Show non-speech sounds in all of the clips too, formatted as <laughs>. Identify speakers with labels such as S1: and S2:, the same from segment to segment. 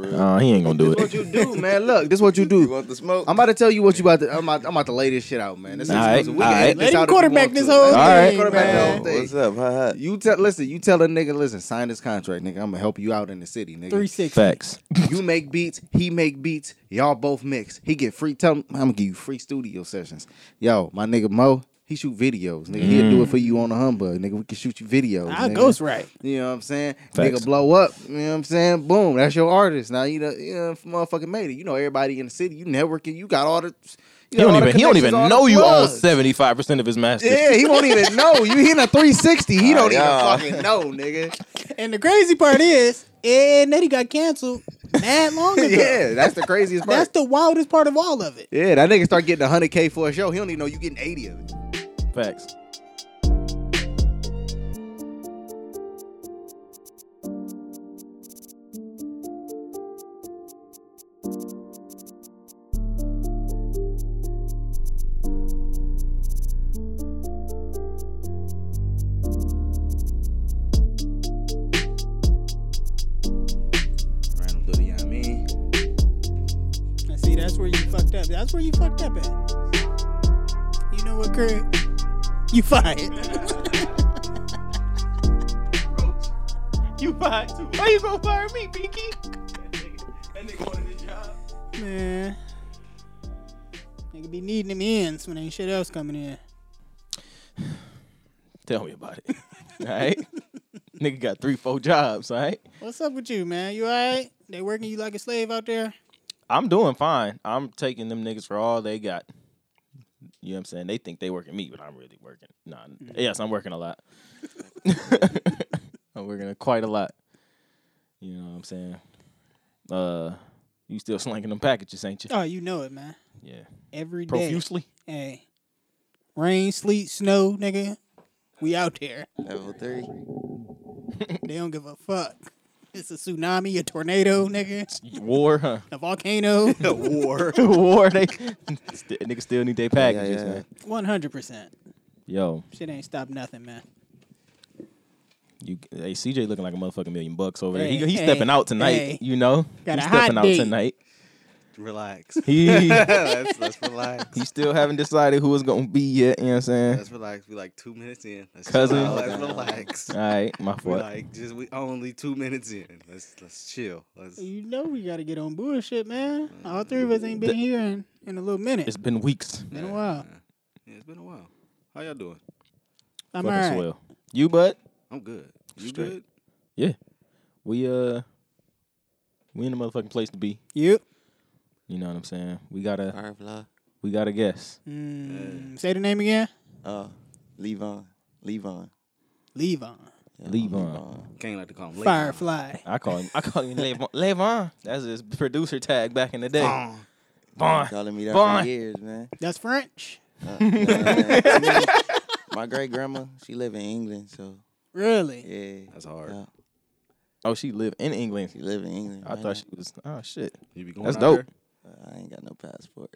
S1: Uh, he ain't gonna do
S2: What
S1: it.
S2: you do, man? Look, this is what you
S3: You
S2: do.
S3: want the smoke?
S2: I'm about to tell you what you about to. I'm about, I'm about to lay this shit out, man. This is
S1: All right,
S2: we
S1: all
S2: can
S1: right.
S2: edit
S1: Let
S2: this
S4: him
S2: out if we
S4: quarterback
S2: want
S4: this
S2: to.
S4: whole
S2: All
S1: thing,
S2: quarterback the
S4: man.
S2: whole
S3: Yo, what's
S2: thing.
S3: up? Hi, hi.
S2: You tell, listen. You tell a nigga, listen. Sign this contract, nigga. I'm gonna help you out in the city, nigga.
S4: Three six.
S1: Facts.
S2: <laughs> You make beats, he make beats. Y'all both mix. He get free. Tell him I'm gonna give you free studio sessions. Yo, my nigga Mo, he shoot videos. Nigga, he'll
S1: Mm.
S2: do it for you on the humbug. Nigga, we can shoot you videos.
S4: I
S2: nigga.
S4: ghost right.
S2: You know what I'm saying?
S1: Facts.
S2: Nigga blow up. You know what I'm saying? Boom. That's your artist. Now you know, you know motherfucking made it. You know everybody in the city. You networking. You got all the. You
S1: He don't
S2: got all the
S1: even. He don't
S2: connections,
S1: even
S2: all the
S1: know you own
S2: plugs.
S1: seventy five percent of his masters.
S2: Yeah, he won't even know. You hitting a 360.
S1: <laughs>
S2: He don't
S3: yeah.
S2: even fucking know, nigga.
S4: And the crazy part is, Ed Nettie got canceled mad
S2: <laughs>
S4: long ago.
S2: yeah, that's the craziest part.
S4: That's the wildest part of all of it.
S2: Yeah, that nigga start getting 100K for a show. He don't even know you getting 80 of it.
S1: Facts.
S2: Random dude, you know what I mean?
S4: And see, that's where you fucked up. That's where you fucked up at. You know what, Craig? You fired.
S5: You fired too. Why you gonna fire me, Pinky? That nigga wanted his job.
S4: Man. Nigga be needing them ends when ain't shit else coming in.
S1: Tell me about
S2: <laughs>
S1: it. All right. Nigga got three, four jobs. All right.
S4: What's up with you, man? You alright? They working you like a slave out there?
S1: I'm doing fine. I'm taking them niggas for all they got. You know what I'm saying? They think they working me, but I'm really working. Nah.
S2: Mm-hmm.
S1: Yes, I'm working a
S2: <laughs>
S1: lot. I'm working quite a lot. You know what I'm saying? Uh, you still slinging them packages, ain't you?
S4: Oh, you know it, man.
S1: Yeah.
S4: Every day.
S1: Profusely.
S4: Hey. Rain, sleet, snow, nigga. We out there.
S3: Level three.
S4: They don't give a fuck. It's a tsunami, a tornado, nigga,
S1: War, huh?
S4: a
S1: <laughs>
S4: volcano.
S2: war.
S1: War. They <laughs> st- niggas still need their packages,
S3: yeah.
S1: man.
S4: 100%.
S1: Yo,
S4: Shit ain't stopped nothing, man.
S1: you hey CJ looking like a motherfucking million bucks over there. He,
S4: Hey,
S1: he's
S4: hey,
S1: stepping out tonight.
S4: hey.
S1: You know,
S4: Got
S1: he's
S4: a
S1: stepping
S4: hot
S1: out
S4: date.
S1: tonight.
S2: <laughs> Relax.
S1: <laughs> He
S2: <laughs> let's, let's relax.
S1: he still haven't decided who it's gonna be yet. You know what I'm saying?
S2: Let's relax. We like two minutes in. Let's
S1: Cousin.
S2: chill. Let's relax.
S1: All right, my
S2: We
S1: fault.
S2: like just we only two minutes in. Let's let's chill. Let's
S4: You know we gotta get on bullshit, man. All three of us ain't been here in, in a little minute.
S1: It's been weeks.
S4: been a while.
S2: Yeah, it's been a while. How y'all doing?
S4: I'm
S1: Fucking
S4: alright.
S1: swell. You bud?
S2: I'm good. You
S1: Straight.
S2: good?
S1: We uh, we in the motherfucking place to be.
S4: Yep.
S1: You know what I'm saying? We gotta
S3: All right, fly.
S1: we gotta guess.
S4: Mm, say the name again.
S3: Uh, Levon. Levon.
S4: Levon.
S3: Yeah,
S1: Levon.
S2: Can't like to call him late.
S4: Firefly.
S1: I call him I call him Levon. Levon. <laughs> That's his producer tag back in the day.
S2: Bong.
S1: Vaughn.
S3: Uh, Calling me that
S1: Vaughn.
S3: for years, man. <laughs>
S4: That's French.
S3: Uh, nah, I mean, my great grandma, she lived in England, so
S4: Really?
S3: yeah.
S2: That's hard.
S3: Yeah,
S1: Oh, she live in England.
S3: she lived in England.
S1: I
S3: man.
S1: thought she was. Oh shit.
S2: You be going
S1: That's
S2: out
S1: dope.
S3: Uh, I ain't got no passport.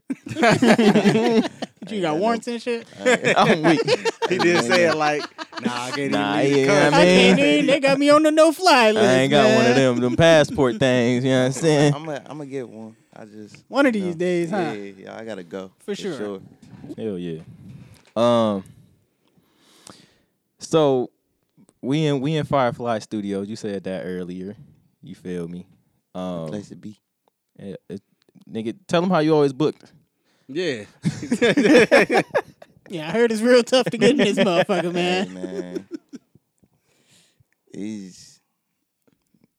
S1: <laughs>
S4: But <laughs> you got warrants and shit?
S1: <laughs> I'm weak. <laughs>
S2: there? He did say
S3: <laughs>
S2: it like, nah, I can't
S1: Nah,
S2: even leave the
S1: yeah,
S2: country.
S4: I can't
S1: mean- <laughs>
S4: even. They got me on the no fly list.
S1: I ain't got one of
S4: man.
S1: them them passport things. You know what I'm <laughs> saying?
S3: I'm gonna I'm get one. I just
S4: One of
S3: you
S4: these days, huh?
S3: Yeah, yeah, I gotta go
S4: For sure.
S1: Hell yeah. Um. So we in we in Firefly Studios. You said that earlier. You feel me? Um.
S3: Place to be.
S1: it- it- nigga, tell them how you always booked.
S2: Yeah.
S1: <laughs>
S4: Yeah, I heard it's real tough to get in this motherfucker,
S1: <laughs>
S3: Hey,
S4: man.
S3: man. He's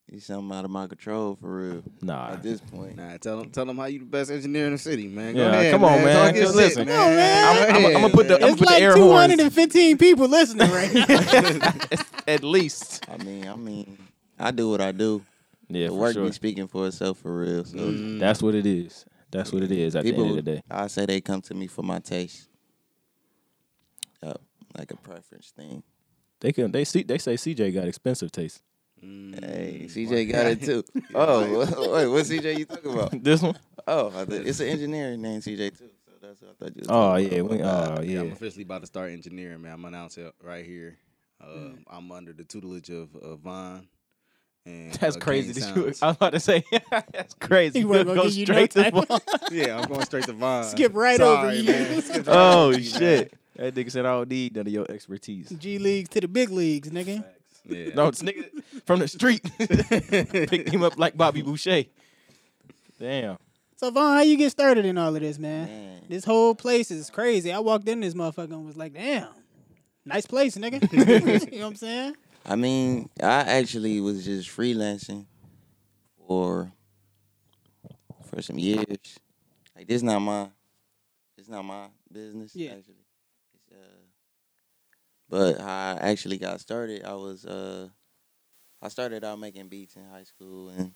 S3: he's something out of my control for real.
S1: Nah.
S3: At this point,
S2: Nah, tell him tell him how you the best engineer in the city, man. Go
S1: Yeah,
S2: ahead,
S1: come on, man.
S2: Talk your
S1: Just
S2: shit,
S4: <laughs>
S1: listen.
S2: man.
S1: I'm,
S4: Come
S1: I'm, I'm gonna put the I'm gonna
S4: Oh, It's
S1: put the
S4: like
S1: air horns
S4: 215 people listening
S1: <laughs>
S4: right now. <laughs>
S1: at least.
S3: I mean, I mean, I do what I do.
S1: Yeah,
S3: the
S1: for
S3: work
S1: sure.
S3: be speaking for itself for real. So
S1: That's what it is. That's what it is. At
S3: people,
S1: the end of the day.
S3: I say they come to me for my taste. Uh, like a preference thing.
S1: They can they see they say CJ got expensive taste.
S2: Mm.
S3: Hey,
S1: Mm-hmm.
S3: CJ got it
S1: <laughs>
S3: too. Oh, wait, what CJ you talking about?
S1: This one?
S3: Oh, I thought, it's an engineering name, CJ too. So that's what I thought you. Was
S1: Oh
S3: talking
S1: yeah.
S3: about.
S1: We, oh
S2: <laughs> Yeah, I'm
S1: yeah.
S2: officially about to start engineering, man. I'm announcing it right here. Um, I'm under the tutelage of uh, Vaughn And
S1: That's
S2: uh,
S1: crazy.
S2: Kane
S1: That you, <laughs>
S2: Sounds.
S1: I was about to say <laughs> that's crazy.
S4: You
S1: You
S4: weren't
S1: go
S4: gonna give you no
S1: straight to
S4: <laughs> type
S1: <laughs>
S4: of-
S1: Von.
S2: yeah, I'm going straight to Vine.
S4: Skip right over
S2: Sorry,
S4: you. <laughs>
S2: man. Skip right
S1: Oh
S2: over you, man.
S1: shit! That nigga said I don't need none of your expertise. <laughs>
S4: G leagues to the big leagues, nigga.
S2: <laughs> Yeah. <laughs>
S1: No, this nigga from the street <laughs> picked him up like Bobby Boucher. Damn.
S4: So Vaughn, how you get started in all of this, man?
S3: Man.
S4: This whole place is crazy. I walked in this motherfucker and was like, damn, nice place, nigga. <laughs> you
S1: <laughs>
S4: know what I'm saying?
S3: I mean, I actually was just freelancing for for some years. Like this not my it's not my business
S4: Yeah.
S3: actually. It's, uh, but how I actually got started, I was uh I started out making beats in high school and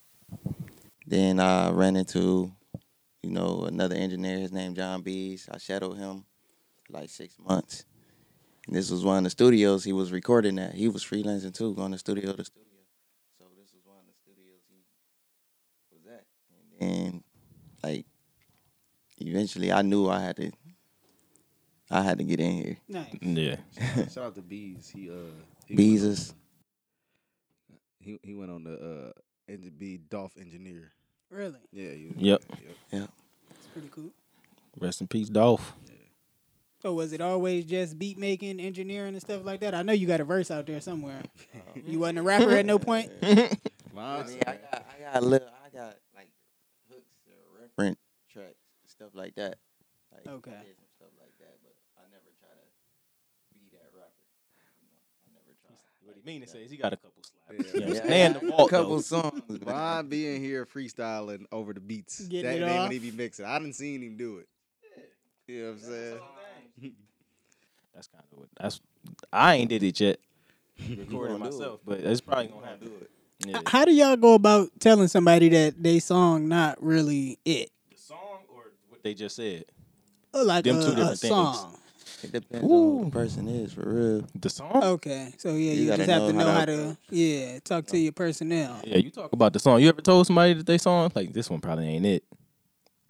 S3: then I ran into, you know, another engineer, his name John Bees. I shadowed him for like six months. And this was one of the studios he was recording at. He was freelancing too, going to studio to studio. So this was one of the studios he was at. And then, like, eventually I knew I had to, I had to get in
S1: <laughs>
S3: here.
S4: Nice.
S1: Yeah.
S2: Shout out to Bees. He uh he
S3: Bees
S2: went on- uh,
S3: is-
S2: he he went on the uh en- be Dolph engineer.
S4: Really?
S2: Yeah. He was,
S1: Yep.
S4: It's pretty cool.
S1: Rest in peace, Dolph.
S4: So was it always just beat making, engineering, and stuff like that? I know you got a verse out there somewhere. You wasn't a rapper at no point.
S3: I
S2: Vine
S3: mean,
S2: said-
S3: I got, I got, little, I got like hooks or reference tracks, stuff like that. Like, I
S4: Okay.
S3: did some stuff like that, but I never try to be that rapper. You know, I never try.
S1: What he mean to say is he got a couple slaps.
S2: Yeah.
S1: You understand the vault,
S3: couple
S1: though.
S3: songs. but
S2: Vine being here freestyling over the beats.
S4: Getting
S2: that
S4: it
S2: name
S4: off.
S2: when he be mixing. I didn't seen him do it. You know what I'm saying?
S1: <laughs> That's kind of what. That's. I ain't did it yet.
S3: gonna
S1: Recording
S3: do it.
S1: myself, but it's probably gonna happen. Yeah.
S4: H- How do y'all go about telling somebody that they song not really it?
S1: The song or what they just said.
S4: Or like
S1: Them
S4: a,
S1: two different
S4: a
S1: things.
S4: song.
S3: It depends on who the person is for real.
S1: The song.
S4: Okay, so yeah,
S3: You
S4: you,
S3: gotta
S4: just have
S3: know
S4: to know
S3: how
S4: how
S3: to Oh.
S4: to yeah talk to your personnel.
S1: Yeah, you talk about the song. You ever told somebody that they song like this one probably ain't it?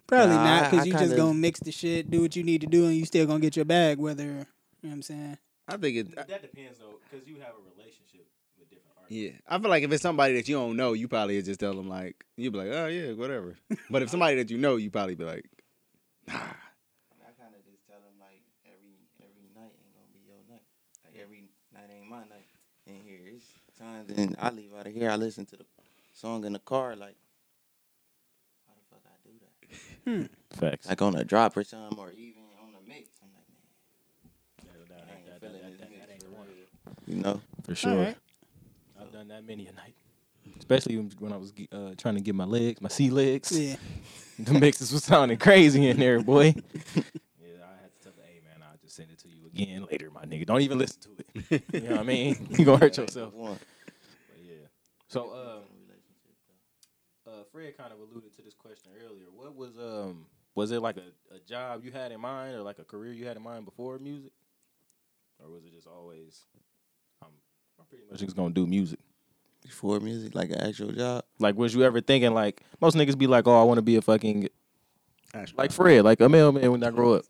S4: Probably
S3: Nah,
S4: not,
S3: I-
S4: because
S3: I
S4: you just
S3: kinda-
S4: gonna mix the shit, do what you need to do, and you still gonna get your bag. Whether you know what I'm saying,
S2: I think it. I-
S1: That depends though, because you have a relationship with different artists.
S2: yeah, I feel like if it's somebody that you don't know, you probably just tell them like you be like, oh yeah, whatever. But if somebody that you know, you probably be like,
S3: I kind of just tell them like every every night ain't gonna be your night. Like every night ain't my night. In here, it's times and I leave out of here. I listen to the song in the car. Like, how the fuck I do that?
S1: Facts.
S3: like on a drop or something, or even on a mix. I'm like, man, I ain't feeling this mix for real. You know,
S1: For sure.
S4: right.
S1: I've done that many a night. Especially when I was uh, trying to get my legs, my C legs. <laughs>
S4: yeah,
S1: the mixes was sounding crazy in there, boy. <laughs> yeah, I had to tell the A man, I'll just send it to you again later, my nigga. Don't even listen to <laughs> it. you know what I mean? You gonna hurt yourself.
S3: One.
S1: But yeah. So uh, uh, Fred kind of alluded to this question earlier. What was um was it like a, a job you had in mind or like a career you had in mind before music? Or was it just always I'm I'm pretty much just gonna do music?
S3: Before music, like an actual job.
S1: Like, was you ever thinking like most niggas be like, oh, I want to be a fucking
S2: Astronaut.
S1: like Fred, like a mailman when I grow up.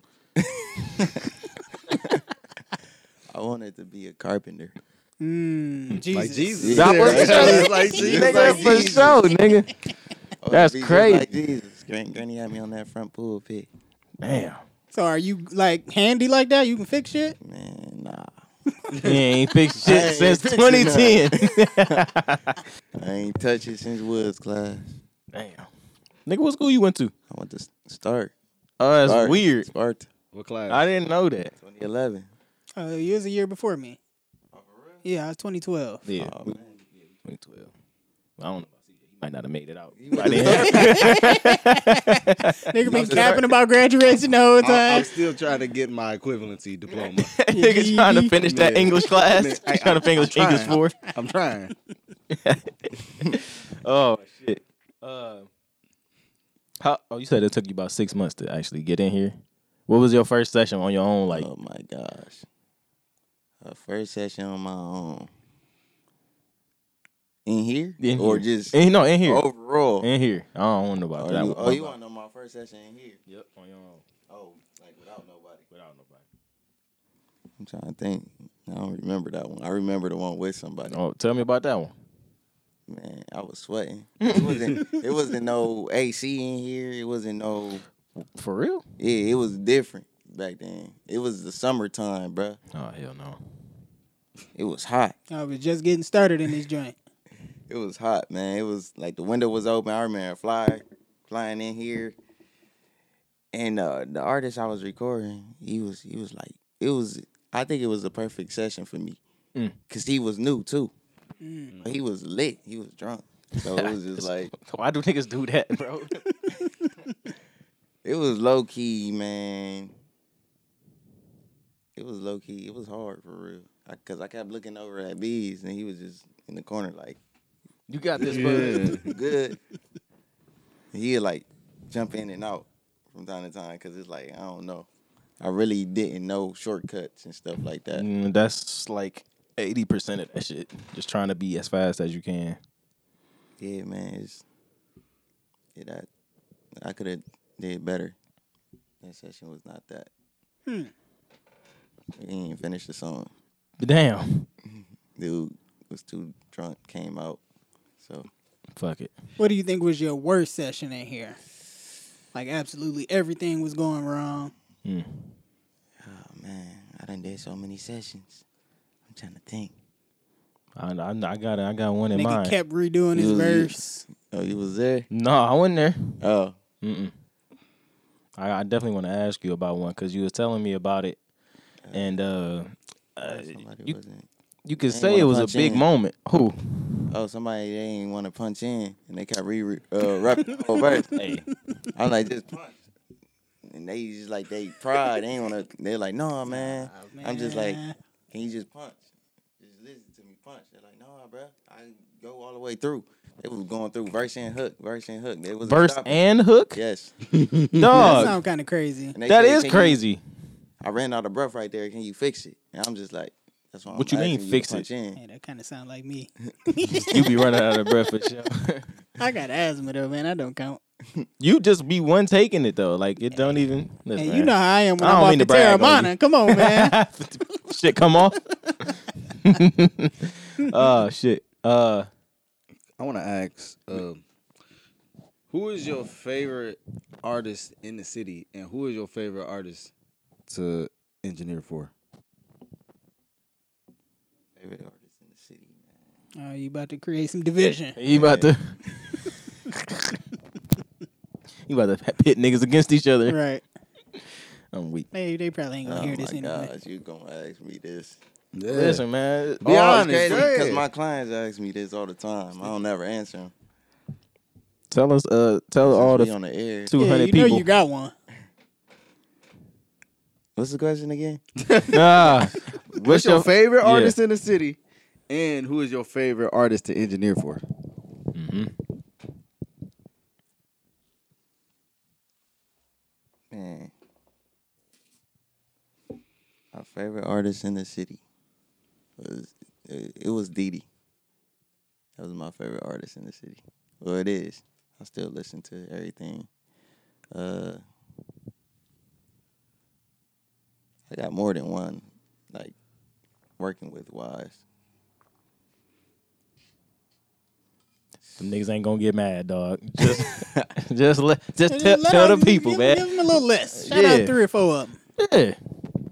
S3: I wanted to be a
S1: <laughs>
S3: carpenter.
S4: mm, Jesus.
S2: like Jesus. <laughs>
S1: That was-
S2: It's like Jesus.
S1: nigga,
S2: like
S1: for
S2: Jesus.
S1: sure, nigga.
S3: I wanted to
S1: That's
S3: be just
S1: crazy.
S3: Like Jesus, Gran- Granny had me on that front pool pit.
S1: Damn,
S4: So are you like handy like that? You can fix shit.
S3: Man, nah,
S1: he ain't fixed
S3: I
S1: shit
S3: ain't
S1: since
S3: fixing
S1: 2010. <laughs>
S3: I ain't touched it since Woods class.
S1: Damn, nigga, what school you went to?
S3: I went to S- Stark.
S1: Oh, that's
S3: Stark.
S1: weird.
S3: Sparked.
S2: What class?
S1: I didn't know that.
S3: 2011.
S4: Uh, you was a year before me.
S2: Oh,
S4: Yeah, I was 2012.
S3: <laughs>
S1: Yeah,
S3: Oh man,
S1: 2012. I don't know. about CJ. He might not have made it out.
S3: went
S1: I didn't-
S4: Nigga been capping about graduation the whole
S2: <laughs> I, am
S4: time.
S2: still trying to get my
S1: <laughs>
S2: equivalency
S1: <laughs>
S2: diploma.
S1: Nigga trying to finish that
S2: Yeah.
S1: English class.
S2: Man, I-
S1: trying to finish English
S2: trying.
S1: four.
S2: I'm trying.
S1: Oh shit. Uh, how? Oh, you said it took you about six months to actually get in here. What was your first session on your own? Like,
S3: oh my gosh. Her first session on my own. In here?
S1: In
S3: or
S1: here.
S3: just
S1: in, no, in here,
S3: overall?
S1: in here. I don't know about
S3: oh,
S1: that.
S3: you,
S1: one.
S3: oh, you want to know my first session in here?
S1: Yep, on your own,
S3: Oh, like without nobody.
S1: without nobody.
S3: I'm trying to think. I don't remember that one. I remember the one with somebody.
S1: Oh, tell me about that one.
S3: Man, I was sweating. It wasn't. it wasn't no AC in here. It wasn't no.
S1: For real?
S3: Yeah, it was different back then. It was the summertime, bruh.
S1: Oh hell no.
S3: It was hot.
S4: I was just getting started in this joint.
S3: It was hot, man. It was like the window was open. I remember a fly flying in here, and uh, the artist I was recording, he was he was like it was. I think it was the perfect session for me,
S1: Mm.
S3: cause he was new too. He was lit. He was drunk. So it was
S1: <laughs>
S3: just like
S1: Why do niggas do that, bro?
S3: it was low key, man. It was low key. It was hard for real. I, Cause I kept looking over at bees, and he was just in the corner like.
S1: you got this, bro.
S3: good. <laughs> He like jump in and out from time to time because it's like I don't know. I really didn't know shortcuts and stuff like that.
S1: Mm, that's like eighty percent of that shit. Just trying to be as fast as you can.
S3: Yeah, man. It's, yeah, that I could have did better. That session was not that. We didn't even finish the song.
S1: But damn.
S3: Dude was too drunk. Came out. So
S1: Fuck it.
S4: What do you think was your worst session in here? Like absolutely everything was going wrong.
S1: Mm.
S3: oh, man, I done did so many sessions. I'm trying to think.
S1: I, I, I got I got one in
S4: Nigga
S1: mind.
S4: kept redoing his
S3: You-
S4: verse.
S3: Oh, you was there?
S1: no, I wasn't there.
S3: Oh,
S1: Mm-mm. I, I definitely want to ask you about one because you was telling me about it, and uh, uh,
S3: somebody
S1: you
S3: wasn't.
S1: you could
S3: Ain't
S1: say
S3: wanna
S1: it was a
S3: punch
S1: big
S3: in.
S1: moment.
S3: <laughs>
S1: Who?
S3: oh, somebody they ain't want to punch in, and they kept re uh,
S1: <laughs>
S3: rap the whole verse.
S1: hey,
S3: I'm like, just punch. And they just like they pride. They ain't want to. They're like, no, man. I'm just like,
S4: Man.
S3: can you just punch? Just listen to me punch. They're like, no, bro. I go all the way through. They was going through verse and hook, verse and hook. They was
S1: verse and hook,
S3: yes. <laughs>
S4: that
S1: dog.
S4: sound kind of crazy.
S3: And they
S1: That
S3: said,
S1: is
S3: "Can you- <laughs>
S1: crazy.
S3: I ran out of breath right there. Can you fix it? And I'm just like, that's why. I'm
S1: What you mean,
S3: asking to
S1: fix it?
S3: punch In.
S4: Hey, that kind of sound like me.
S1: you be running out of breath for sure.
S4: I got asthma though, man. I don't count.
S1: you just be one taking it though. Like it don't even.
S4: Hey,
S1: Listen,
S4: you know how I am when
S1: I
S4: I'm
S1: don't
S4: off
S1: mean
S4: the
S1: to brag on you.
S4: Terramana.
S1: <laughs>
S4: Come on, man. <laughs>
S1: shit come off. <laughs> oh shit. Uh,
S2: I want to ask, um, who is your favorite artist in the city, and who is your favorite artist to engineer for?
S3: Favorite artist in the city.
S4: oh, you about to create
S1: <laughs>
S4: some division?
S1: you about to. You about to pit niggas against each other.
S4: Right?
S1: I'm weak.
S4: They they probably ain't gonna
S3: Oh
S4: hear
S3: my
S4: this anyway.
S3: gosh, you gonna ask me this?
S2: Yeah.
S1: Listen, man.
S2: Be
S1: all is
S2: honest,
S1: crazy.
S2: yeah.
S3: because my clients ask me this all the time. I don't never answer them.
S1: Tell us, uh, tell all
S3: on
S1: the
S3: the air.
S1: two
S4: yeah,
S1: hundred
S4: you know
S1: people.
S4: you got one.
S3: What's the question again?
S4: <laughs>
S1: nah,
S2: What's your favorite
S1: yeah.
S2: artist in the city, and who is your favorite artist to engineer for?
S1: Mm-hmm.
S3: Man, my favorite artist in the city was it it was Didi. That was my favorite artist in the city. Well, it is. I still listen to everything. Uh, I got more than one, like working with wise.
S1: Them niggas ain't gonna get mad, dog. <laughs> Just, just let, just
S4: Just
S1: tell,
S4: let
S1: tell the
S4: them-
S1: people,
S4: give, Give
S1: man.
S4: them a little list. Shout
S1: Yeah.
S4: out three or four of them.
S1: Yeah.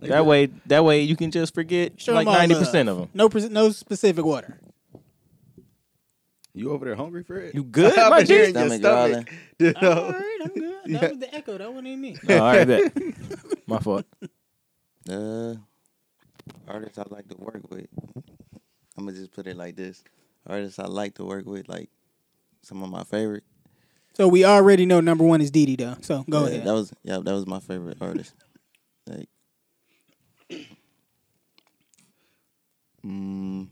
S1: That way, that way you can just forget
S4: Show
S1: like
S4: them all
S1: ninety percent of
S4: love.
S1: them.
S4: No, pres- no specific order.
S2: You over there hungry for it?
S1: You
S2: <laughs>
S4: <laughs>
S1: good,
S2: I've
S1: my
S2: been hearing
S1: dude?
S2: your
S3: Stomach
S2: stomach. <laughs> You
S4: I'm all
S2: know?
S4: right. I'm good. That
S2: Yeah.
S4: was the echo. That wasn't even me.
S1: No, all right, bet.
S2: <laughs>
S1: My fault.
S3: Uh, artists I like to work with. I'm gonna just put it like this: artists I like to work with, like some of my favorite.
S4: So we already know number one is Dee Dee though. So go
S3: Yeah,
S4: ahead.
S3: That was yeah, that was my favorite artist. like, mm,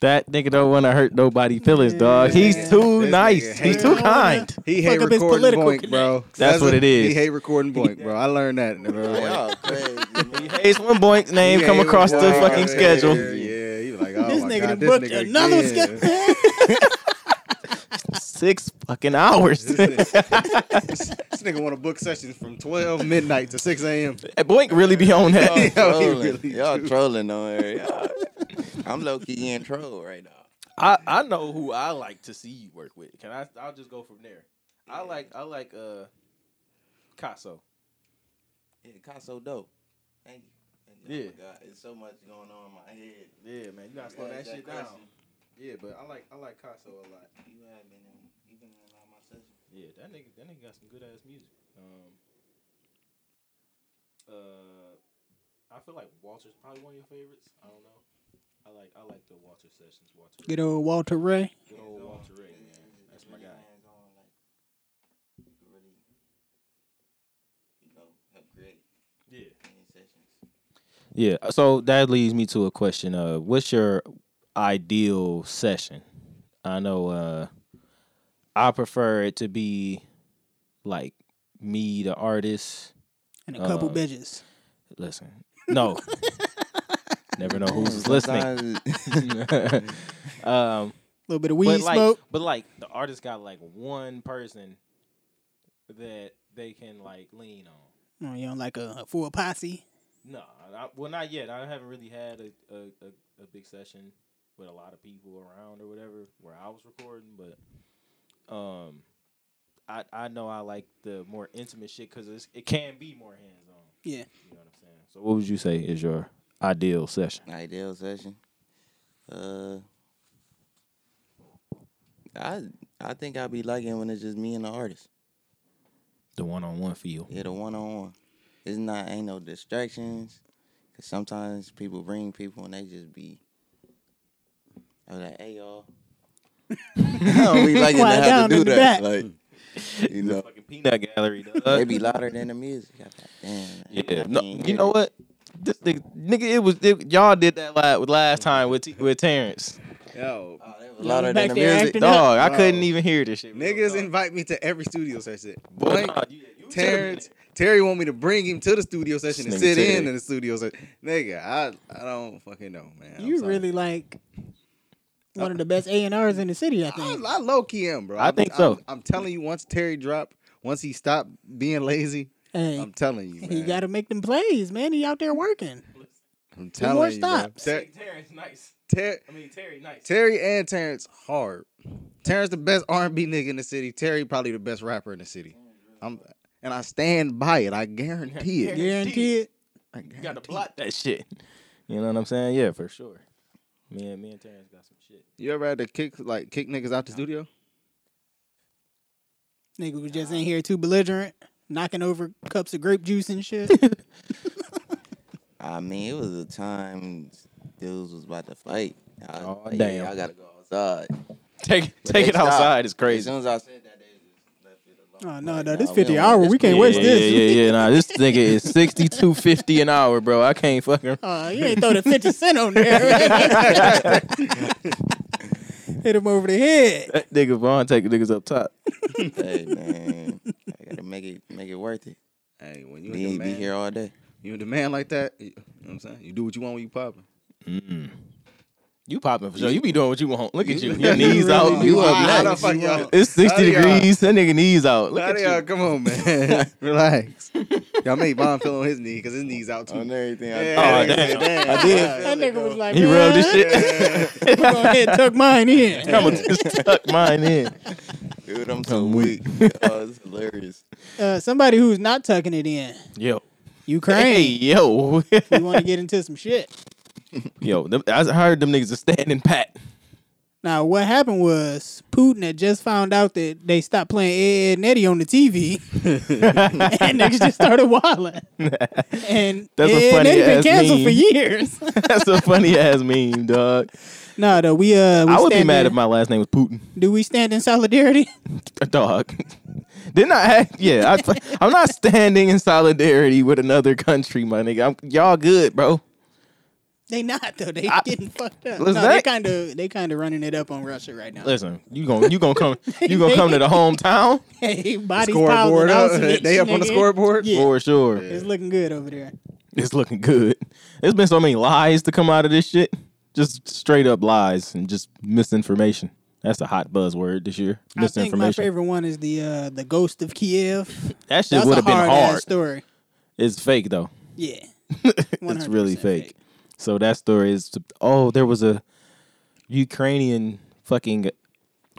S1: That nigga don't want to hurt nobody feelings, dog. He's too
S2: This nigga
S1: nice. He's
S2: hates
S1: too
S4: it.
S1: kind.
S2: He
S4: Fuck
S2: hate
S4: up his
S2: recording
S4: political
S2: boink, bro. That's,
S1: what it is.
S2: He hate recording boink, bro. I learned that. Bro.
S3: y'all <laughs> crazy. man.
S1: Ace one boink's name
S2: Yeah,
S1: come
S2: he was
S1: across the
S2: wild.
S1: fucking
S2: Yeah,
S1: schedule.
S2: Yeah, yeah. he was like, oh
S4: <laughs> this
S2: my
S4: nigga
S2: God,
S4: done
S2: this
S4: booked
S2: nigga
S4: another
S2: again.
S4: skip. <laughs>
S1: Six fucking hours. <laughs>
S2: this, nigga, <laughs> this nigga want to book sessions from twelve midnight to six a.m.
S1: Boink really be on that.
S2: Yeah, he
S3: Trolling.
S2: really
S3: y'all <laughs>
S2: do.
S3: trolling on here. y'all. I'm low key in troll right now.
S1: I, I know who I like to see you work with. Can I? I'll just go from there. I like I like uh, Casso.
S3: Yeah, Caso dope. Thank you. Thank you.
S1: Yeah.
S3: Oh my God, it's so much going on in my head.
S1: Yeah, man, you gotta slow that, shit down. Yeah, but I like I like Casso a lot.
S3: You have been in, you been in all my sessions.
S1: Yeah, that nigga that nigga got some good ass music. Um, uh, I feel like Walter's probably one of your favorites. I don't know. I like I like the Walter sessions. Walter,
S4: Good old Walter Ray.
S1: good old Walter Ray, man. That's my guy.
S3: Hands on, like, you can really, you know, help create
S1: Yeah.
S3: any sessions.
S1: Yeah. So that leads me to a question. Uh, what's your ideal session? I know. Uh, I prefer it to be like me, the artist.
S4: And a couple
S1: Uh,
S4: bitches.
S1: Listen, no. Never know who's listening. <laughs>
S4: <laughs>
S1: um,
S4: A little bit
S1: but
S4: of weed
S1: like,
S4: smoke.
S1: but like the artist got like one person that they can like lean on.
S4: Oh, you know, like a, a full posse.
S1: No, I, well, not yet. I haven't really had a, a, a, a big session with a lot of people around or whatever where I was recording, but um, I I know I like the more intimate shit because it can be more hands on.
S4: Yeah.
S1: you know what I'm saying. So, what would you say is your ideal session?
S3: Ideal session. Uh, I I think I'd be liking when it's just me and the artist.
S1: The one on one feel.
S3: Yeah, the one on one. It's not ain't no distractions. Cause sometimes people bring people and they just be. I was like, hey y'all. I don't be liking to
S4: Quiet
S3: have
S4: down
S3: to do
S4: in the
S3: that. Like,
S1: <laughs>
S3: you know,
S1: Fucking peanut gallery.
S3: they
S1: <laughs>
S3: be louder than the music. I'm like, damn.
S1: Yeah,
S3: I
S1: no,
S3: can't
S1: you
S3: hear
S1: know
S3: it."
S1: what? This nigga, nigga it was it, y'all did that last, last time with T, with Terrence.
S2: Yo,
S3: Oh, they was
S4: Y'all
S3: louder
S4: back
S3: than the
S4: there
S3: music.
S4: acting
S3: Dog,
S1: Dog, I
S2: Bro.
S1: couldn't even hear this shit.
S2: niggas
S1: Dog.
S2: invite me to every studio session.
S1: Boy,
S2: Blake,
S1: nah, you- you
S2: Terrence, Terry want me to bring him to the studio session and
S1: nigga
S2: sit in
S1: Terry.
S2: in the studio session. Nigga, I I don't fucking know, man. I'm
S4: you
S2: sorry.
S4: really like one of the best A and R's in the city, I
S2: I,
S4: think.
S2: I low key am, bro.
S1: I
S2: I'm-
S1: think
S2: I'm,
S1: so.
S2: I'm telling you, once Terry drop, once he stop being lazy,
S4: hey,
S2: I'm telling you, man.
S4: he got to make them plays, man. He out there working.
S2: I'm
S4: Two
S2: telling
S4: more
S2: you, bro.
S4: stops.
S2: Ter-
S1: Terrence, nice.
S2: Ter-
S1: I mean, Terry, nice.
S2: Terry and Terrence hard. Terrence the best R&B nigga in the city. Terry probably the best rapper in the city. I'm and I stand by it. I guarantee
S4: <laughs>
S2: it.
S4: Guarantee it.
S2: I
S1: You got to
S2: guarantee it.
S1: block that shit. You know what I'm saying? Yeah, for sure. Me and me and Terrence got some shit.
S2: You ever had to kick like kick niggas out the studio?
S4: Nigga was just in here too belligerent, knocking over cups of grape juice and shit.
S3: I mean, it was a time dudes was about to fight. I,
S1: Oh,
S3: like,
S1: damn.
S3: Yeah, I gotta go outside.
S1: Take
S3: But they
S1: take it outside.
S3: stopped.
S1: It's
S3: As
S1: crazy.
S3: soon as I said that, they just left it alone.
S4: oh no,
S3: Like,
S4: no, this
S3: nah,
S4: fifty
S3: don't want
S4: hour,
S3: this
S4: we can't
S3: shit.
S4: waste
S1: yeah,
S4: this.
S1: Yeah,
S4: <laughs>
S1: yeah, yeah. Nah, this nigga is sixty two fifty an hour, bro. I can't <laughs> fucking.
S4: Uh, you ain't throw the fifty cent
S1: <laughs>
S4: on there. <laughs> Hit him over the head.
S1: That nigga Vaughn taking niggas up top.
S3: hey man, I gotta make it make it worth it.
S2: Hey, when you
S3: You
S2: in
S3: ain't
S2: the
S3: be
S2: man,
S3: here all day.
S2: you in the man like that. You know what I'm saying you do what you want when you popping.
S1: You popping for sure. You be doing what you want. Look at you.
S2: You-
S1: Your knees out.
S2: <laughs> You
S1: You
S2: up
S1: up next.
S2: next. How the fuck y'all-
S1: It's sixty
S2: how y'all-
S1: degrees. That nigga knees out. Look at
S2: Nadia,
S1: you.
S2: come on, man. <laughs> Relax. Y'all made Von feel on his knee because his knee's out too.
S3: everything.
S2: Yeah,
S1: Oh,
S2: nigga
S1: damn.
S2: said, damn.
S1: I did.
S4: That nigga was like,
S1: He rubbed his
S4: "Man,
S1: shit. <laughs>
S4: we Go ahead, and tuck mine in.
S1: I'ma just tuck mine in.
S3: Dude, I'm
S1: I'm
S3: so
S1: weak.
S3: weak.
S1: <laughs>
S3: oh, it's hilarious.
S4: Uh, somebody who's not tucking it in,
S1: Yo. Hey,
S4: Ukraine.
S1: yo.
S4: We want to get into some shit.
S1: <laughs> yo, them, I heard them niggas are standing <laughs> pat.
S4: Now, what happened was Putin had just found out that they stopped playing Ed, Ed and Eddie on
S1: <laughs>
S4: the TV, and niggas just started wilding. And
S1: That's a
S4: Ed, and
S1: funny
S4: Eddie been
S1: ass
S4: canceled for
S1: meme.
S4: years. <laughs>
S1: That's a funny ass meme, dog.
S4: no, no, we uh, we
S1: I would be
S4: stand
S1: mad
S4: in-
S1: if my last name was Putin.
S4: Do we stand in solidarity?
S1: Dog. <laughs> Didn't I have, yeah, I, I'm not standing in solidarity with another country, my nigga. I'm, y'all good, bro.
S4: They not though. They
S1: I-
S4: getting fucked up. No,
S1: Listen,
S4: they
S1: that-
S4: kind of they kind of running it up on Russia right now.
S1: Listen, you gon' you gonna <laughs> come you gonna come to the hometown
S4: <laughs> Hey, bodies
S2: Scoreboard
S1: <laughs>
S4: piling
S2: up.
S4: out.
S2: They up on the scoreboard.
S4: Yeah.
S1: for sure.
S4: It's looking good over there.
S1: It's looking good. There's been so many lies to come out of this shit. Just straight up lies and just misinformation. That's a hot buzzword this year.
S4: I think my
S1: Misinformation.
S4: favorite one is the uh, the ghost of Kiev.
S1: That <laughs> shit
S4: That's
S1: would
S4: a
S1: have been
S4: hard-ass
S1: hard.
S4: story.
S1: It's fake though.
S4: Yeah,
S1: <laughs> it's really
S4: 100%
S1: fake. So that story is oh, there was a Ukrainian fucking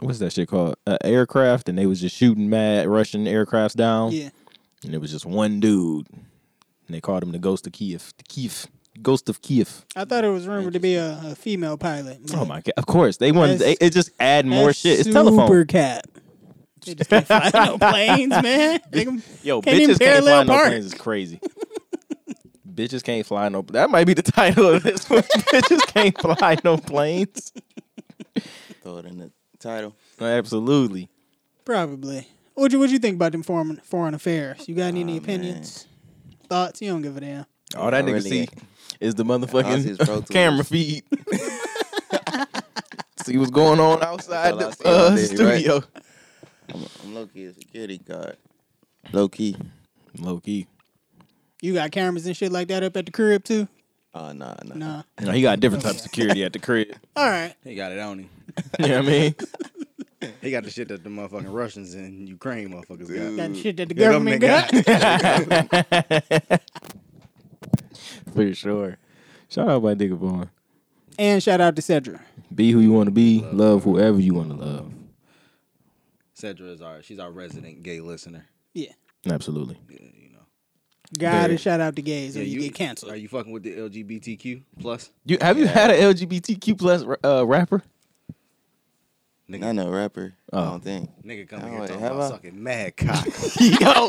S1: what's that shit called? Uh, aircraft, and they was just shooting mad Russian aircrafts down.
S4: Yeah.
S1: And it was just one dude, and they called him the Ghost of Kiev. The Kiev. Ghost of Kiev.
S4: I thought it was rumored to be a, a female pilot.
S1: Oh my god! Of course, they wanted. They,
S4: That's-
S1: it just add more
S4: That's
S1: shit. It's
S4: super
S1: telephone.
S4: cat. They just can't fly
S1: <laughs>
S4: no planes, man. They can-
S1: Yo,
S4: Can't even
S1: bitches can't fly
S4: parallel
S1: no
S4: park.
S1: planes. It's
S4: <laughs>
S1: crazy. bitches can't fly no. That might be the <laughs> title of this. one. bitches can't fly no planes.
S3: Throw it in the title.
S1: Absolutely.
S4: Probably. What you what you think about them foreign foreign affairs? You got any,
S3: Oh, man.
S4: opinions, thoughts? You don't give a damn.
S1: All that
S3: I
S1: nigga
S3: really
S1: see
S3: ain't.
S1: is the
S3: Oz is Pro
S1: <laughs> motherfucking
S3: Tools.
S1: camera feed. see what's going on outside
S3: That's
S1: the
S3: all I see all
S1: uh,
S3: day,
S1: studio.
S3: I'm, I'm low key a security guard. Low key.
S1: Low key.
S4: You got cameras and shit like that up at the crib too?
S3: Oh nah, nah.
S4: Nah.
S1: You know, he got different type of security at the crib.
S4: All right.
S2: He got it on him.
S1: <laughs> You know what I mean?
S2: He got the shit that the motherfucking Russians and Ukraine motherfuckers got.
S4: That shit that the
S2: Yeah,
S4: government
S2: government
S4: got.
S3: <laughs>
S1: <laughs> For sure. Shout out my nigga Vaughn.
S4: <laughs> and shout out to Cedric.
S1: Be who you want to be. Love whoever you want to love.
S2: Cedra is our she's our resident gay listener.
S4: Yeah.
S1: Absolutely.
S2: Yeah, you know.
S4: Gotta
S1: Yeah.
S4: shout out to gays or you, get
S2: Are
S4: canceled.
S2: you fucking with the LGBTQ plus?
S1: You have you had an LGBTQ plus uh, rapper?
S2: Nigga,
S3: Not no rapper. I
S1: Oh.
S3: don't
S4: <laughs>
S3: think.
S2: nigga come
S3: Oh,
S2: here
S3: wait,
S2: talking
S3: have
S2: about
S3: I?
S2: sucking mad cock.
S1: <laughs> Yo,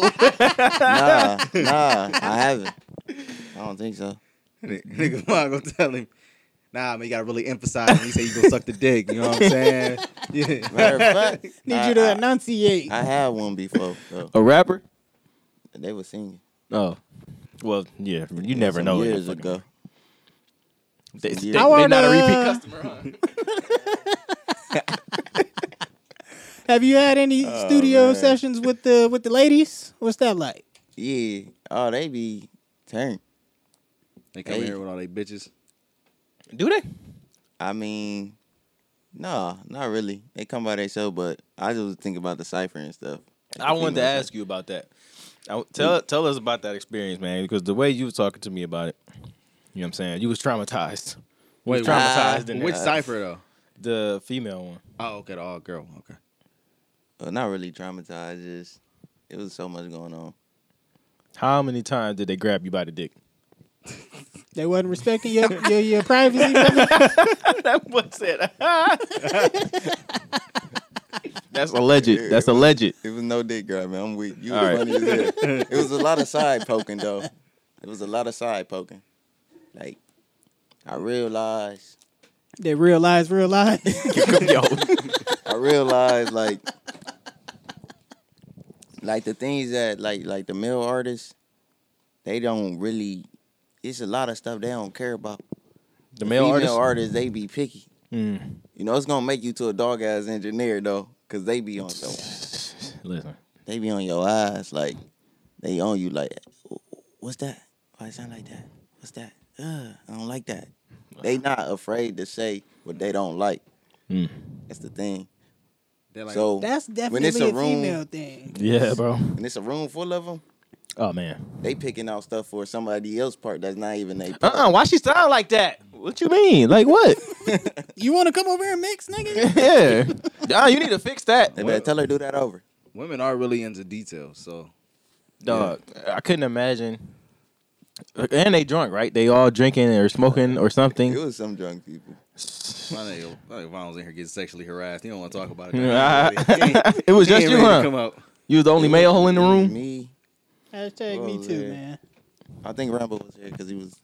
S3: Nah, nah. I haven't. I don't think so.
S2: nigga <laughs> mom gonna tell him, nah man, you gotta really emphasize when you say you gonna suck the dick, you know what I'm saying? <laughs> Yeah.
S4: <laughs>
S3: Matter of fact,
S4: Need
S3: I,
S4: you to
S3: I-
S4: enunciate.
S3: I had one before. though.
S1: a rapper?
S3: They were singing.
S1: Oh, well, yeah. You never
S3: Some
S1: know.
S3: Years
S1: They-
S3: ago.
S1: They, they,
S3: How
S1: they
S4: are
S1: not a
S4: the-
S1: repeat customer.
S4: Have you had any studio
S3: Oh, man.
S4: sessions with the with the ladies? What's that like?
S3: Yeah. Oh, they be turned.
S2: They come
S3: Hey.
S2: here with all they bitches.
S1: Do they?
S3: I mean, nah, not really. They come by themselves, but I just think about the cipher and stuff.
S1: I wanted to ask you about that. I, tell tell us about that experience, man, because the way you was talking to me about it, you know what I'm saying? You was traumatized. You was
S2: Wait, what?
S1: traumatized in
S2: Which
S1: that.
S2: cipher though?
S1: the female one.
S2: Oh, okay, the all girl. one, Okay.
S3: Uh, not really traumatized. Just it was so much going on.
S1: How many times did they grab you by the dick?
S4: They wasn't
S3: <laughs>
S4: respecting your your, your privacy. brother?
S1: <laughs> that boy said, "Ah." <laughs> "That's alleged. That's alleged."
S3: It was no dick grabbing. I'm weak. You
S1: All
S3: was
S1: right.
S3: funny as hell. It was a lot of side poking though. It was a lot of side poking. Like I realized,
S4: they
S3: <laughs>
S4: realize, realize.
S1: <laughs> Yo,
S3: I realized like like the things that like like the male artists, they don't really. It's a lot of stuff they don't care about.
S1: the male
S3: Female
S1: artist.
S3: artists, they be picky.
S1: Mm.
S3: You know, it's gonna make you to a dog ass engineer though, cause they be on your,
S1: <sniffs> Listen,
S3: they be on your eyes, like they on you, like what's that? Why it sound like that? What's that? Uh, I don't like that. They not afraid to say what they don't like.
S1: Mm.
S3: That's the thing.
S2: They're like,
S3: so
S4: That's
S3: When it's
S4: definitely
S3: a
S4: a,
S3: room-
S4: female thing.
S1: yeah, bro.
S3: when it's a room full of them,
S1: Oh man.
S3: they picking out stuff for somebody else part that's not even they.
S1: Uh uh-uh, uh. Why she sound like that? What you mean? Like <laughs> what?
S4: You want to come over and mix,
S3: <laughs>
S1: yeah.
S4: nigga?
S1: Nah, you need to fix that.
S3: They better tell her do that over.
S2: women are really into details, so
S1: Dog, I couldn't imagine. And they drunk, right? They all drinking or smoking or
S3: It
S1: something.
S3: was some drunk people.
S2: my nigga, my nigga Von was in here getting sexually harassed. He don't want to talk <laughs> about it. <laughs>
S1: it was just you, huh?
S2: Come out.
S1: You was the only male in the room.
S3: Me,
S4: Hashtag me
S3: Oh,
S4: too,
S3: man.
S1: <laughs>
S2: eh.
S4: man.
S3: I think Rambo was here because he was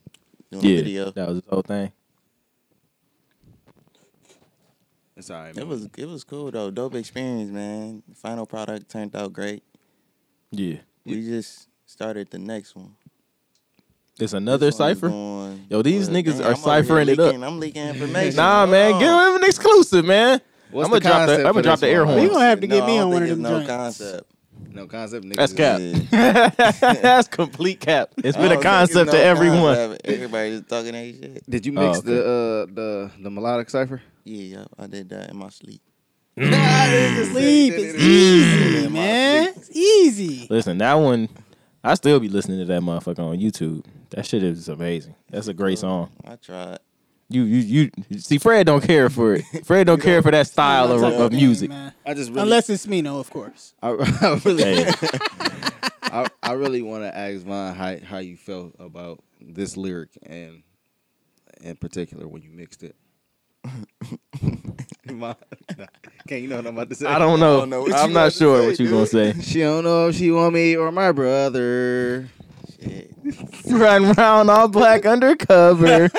S3: doing a
S1: Yeah,
S3: video.
S1: that was the whole thing.
S2: It's all right.
S3: It
S2: man.
S3: was it was cool though. Dope experience, man. The final product turned out great.
S1: Yeah,
S3: We just started the next one.
S1: it's
S3: This one
S1: another
S3: is
S1: cipher.
S3: going-
S1: Oh, Yo, these
S3: Well,
S1: niggas
S3: dang,
S1: are
S3: I'm over
S1: ciphering
S3: here
S1: it up.
S3: leaking- I'm leaking information.
S1: Nah,
S3: Hold
S1: man,
S3: on.
S1: give him an exclusive, man.
S2: What's
S1: I'ma
S2: the
S1: drop the-
S2: concept
S1: I'ma
S2: for
S1: drop the
S2: this
S1: air
S2: one?
S1: horn.
S4: We gonna have to
S3: No,
S4: get me
S3: I
S4: on
S3: don't
S4: one of
S3: think
S4: them
S3: it's
S4: joints.
S3: No concept.
S2: No concept. Niggas
S1: That's
S2: is-
S1: cap.
S3: Yeah.
S1: <laughs> That's complete cap. It's
S3: I
S1: been
S3: don't think
S1: a
S3: it's
S1: concept
S3: no
S1: to everyone.
S3: concept. Everybody's talking that shit.
S2: Did you
S1: Oh,
S2: mix the uh, the the melodic cipher?
S3: Yeah, yeah, I did that in my sleep.
S4: Sleep is easy, man. It's easy.
S1: Listen, that one, I still be listening to that motherfucker on YouTube. That shit is amazing. That's a great song.
S3: I tried.
S1: You you you see, Fred don't care
S3: <laughs>
S1: for it. Fred don't care for that style of,
S4: Type
S1: of
S4: thing,
S1: music.
S4: man.
S2: I just really,
S4: Unless it's Smino, of course.
S2: I, I <laughs> really,
S1: Hey.
S2: I, I really want to ask Von how how you felt about this lyric and in particular when you
S1: <laughs>
S2: mixed it. Von, nah, can't you know what I'm about to say?
S1: I don't know.
S3: don't know what
S1: I'm
S3: you
S1: not
S3: about to
S1: sure
S3: say,
S1: what you gonna say.
S2: She don't know if she want me or my brother.
S3: Shit. <laughs>
S1: Run round all black undercover.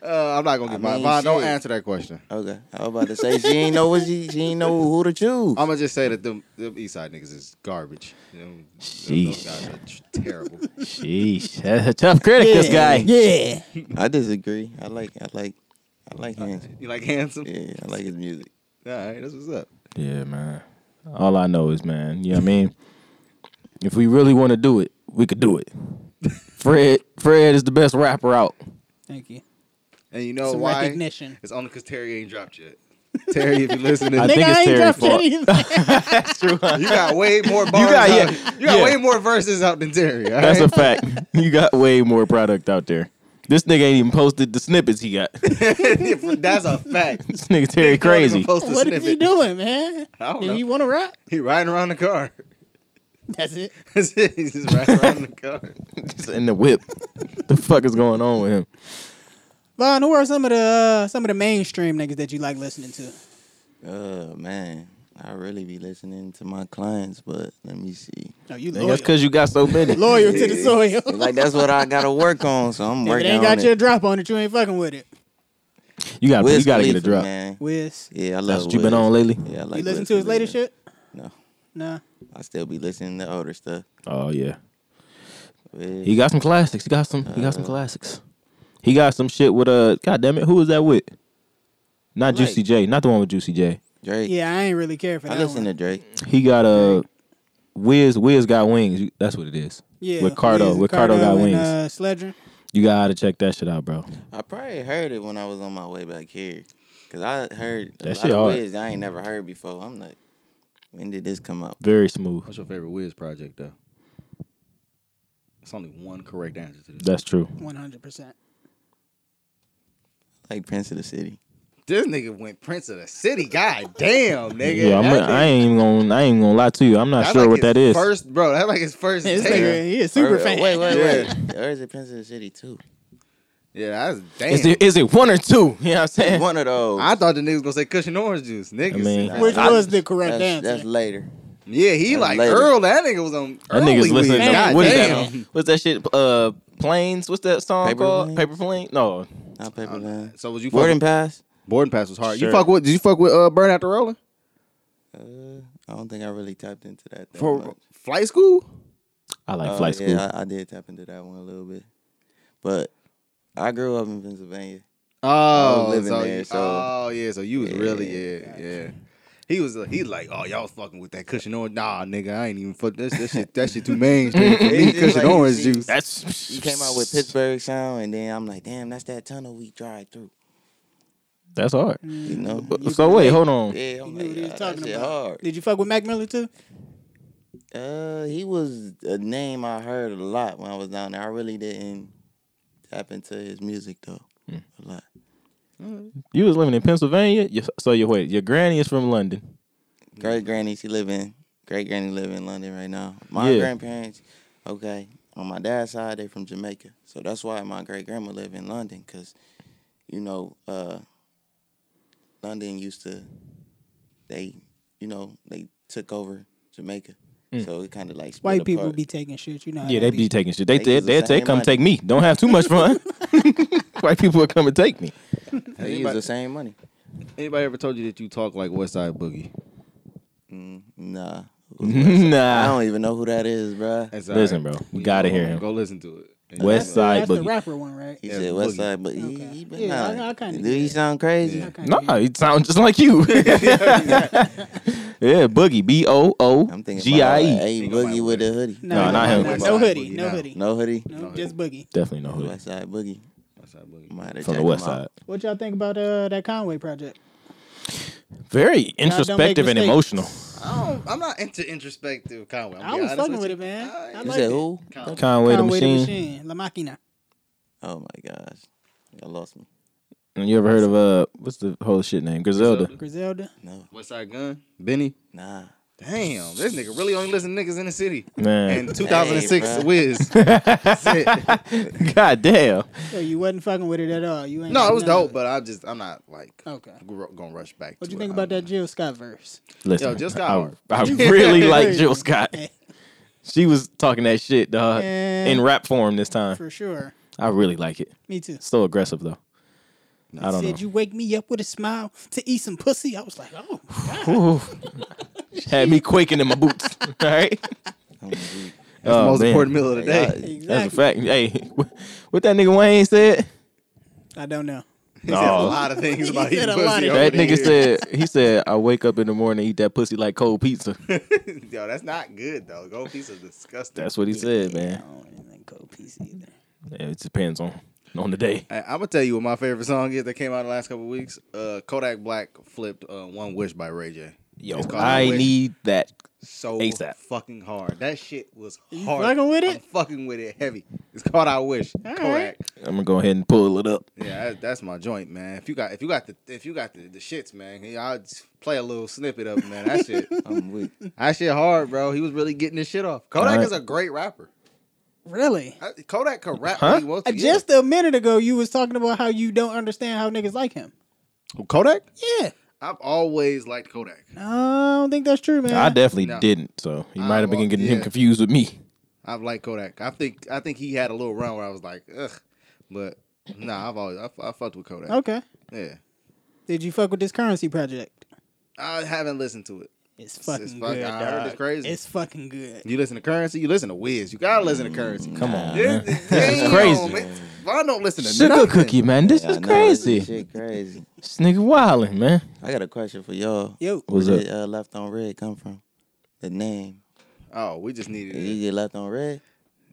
S2: Uh, I'm not gonna
S3: I
S2: get my
S3: mean,
S2: Von. Don't
S3: shit.
S2: answer that question.
S3: Okay. I was about to say she ain't know what she she ain't know who to choose.
S1: <laughs>
S2: I'm gonna just say that them, them East Side niggas is garbage. Them, them, those
S1: Sheesh.
S2: guys are tr- terrible.
S1: Sheesh, that's a tough critic. This guy.
S4: Yeah.
S3: I disagree. I like I like I like him.
S2: You like handsome?
S3: Yeah, I like his music.
S2: All right, that's what's up.
S1: Yeah, man. All I know is, man, you know what I mean? If we really want to do it, we could do it. Fred Fred is the best rapper out.
S4: Thank you.
S2: And you know
S4: Some
S2: why?
S4: recognition.
S2: It's only because Terry ain't dropped yet. <laughs> Terry, if you listen to
S1: I
S4: Nigga,
S1: think it's
S4: I ain't
S1: Terry's
S4: dropped
S1: fault. <laughs>
S4: anything.
S2: you got way more bars.
S1: got-
S2: out-
S1: yeah,
S2: you got
S1: yeah.
S2: way more verses out than Terry. all
S1: That's a
S2: right?
S1: fact. You got way more product out there. This nigga ain't even posted the snippets he got. <laughs> This
S2: <laughs> that's a fact.
S1: nigga Terry crazy.
S2: What
S4: <laughs> what is he doing, man?
S2: I don't
S4: Did
S2: know.
S4: he want to rock?
S2: He riding around the car. <laughs>
S4: That's it.
S2: That's it. He's just riding around the car.
S1: Just <laughs> in the whip. the fuck is going on with him?
S4: Von, who are some of the uh, some of the mainstream niggas that you like listening to?
S3: Uh man. I really be listening to my clients, but let me see.
S4: No, Oh, you
S1: Nigga,
S4: loyal.
S1: That's because you got so many.
S4: loyal to the soil. if <laughs>
S3: Like that's what I gotta work on, so I'm
S4: it
S3: working
S4: ain't
S3: on
S4: got
S3: it.
S4: your drop on it, you ain't fucking with it.
S1: You got
S3: Wiz
S1: you got to get a
S3: Khalifa,
S1: drop.
S3: Man.
S4: Wiz,
S3: Yeah, I love
S1: That's what you
S3: Wiz.
S1: been on lately.
S3: Yeah, I like
S4: you listen
S3: Wiz
S4: to his latest
S3: Khalifa.
S4: shit?
S3: No.
S4: Nah.
S3: I still be listening to older stuff.
S1: Oh yeah.
S3: Wiz.
S1: He got some classics. He got some. He got some classics. He got some shit with uh, God damn it, who was that with? Not
S3: Drake.
S1: Juicy J. Not the one with Juicy J.
S3: Drake.
S4: Yeah, I ain't really care for
S3: I
S4: that.
S3: listen
S4: one.
S3: to Drake.
S1: He got uh, Wiz. Wiz got wings. You- That's what it is.
S4: yeah,
S1: with Cardo.
S4: Wiz,
S1: With Cardo got
S4: and,
S1: wings.
S4: Uh, Sledger.
S1: You gotta check that shit out, bro.
S3: I probably heard it when I was on my way back here, cause I heard a
S1: That
S3: lot
S1: shit
S3: of
S1: hard.
S3: Wiz I ain't never heard before. I'm like, when did this come out?
S1: Very smooth.
S2: What's your favorite Wiz project though? It's only one correct answer to this.
S1: That's true.
S4: One
S3: <laughs>
S4: hundred percent.
S3: Like Prince of the City.
S2: this nigga went Prince of the City. God damn, nigga.
S1: yeah, I'm,
S2: That
S1: I
S2: nigga-
S1: ain't even gonna. I ain't gonna lie to you. I'm not
S2: that's
S1: sure
S2: like
S1: what
S2: his
S1: that is.
S2: First, bro, that's like his first.
S4: This
S2: tape.
S4: nigga, he a super
S3: Or-
S4: fan.
S3: Wait, wait, wait. or is it Prince of the City too?
S2: Yeah, that's damn.
S1: Is it, is it one or two? <laughs> You know what I'm saying?
S3: One of those.
S2: I thought the nigga was gonna say cushion orange juice, nigga.
S1: I mean-
S3: Nah,
S4: Which
S3: I-
S4: was the correct
S3: that's, That's
S4: answer?
S3: later.
S2: yeah, he
S3: That's
S2: like
S3: later.
S2: Earl. That nigga was on.
S1: That
S2: early
S1: nigga's
S2: Wiz.
S1: listening to
S2: God
S1: what is
S2: damn.
S1: that? What's that shit? Uh, planes. What's that song
S3: Paper
S1: called?
S3: Planes?
S1: Paper plane? No,
S3: Not Paper Line.
S2: So was you
S3: Boarding
S2: fucking
S3: Pass.
S2: boarding pass was hard. You
S1: Sure.
S2: fuck with? Did you fuck with uh, burn after rolling
S3: Uh, I don't think I really tapped into that. that
S2: for
S3: much.
S2: flight school?
S1: I like
S3: Oh,
S1: flight school.
S3: Yeah, I, I did tap into that one a little bit, but I grew up in Pennsylvania.
S2: Oh,
S3: was living
S2: so
S3: there,
S2: you-
S3: so-
S2: oh yeah, so you was
S3: Yeah,
S2: really yeah yeah. He was uh, he like oh y'all was fucking with that cushion orange. Nah, nigga, I ain't even fuck that shit. That shit, that shit too mainstream for me.
S3: It's just
S2: Cushion
S3: like,
S2: orange
S3: see,
S2: juice.
S1: That's
S3: You came out with Pittsburgh sound, and then I'm like, damn, that's that tunnel we drive through.
S1: That's hard.
S4: Mm.
S3: You know.
S1: But- so wait, hold on.
S3: Yeah,
S4: You
S3: I'm
S4: knew what
S3: like,
S4: he was
S3: "Ah, that
S4: talking
S3: shit
S4: about.
S3: hard.
S4: Did you fuck with Mac Miller too?
S3: Uh, he was a name I heard a lot when I was down there. I really didn't tap into his music though
S1: Hmm.
S3: a lot.
S1: You was living in Pennsylvania. You- So you wait. Your granny is from London.
S3: Great granny, Mm. she live in great granny live in London right now. My
S1: Yeah.
S3: grandparents, okay, on my dad's side they from Jamaica, so that's why my great grandma live in London, cause you know, uh, London used to they, you know, they took over Jamaica,
S2: Mm.
S3: so it kind of like split
S4: White people
S3: apart.
S4: be taking shit. You know. how
S1: Yeah, they be taking shit. They
S3: They
S1: they,
S3: use the
S1: they, they
S3: same
S1: come
S3: money.
S1: take me. Don't have too much fun. <laughs> White people will come and take me.
S3: They use the same money.
S2: Anybody ever told you that you talk like West Side Boogie?
S3: Mm,
S2: <laughs>
S3: nah. I
S1: nah.
S3: don't even know who that is, bruh.
S2: That's
S1: Listen,
S2: alright.
S1: bro, you
S2: We
S1: gotta
S2: go
S1: hear
S2: home,
S1: him.
S2: Go listen to it. And
S1: West
S4: That's,
S2: you know,
S1: Side
S4: that's the
S1: Boogie.
S4: rapper one, right?
S3: He
S2: Yeah,
S3: said West
S2: Boogie.
S3: Side, but he,
S4: Okay.
S3: he been
S4: Yeah, I-
S3: out.
S4: I kinda
S3: Do
S4: get
S3: he
S4: it.
S3: sound crazy?
S2: Yeah.
S1: <laughs> Nah, he sounds just like <laughs> you. yeah, Boogie. B O
S3: I'm
S1: O
S3: thinking
S1: G I
S3: about, uh,
S1: E.
S3: A
S2: Think
S3: Boogie
S2: about
S3: with a hoodie.
S1: No,
S4: no,
S1: not him.
S4: No,
S1: West
S4: no
S2: Side
S4: hoodie.
S2: Boogie,
S4: No
S2: nah.
S4: hoodie.
S3: No hoodie.
S4: No, just Boogie.
S1: Definitely know who that
S3: West Side Boogie.
S2: West Side Boogie.
S3: Might have
S1: is. from the
S3: checked
S1: West
S3: him out.
S1: Side.
S4: What y'all think about uh, that Conway project?
S1: Very
S4: make
S1: introspective and
S4: mistakes.
S1: emotional.
S2: I don't, I'm not into introspective Conway. I'm
S4: I was fucking with it, man. I
S3: You
S4: like
S3: said
S4: it.
S3: who?
S1: Conway
S2: Conway.
S1: the
S4: Conway the
S1: Machine.
S4: Machine, La Machina.
S3: Oh my gosh, y'all lost me.
S1: You ever heard of uh what's the whole shit name? Griselda.
S4: Griselda.
S3: No,
S2: What's our gun? Benny.
S3: nah.
S2: Damn, this nigga really only listen to niggas in the city.
S1: Man.
S2: And 2006
S3: Hey, bruh.
S1: <laughs>
S2: Wiz. That's it.
S1: God damn.
S4: So you wasn't fucking with it at all. You ain't.
S2: No, it was
S4: none of
S2: dope, but I just I'm not like
S4: Okay.
S2: gr- gonna rush back.
S4: What
S2: to
S4: Oh. you
S2: it.
S4: think
S2: I
S4: about
S2: don't
S4: that Jill Scott verse? <laughs>
S1: Listen,
S2: Yo, Jill Scott
S1: I,
S2: hard.
S1: I
S2: <laughs>
S1: <laughs> really like Jill
S4: Hey.
S1: Scott. She was talking that shit, dog,
S4: Yeah.
S1: in rap form this time.
S4: For sure.
S1: I really like it.
S4: Me too.
S1: So aggressive though. I don't
S4: Said
S1: know.
S4: you wake me up with a smile to eat some pussy. I was like, oh,
S1: <laughs> Ooh. Had me quaking in my boots. <laughs> All right.
S2: Uh,
S3: I'm weak.
S2: know. That's the
S1: Oh,
S2: most
S1: man.
S2: important meal of
S3: Like,
S2: the day.
S3: y'all-
S4: exactly.
S1: That's a fact. Hey, wh- what that nigga Wayne said?
S4: I don't know.
S2: <laughs> He said a
S1: No.
S2: lot of things
S4: <laughs> He
S2: about
S4: said
S2: eating
S4: a
S2: pussy.
S4: lot of
S2: over
S1: That
S2: the
S1: nigga
S2: years.
S1: said he said I wake up in the morning and eat that pussy like cold pizza.
S2: <laughs> Yo, that's not good though. Gold piece is disgusting.
S1: That's what he said,
S4: Yeah,
S1: man.
S4: I don't even think cold piece either.
S1: Yeah, It depends on on the day.
S2: I, I'm gonna tell you what my favorite song is that came out in the last couple of weeks. Uh, Kodak Black flipped uh, "One Wish" by Ray J.
S1: Yo,
S2: It's called
S1: I
S2: Wish.
S1: need that.
S2: so
S1: ASAP.
S2: fucking hard. That shit was
S4: You
S2: hard.
S4: fucking with
S2: I'm
S4: it?
S2: fucking with it heavy. It's called "I Wish." Kodak.
S1: I'm gonna go ahead and pull it up.
S2: Yeah, that, that's my joint, man. If you got if you got the if you got the, the shits, man, yeah, I'll just play a little snippet of it, man. That shit, <laughs>
S3: I'm weak.
S2: that shit hard, bro. He was really getting his shit off. Kodak
S1: Alright.
S2: is a great rapper.
S4: Really?
S2: I- Kodak can rap.
S1: Huh?
S2: when he wants to,
S4: Uh, Just a minute ago, you was talking about how you don't understand how niggas like him.
S2: yeah. Kodak.
S4: Yeah,
S2: I've always liked Kodak.
S4: I don't think that's true, man.
S1: I definitely
S2: No.
S1: didn't. So he
S2: I
S1: might have been
S2: walked-
S1: getting
S2: yeah.
S1: him confused with me.
S2: I've liked Kodak. I think I think he had a little run where I was like, ugh, but nah, I've always I, I fucked with Kodak.
S4: okay.
S2: Yeah,
S4: Did you fuck with this currency project?
S2: I haven't listened to it.
S4: It's
S2: It's-
S4: fucking
S2: it's fuck-
S4: good.
S2: I heard it's
S4: dog.
S2: crazy.
S4: It's fucking good.
S2: You listen to Currency, you listen to Wiz. You gotta listen to
S3: Mm,
S2: Currency.
S1: Come on,
S2: This-
S1: man.
S2: this-
S1: This is
S2: damn,
S1: crazy.
S2: man. I don't listen to
S1: Sugar
S2: nothing.
S1: cookie, man. This
S3: Yeah,
S1: is
S3: I know, this
S1: crazy.
S3: Shit, crazy.
S1: This nigga wilding, man.
S3: I got a question for y'all.
S4: Yo,
S1: What's
S3: Where
S1: up?
S3: did, uh, left on red come from? The name.
S2: Oh, we just needed
S3: Did you
S2: it.
S3: get left on red?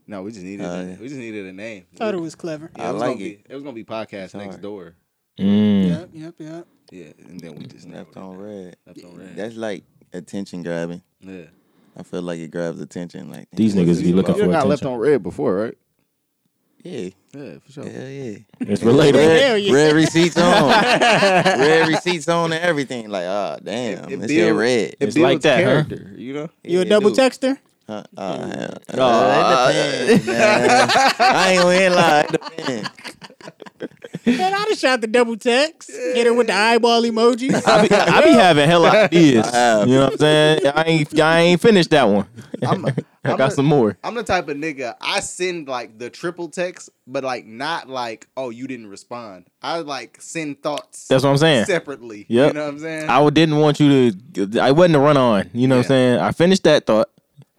S2: No, we just needed
S1: Uh,
S3: Oh,
S2: a-
S3: yeah.
S2: we just needed a name.
S4: thought it was clever.
S2: Yeah,
S3: I
S2: was
S3: like
S2: gonna
S3: it.
S2: Be, it was gonna be podcast
S3: hard.
S2: next door.
S1: Mm.
S4: Yep, yep, yep.
S2: Yeah, and then we just
S3: Left
S2: nailed
S3: on red.
S2: it. Left on red.
S3: That's like attention grabbing.
S2: yeah.
S3: I feel like it grabs attention. Like
S1: These
S3: damn,
S1: niggas be
S3: what's
S1: looking
S3: this
S1: for
S2: You got left
S1: attention.
S2: on red before, right?
S3: Yeah,
S2: Yeah, for sure.
S3: hell yeah.
S1: It's relatable.
S4: Hell
S3: Red,
S4: yeah.
S3: red receipts on. red receipts on and everything. Like ah, damn,
S2: It- it
S3: it's that
S2: builds-
S3: red.
S2: It
S1: It's like
S2: builds
S1: that, huh?
S2: character,
S1: <laughs>
S2: you know.
S4: You
S3: Yeah,
S4: a
S3: it
S4: double
S3: do.
S4: texter?
S3: Huh? Uh, hell.
S1: No,
S3: Uh, it depends, man. I ain't gonna lie. It depends.
S4: Man, I'd have shot the double text. Hit her with the eyeball emojis.
S1: I be, I be having hella ideas.
S3: I have.
S1: You know what I'm saying? I ain't, I ain't finished that one.
S2: I'm,
S1: I
S2: I'm
S1: got
S2: a-
S1: some more.
S2: I'm the type of nigga I send like the triple text, but like not like oh you didn't respond. I like send thoughts
S1: That's what I'm saying.
S2: separately. You
S1: Yep.
S2: know what I'm saying?
S1: I didn't want you to. I wasn't a run on. You know what I'm
S2: Yeah.
S1: saying? I finished that thought.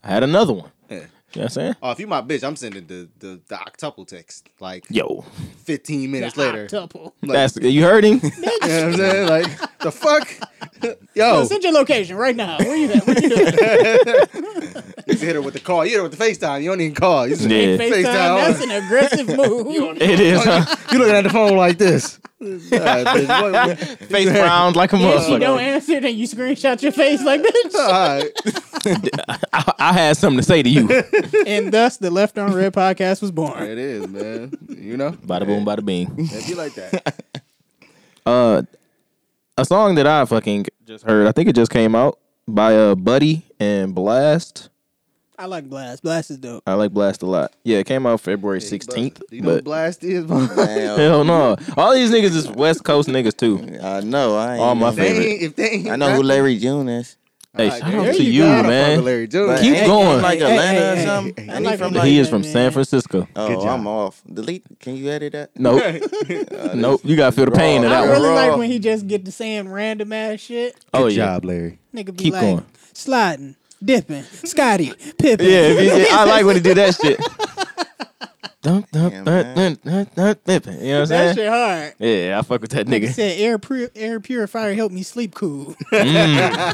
S1: I had another one.
S2: Yeah.
S1: You know what I'm saying?
S2: oh, if you my bitch, I'm sending the the, the octuple text like
S1: Yo,
S2: 15 minutes later.
S4: Tuple.
S2: Like,
S1: that's you heard him.
S2: <laughs> you know what I'm <laughs> saying? Like the fuck, <laughs>
S1: Oh.
S4: Yo,
S2: yo.
S4: send your location right now. Where you at? What you doing?
S2: <laughs> You hit her with the call. You hit her with the FaceTime. You don't even call. You, just,
S1: Yeah.
S4: FaceTime.
S2: FaceTime.
S4: That's an aggressive move.
S1: It
S2: Oh,
S1: is.
S2: <laughs>
S1: huh?
S2: you looking at the phone like <laughs> this. Alright, bitch, what- <laughs> what-
S1: Face round like a
S4: If she
S1: motherfucker.
S4: don't answer, then you screenshot your face like
S2: <laughs>
S4: bitch.
S2: alright.
S1: <laughs> I, I had something to say to you.
S4: and thus, the Left on Red podcast was born.
S2: It is, man. You know,
S1: Bada boom, bada bing.
S2: if you like that,
S1: Uh, a song that I fucking just heard. I think it just came out by uh Buddy and Blast.
S4: I like Blast. Blast is dope.
S1: I like Blast a lot. Yeah, it came out February 16th.
S2: Do you know
S1: but <laughs>
S2: what blast is? They
S3: Damn.
S1: hell no, all these niggas is West Coast niggas too.
S3: I know. I ain't
S1: All my
S3: gonna-
S1: favorite.
S2: ain't, if <laughs> they ain't
S3: I know who
S2: rapping-
S3: Larry June is.
S1: Hey,
S2: Alright,
S1: shout
S2: there
S1: out to
S4: you
S1: you,
S2: I
S4: go.
S2: don't fuck with
S1: man.
S2: Larry June.
S3: But
S1: Keep
S3: ain't he
S1: going.
S3: Like
S4: Hey,
S3: Atlanta
S4: hey,
S3: or
S4: hey.
S3: something.
S4: I
S3: Ain't he
S4: like
S3: from
S4: Atlanta.
S3: like?
S1: He
S4: Yeah,
S1: is from
S4: man.
S1: San Francisco.
S2: Good
S3: Oh,
S2: job.
S3: I'm off. Delete. Can you edit that?
S1: Nope. <laughs> nope. You gotta feel the pain of
S4: I
S1: that
S3: Raw.
S1: one.
S4: really
S3: Raw.
S4: like when he just get to saying random ass shit.
S1: Oh
S2: Good
S1: yeah.
S2: job, Larry.
S4: Nigga be
S1: Keep
S4: like
S1: going.
S4: sliding, dipping, Scotty, pipping.
S1: Yeah,
S4: <laughs>
S1: if he did- I like when he do that shit. Dun, dun,
S3: Yeah,
S1: dun, dun, dun, dun, dipping. You know what I'm
S4: that
S1: saying?
S4: shit hard.
S1: Yeah, I fuck with that
S4: He
S1: nigga.
S4: said air pur- air purifier helped me sleep cool.
S1: <laughs> I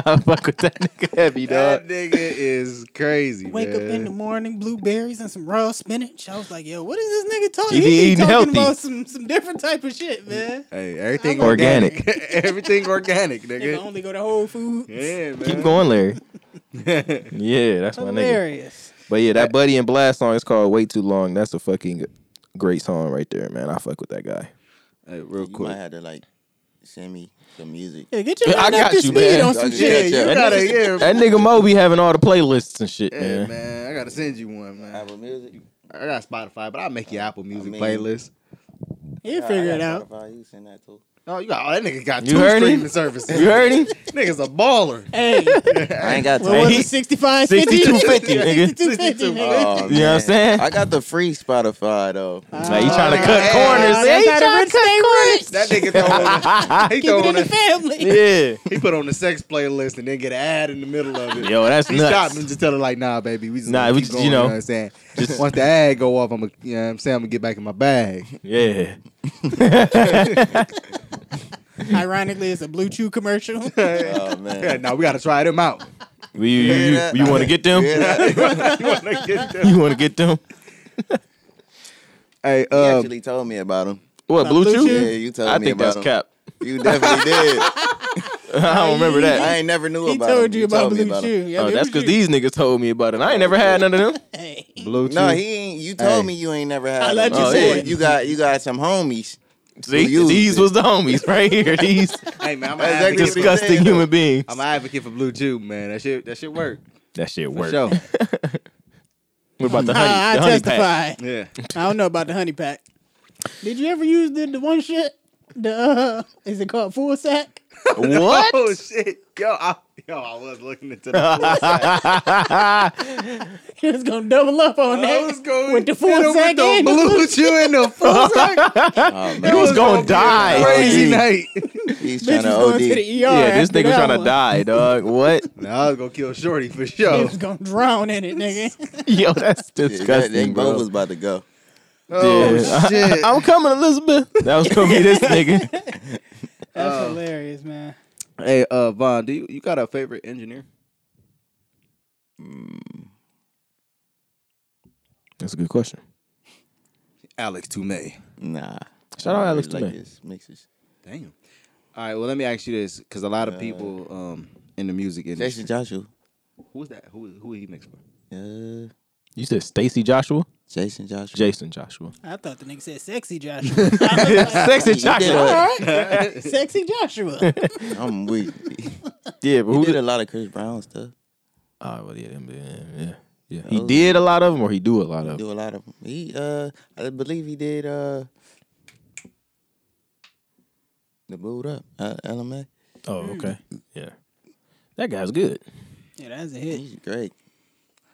S1: fuck with that nigga heavy,
S2: That
S1: dog.
S2: nigga is crazy.
S4: Wake up in the
S2: man.
S4: morning, blueberries and some raw spinach. I was like, yo, what is this nigga talking?
S1: He be eating
S4: talking
S1: healthy.
S4: about some some different type of shit, man.
S2: Hey, everything
S4: I'm
S1: organic.
S2: <laughs> everything organic,
S4: Nigga
S2: nigga.
S4: only go to Whole
S2: <laughs>
S4: Foods.
S2: Yeah, man.
S1: Keep going, Larry. Yeah, that's my nigga.
S4: Hilarious.
S1: But yeah, that Buddy and Blast song is called "Way Too Long." That's a fucking great song right there, man. I fuck with that guy.
S2: Hey, real
S3: You
S2: quick.
S3: might have to like send me some music.
S4: Yeah, get your
S1: I
S4: man up
S1: got
S4: to
S1: you,
S4: speed
S1: man.
S4: on some
S3: Yeah,
S4: shit.
S3: yeah.
S4: You
S3: That
S4: gotta-
S2: yeah,
S1: That nigga Mo be having all the playlists and shit,
S2: Hey,
S1: man.
S2: man, I gotta send you one, man.
S3: Apple Music.
S2: I got Spotify, but I'll make your Apple Music
S3: mean-
S2: playlist.
S4: He'll figure it out.
S3: Spotify, you send that too.
S2: No, you got. Oh, that nigga got
S1: You
S2: two
S1: heard him?
S2: streaming services.
S1: You heard him?
S2: Nigga's a baller.
S1: <laughs>
S4: Hey,
S3: <laughs> I ain't got
S4: what was
S3: time.
S1: he-
S4: it? 65, <laughs>
S1: 62.50, nigga.
S4: 62.50, nigga. <laughs>
S3: Oh,
S1: You know what I'm
S3: man.
S1: saying?
S3: I got the free Spotify though.
S4: Ah.
S1: Like, he trying to cut
S2: Hey,
S1: corners.
S4: Oh,
S1: Yeah,
S4: that's
S1: he
S4: how the
S1: tryna-
S4: rich stay
S2: That nigga
S4: rich.
S2: throw on, he
S4: Keep it
S2: throw
S4: in
S2: on
S4: the
S2: a,
S4: family.
S1: <laughs> yeah.
S2: he put on the sex playlist and then get an ad in the middle
S1: <laughs>
S2: of it.
S1: Yo, that's
S2: he stopped
S1: nuts.
S2: and just tell her like, nah, baby, we just
S1: Nah,
S2: gonna
S1: we
S2: keep
S1: just-
S2: going,
S1: you know,
S2: what I'm saying.
S1: just-
S2: once the ad go off, I'm gonna, you know, what I'm saying I'm gonna get back in my bag.
S3: <laughs>
S1: Yeah.
S4: Ironically, it's a Blue
S1: <laughs>
S4: Chew commercial.
S3: Oh
S2: Yeah,
S3: man.
S2: now we gotta try them out.
S1: You, you, you, you want to get them?
S3: Yeah, he
S1: <laughs> You want to get them?
S2: Hey, uh,
S3: actually told me about him.
S1: What,
S4: Uh,
S1: Blue
S4: Blue
S1: Chew?
S3: Yeah, you told
S1: I
S3: me
S1: think
S3: about
S1: that's
S3: him.
S1: cap.
S3: You
S1: <laughs>
S3: definitely did.
S1: I don't remember
S3: I
S1: that.
S3: ain't never knew
S4: He
S3: about him.
S4: told you about
S3: told me
S4: Blue
S3: him.
S4: Chew. Yeah,
S1: Oh,
S4: Blue
S1: that's because
S4: Chew.
S1: these niggas told me about it. I ain't never had none of them.
S4: Hey.
S2: Blue
S3: No,
S2: Chew.
S3: he ain't. You told me you ain't never had.
S4: I
S3: him.
S4: let you
S3: Oh,
S4: say
S3: yeah.
S4: it.
S3: You got you got some homies.
S1: See,
S3: used
S1: these
S3: it.
S1: was the homies right here. These
S2: Hey man, I'm an
S3: That's
S2: advocate.
S3: exactly what
S2: for-
S3: he
S1: disgusting
S3: said,
S1: human beings.
S2: I'm an advocate for Blue Chew, man. That shit, that shit work.
S1: That shit
S2: For
S1: worked.
S2: sure.
S1: <laughs> What about the honey?
S4: I, I
S1: the honey pack?
S2: <laughs>
S4: testify.
S2: Yeah.
S4: I don't know about the honey pack. Did you ever use the, the one shit? The uh, is it called full sack?
S1: What? <laughs>
S2: Oh shit, yo, I, yo, I was looking into the.
S4: <laughs> It's gonna double up on
S2: I
S4: that.
S2: was going
S4: With the
S2: full
S4: full sack
S2: with the
S4: and the
S2: Blue Chew and the full sack.
S3: Oh, man.
S1: You was gonna
S2: That
S1: die.
S2: was Crazy
S1: OG.
S2: <laughs> night.
S3: He's
S4: Bitch
S3: trying to
S4: was going to
S3: OD.
S4: the ER.
S1: Yeah, this
S4: after
S1: nigga
S4: that
S1: trying to
S4: <laughs> one.
S1: die, dog. What?
S2: Nah, I was gonna kill Shorty for
S4: He
S2: sure.
S4: was gonna drown
S2: <laughs>
S4: in it, nigga.
S1: <laughs> Yo,
S3: Yeah,
S1: that's
S3: that- They
S1: disgusting,
S3: both was
S1: bro.
S3: about to go.
S1: <laughs>
S2: Oh shit.
S1: I'm coming, Elizabeth. That was gonna be this nigga.
S4: That's hilarious, man.
S2: <laughs> Hey, uh, Von, do you, you got a favorite engineer?
S1: <laughs> That's a good question.
S2: Alex Toomey.
S3: Nah.
S1: Shout out
S3: I
S1: Alex
S3: really
S1: Toomey.
S3: like this mixes.
S2: Damn. All right. Well, let me ask you this, because a lot of people um in the music industry.
S3: Jason Joshua.
S2: Who's that? Who who he mixed for?
S3: Uh,
S1: You said Stacy Joshua,
S3: Jason Joshua.
S1: Jason Joshua,
S4: I thought the nigga said sexy Joshua. I was
S1: <laughs>
S4: like,
S1: sexy
S3: You did
S1: Joshua.
S3: a-
S2: <laughs>
S4: <laughs> All right, sexy
S1: <laughs>
S4: Joshua.
S3: I'm weak.
S1: Yeah, but
S3: Who
S1: who
S3: did a
S1: did?
S3: lot of Chris Brown stuff?
S1: Oh, well, yeah, them- yeah, yeah, yeah. He did a lot of them, or he do a lot of them.
S3: Do a lot of he. Uh, I believe he did. Uh, the boot up. Uh, LMA.
S1: Oh, okay. Yeah, that guy's good.
S4: Yeah, that's a hit.
S3: He's
S1: <laughs>
S3: great.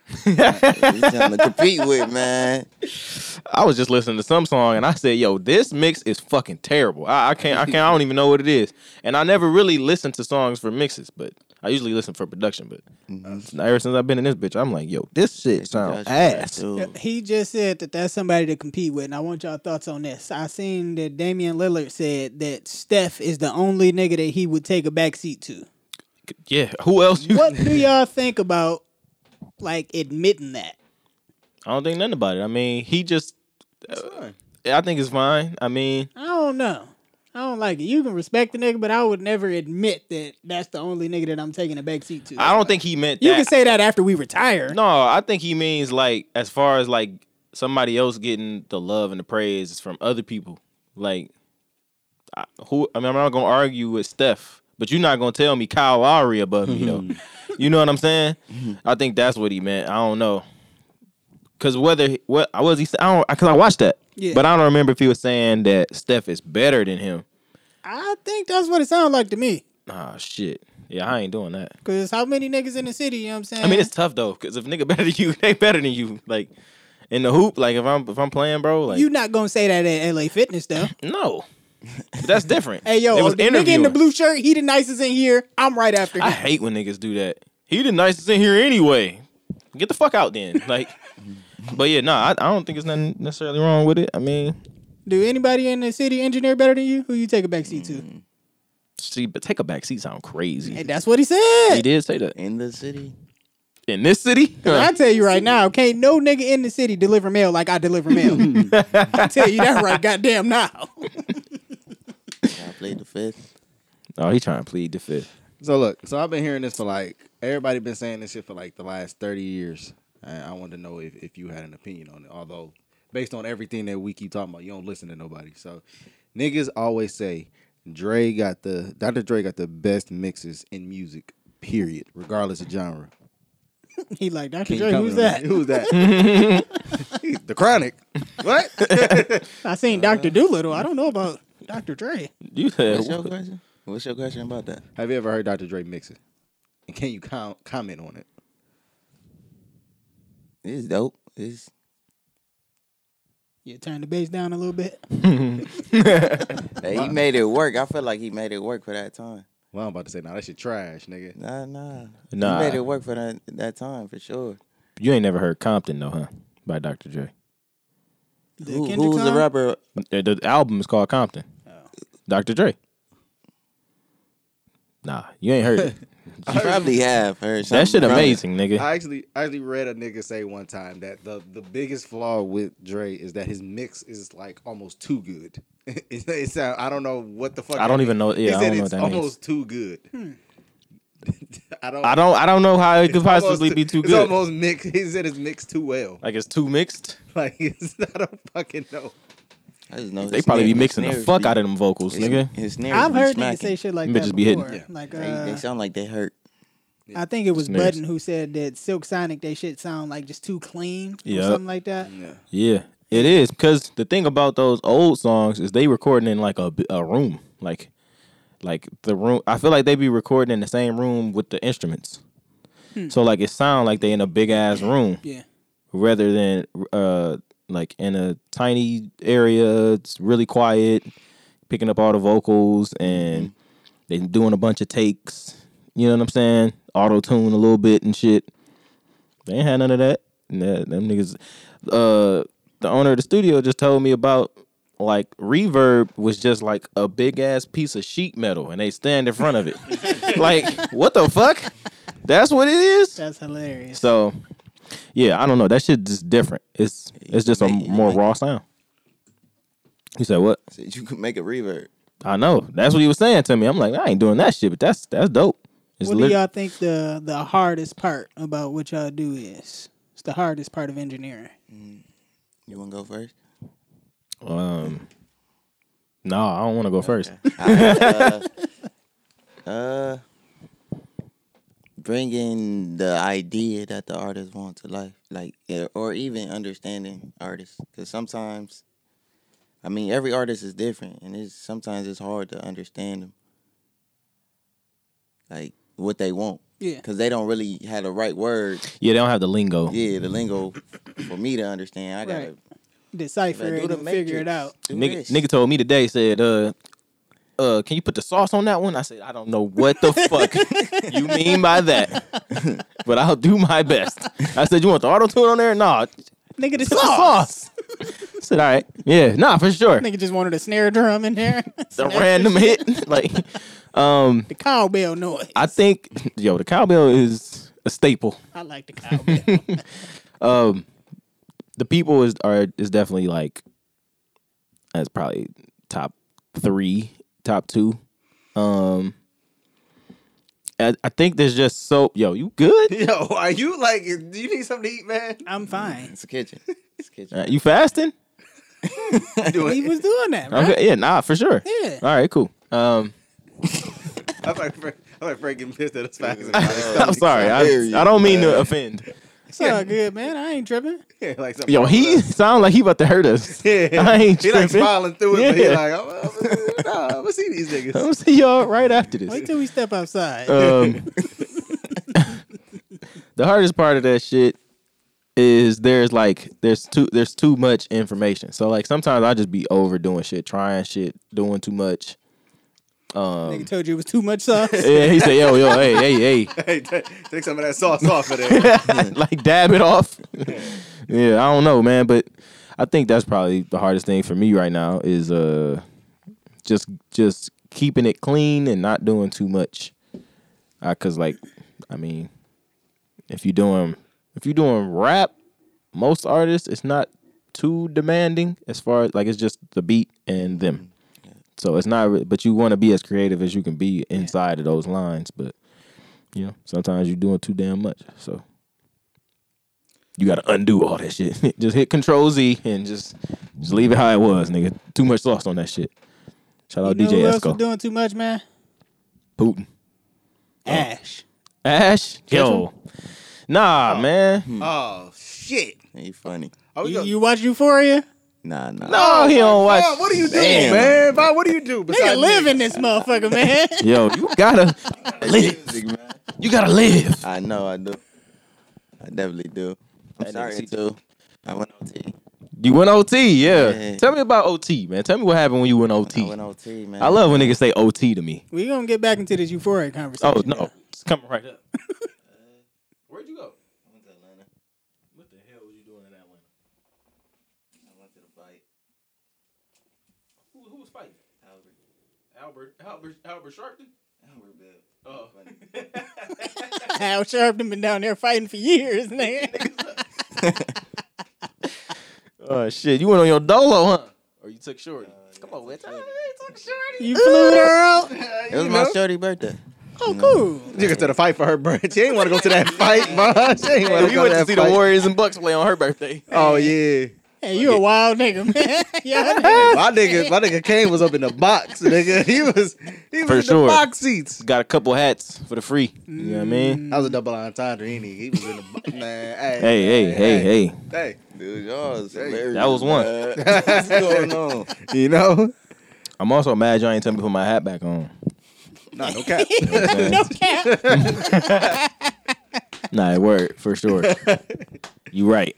S3: He's something to compete with, man.
S1: I was just listening to some song and I said, "Yo, this mix is fucking terrible. I, I can't, I can't, I don't even know what it is." And I never really listen to songs for mixes, but I usually listen for production. But ever since I've been in this bitch, I'm like, "Yo, this shit sounds ass."
S3: Dude.
S4: He just said that that's somebody to compete with, and I want y'all thoughts on this. I seen that Damian Lillard said that Steph is the only nigga that he would take a
S1: <laughs>
S4: backseat to.
S1: Yeah, who else? You?
S4: What do y'all think about like admitting that?
S1: I don't think nothing about it. I mean, he just. I think it's fine. I mean,
S4: I don't know. I don't like it. You can respect the nigga, but I would never admit that that's the only nigga that I'm taking a backseat to.
S1: I don't think he meant.
S4: you
S1: that.
S4: can say that after we retire.
S1: No, I think he means like as far as like somebody else getting the love and the praise from other people. Like I, who? I mean, I'm not gonna argue with Steph, but you're not gonna tell me Kyle Lowry above me though. you know what I'm saying? I think that's what he meant. I don't know. Cause whether he- what I was he sa- I don't because I watched that,
S4: Yeah.
S1: but I don't remember if he was saying that Steph is better than him.
S4: I think that's what it sounds like to me.
S1: Ah shit, yeah, I ain't doing that.
S4: Cause how many niggas in the city, you know what I'm saying?
S1: I mean, it's tough though, because if nigga <laughs> better than you, they better than you. Like in the hoop, like if I'm if I'm playing, bro, like
S4: you not gonna say that at LA Fitness
S1: <laughs>
S4: though.
S1: no, But that's different.
S4: <laughs> Hey yo,
S1: it was
S4: the nigga in the
S1: interviewing.
S4: blue shirt, he the nicest in here. I'm right after
S1: I
S4: him.
S1: hate when niggas do that. He the nicest in here anyway. Get the fuck out then.
S4: <laughs>
S1: Like, but yeah, no, I, I don't think it's nothing necessarily wrong with it. I mean,
S4: Do anybody in the city engineer better than you? Who you take a backseat to?
S1: see, but take a back seat sound crazy.
S4: Hey, that's what he
S1: Mm, he
S4: said.
S1: did say that
S3: In the city.
S1: in this
S4: <laughs>
S1: city.
S4: I tell you right now, can't no nigga in the city deliver mail like I deliver
S1: <laughs>
S4: mail. I tell you that right, goddamn now.
S3: I played the fifth.
S1: <laughs> Oh, he trying to plead the fifth.
S2: <laughs> So look, so I've been hearing this for like everybody been saying this shit for like the last thirty years. I, I wanted to know if, if you had an opinion on it. Although, based on everything that we keep talking about, you don't listen to nobody. So, niggas always say Dre got the Dr. Dre got the best mixes in music. Period, regardless of genre.
S4: He like Dr.
S2: Can you
S4: Dre.
S2: comment on
S4: Who's that?
S2: Who's that?
S4: <laughs>
S2: the Chronic. What?
S4: I seen
S3: Uh-huh.
S4: Dr. Doolittle. I don't know about Dr. Dre.
S1: You said
S3: What's your question? What's your question about that?
S2: Have you ever heard Dr. Dre mix it? And can you com- comment on it?
S3: It's dope. It's
S4: You turn the bass down a little bit.
S3: hey, he made it work. I feel like he made it work for that time.
S2: Well, I'm about to say, nah, that shit trash, nigga.
S3: Nah, nah.
S1: Nah.
S3: He made it work for that that time for sure.
S1: <laughs> you ain't never heard Compton though, huh? By Dr. Dre.
S4: The
S3: Who,
S4: Kendrick
S3: who's the
S4: song?
S3: rapper?
S1: Uh, The, the album is called Compton.
S2: Oh.
S1: Dr. Dre. Nah, you ain't
S2: <laughs>
S1: heard it.
S3: You probably have heard
S1: that
S3: something
S1: shit
S3: from it.
S1: amazing, nigga.
S2: I actually I actually read a nigga say one time that the the biggest flaw with Dre is that his mix is like almost too good. <laughs> it, it sound, I don't know what the fuck.
S1: I
S2: that
S1: don't
S2: means.
S1: even know-
S2: He
S1: yeah, I
S2: said
S1: don't know
S2: it's
S1: what that means.
S2: almost too good. <laughs> I don't.
S1: I don't I don't know how it
S2: it's
S1: could
S2: almost
S1: possibly
S2: too-
S1: be too
S2: it's
S1: good.
S2: almost mixed. He said it's mixed too well. <laughs>
S1: Like it's too mixed.
S2: Like it's, I don't fucking know.
S3: I just know
S1: They
S3: his
S1: probably be
S3: snares-
S1: mixing the
S3: snares
S1: fuck
S3: be-
S1: out of them vocals,
S3: his-
S1: nigga.
S3: His snares
S4: I've
S3: be
S4: heard
S3: smacking.
S4: niggas say shit like
S1: Them
S4: that
S1: bitches
S4: before.
S1: be hitting.
S2: Yeah.
S4: Like
S3: They, they
S4: uh,
S3: sound like they hurt. <laughs>
S4: I think it was
S1: Snares.
S4: Budden who said that Silk Sonic they shit sound like just too clean
S1: Yeah.
S4: or something like that.
S3: Mm.
S2: Yeah.
S1: Yeah, it is because the thing about those old songs is they recording in like a, b- a room, like like the room. I feel like they be recording in the same room with the instruments, so like it sound like they in a big ass room
S4: Yeah.
S1: rather than uh like in a tiny area. It's really quiet, picking up all the vocals and they doing a bunch of takes. You know what I'm saying? Auto tune a little bit and shit. They ain't had none of that. Nah, them niggas. Uh, the owner of the studio just told me about like reverb was just like a big ass piece of sheet metal, and they stand in front of it. like, what the fuck? That's what it is.
S4: That's hilarious.
S1: So, yeah, I don't know. That shit just different. It's it's just a more raw sound. You said what?
S3: So you can make a reverb.
S1: I know. That's what he was saying to me. I'm like, I ain't doing that shit, but that's that's dope. It's
S4: What do
S1: lit-
S4: y'all think the the hardest part about what y'all do is? It's the hardest part of engineering.
S3: You want to go
S4: <laughs>
S3: first?
S1: um, no, I don't want to go first.
S3: Uh, bringing the idea that the artist wants to life, like, yeah, or even understanding artists, because sometimes, I mean, every artist is different, and it's sometimes it's hard to understand them, like what they want,
S4: Yeah.
S3: because they don't really have the right words.
S1: Yeah, they don't have the lingo.
S3: Yeah, the lingo for me to understand, I gotta
S4: Right. Decipher
S3: gotta do
S4: it
S3: the
S4: and figure it
S3: matrix,
S4: out.
S3: do
S1: Nigga,
S3: this.
S1: nigga told me today said, uh, uh, can you put the sauce on that one? I said, I don't know what
S3: <laughs>
S1: the fuck you mean by that, <laughs> but I'll do my best. I said, you want the auto tune on there? Nah,
S4: Nigga, the
S1: put the
S4: sauce.
S1: sauce. I said, all right, yeah, nah, for sure.
S4: <laughs> Nigga just wanted a snare drum in there. <laughs>
S1: The random <laughs> hit, like, um,
S4: the cowbell noise.
S1: I think, yo, the cowbell is a staple.
S4: I like the cowbell.
S1: the people is are is definitely like that's probably top three, top two. Um I, I think there's just so yo, you
S2: <laughs>
S1: good?
S2: Yo, are you like? Do you need something to eat, man?
S4: I'm fine.
S3: <laughs> It's a kitchen. It's a kitchen.
S1: Uh, you fasting?
S4: He was doing that, right?
S1: Okay, yeah, nah, for sure.
S4: Yeah.
S1: All right, cool. Um
S2: <laughs> I'm like, Frank- I'm like Frank getting pissed at us. fast as I can.
S1: <laughs> I'm sorry. I, I don't mean to offend.
S4: It's all good, man. I ain't tripping.
S2: Yeah, <laughs> like something
S1: Yo,
S2: wrong with
S1: he <laughs>
S2: us.
S1: sound like he about to hurt
S2: <laughs>
S1: us.
S2: Yeah.
S1: I ain't
S2: he like
S1: tripping.
S2: smiling through it, but he
S1: Yeah.
S2: like, oh, I'm, nah, I'm gonna see these
S1: I'm <laughs>
S2: niggas.
S1: gonna see y'all right after this.
S4: Wait till we step outside.
S1: um, the hardest part of that shit is there's like there's too there's too much information. So like sometimes I just be overdoing shit, trying shit, doing too much. Um,
S4: Nigga told you it was too much sauce.
S1: Yeah, he said, "Yo, yo, hey, hey,
S2: hey, ta- take some of that sauce off of there.
S1: hey," <laughs> like dab it off." yeah, I don't know, man, but I think that's probably the hardest thing for me right now is uh just just keeping it clean and not doing too much. I, cause like, I mean, if you doing if you doing rap, most artists it's not too demanding as far as like it's just the beat and them. So it's not, re- but you want to be as creative as you can be inside of those lines. But you know, sometimes you're doing too damn much. So you gotta undo all that shit. <laughs> just hit Control Z and just just leave it how it was, nigga. Too much sauce on that shit. Shout out
S4: you know who
S1: DJ
S4: else was
S1: Esco.
S4: doing too much, man?
S1: Putin. Uh,
S4: Ash.
S1: Ash. Yo. Hmm. Nah, man.
S2: Oh shit!
S3: He funny.
S2: Are Oh, we
S4: You,
S2: gonna-
S4: you watch Euphoria?
S3: Nah, nah.
S1: No,
S4: Oh,
S1: he don't watch.
S2: Bob, what do you do,
S3: Damn.
S2: man? Bob, what do you do?
S4: Nigga
S2: besides <laughs>
S4: live
S2: niggas?
S4: in this
S1: <laughs>
S4: motherfucker, man.
S1: Yo, you gotta live.
S3: Music, man.
S1: You gotta live.
S3: I know I do. I definitely do. I'm
S1: That nigga
S3: sorry
S1: see-
S3: too. I went OT.
S1: You went OT, yeah.
S3: Yeah.
S1: Tell me about OT, man. Tell me what happened when you went
S3: I
S1: OT.
S3: went OT, man.
S1: I love when niggas say OT to me.
S4: we gonna get back into this Euphoria conversation.
S1: Oh no, it's coming right up.
S6: Where'd you go?
S3: I went to Atlanta.
S6: What the hell was you doing in Atlanta?
S3: I went to the fight.
S6: Who, who was fighting?
S3: Albert.
S6: Albert Albert Albert Sharpton?
S3: Albert Bill.
S6: Oh.
S4: Al Sharpton been down there fighting for years, nigga.
S1: Oh shit, you went on your dolo, huh?
S6: Or you took short. Come on, with
S4: you flew her out.
S3: It was my shorty birthday.
S4: Oh, cool.
S2: Niggas to the fight for her bread. <laughs> She ain't want to go to that fight, man. She ain't
S1: Hey,
S2: want to
S1: we
S2: go
S1: went to
S2: to that
S1: see
S2: fight.
S1: the Warriors and Bucks play on her birthday.
S2: Oh yeah,
S4: Hey, you a wild nigga, man. <laughs> yeah,
S2: my nigga, my nigga Kane was up in the box, nigga. He was, he was
S1: For
S2: in
S1: sure.
S2: the box seats.
S1: Got a couple hats for the free. You know what I mean?
S2: That was a double entendre. Any, he was in the box, <laughs> man.
S1: Mm. Hey, hey, hey, hey.
S2: hey,
S3: Dude, y'all is hilarious.
S1: That was one.
S3: man. <laughs> What's going on?
S2: hey. <laughs> You know,
S1: I'm also mad y'all ain't tell me to put my hat back on.
S2: nah, no cap.
S1: <laughs>
S4: no cap.
S1: Nah, it worked for sure. you right.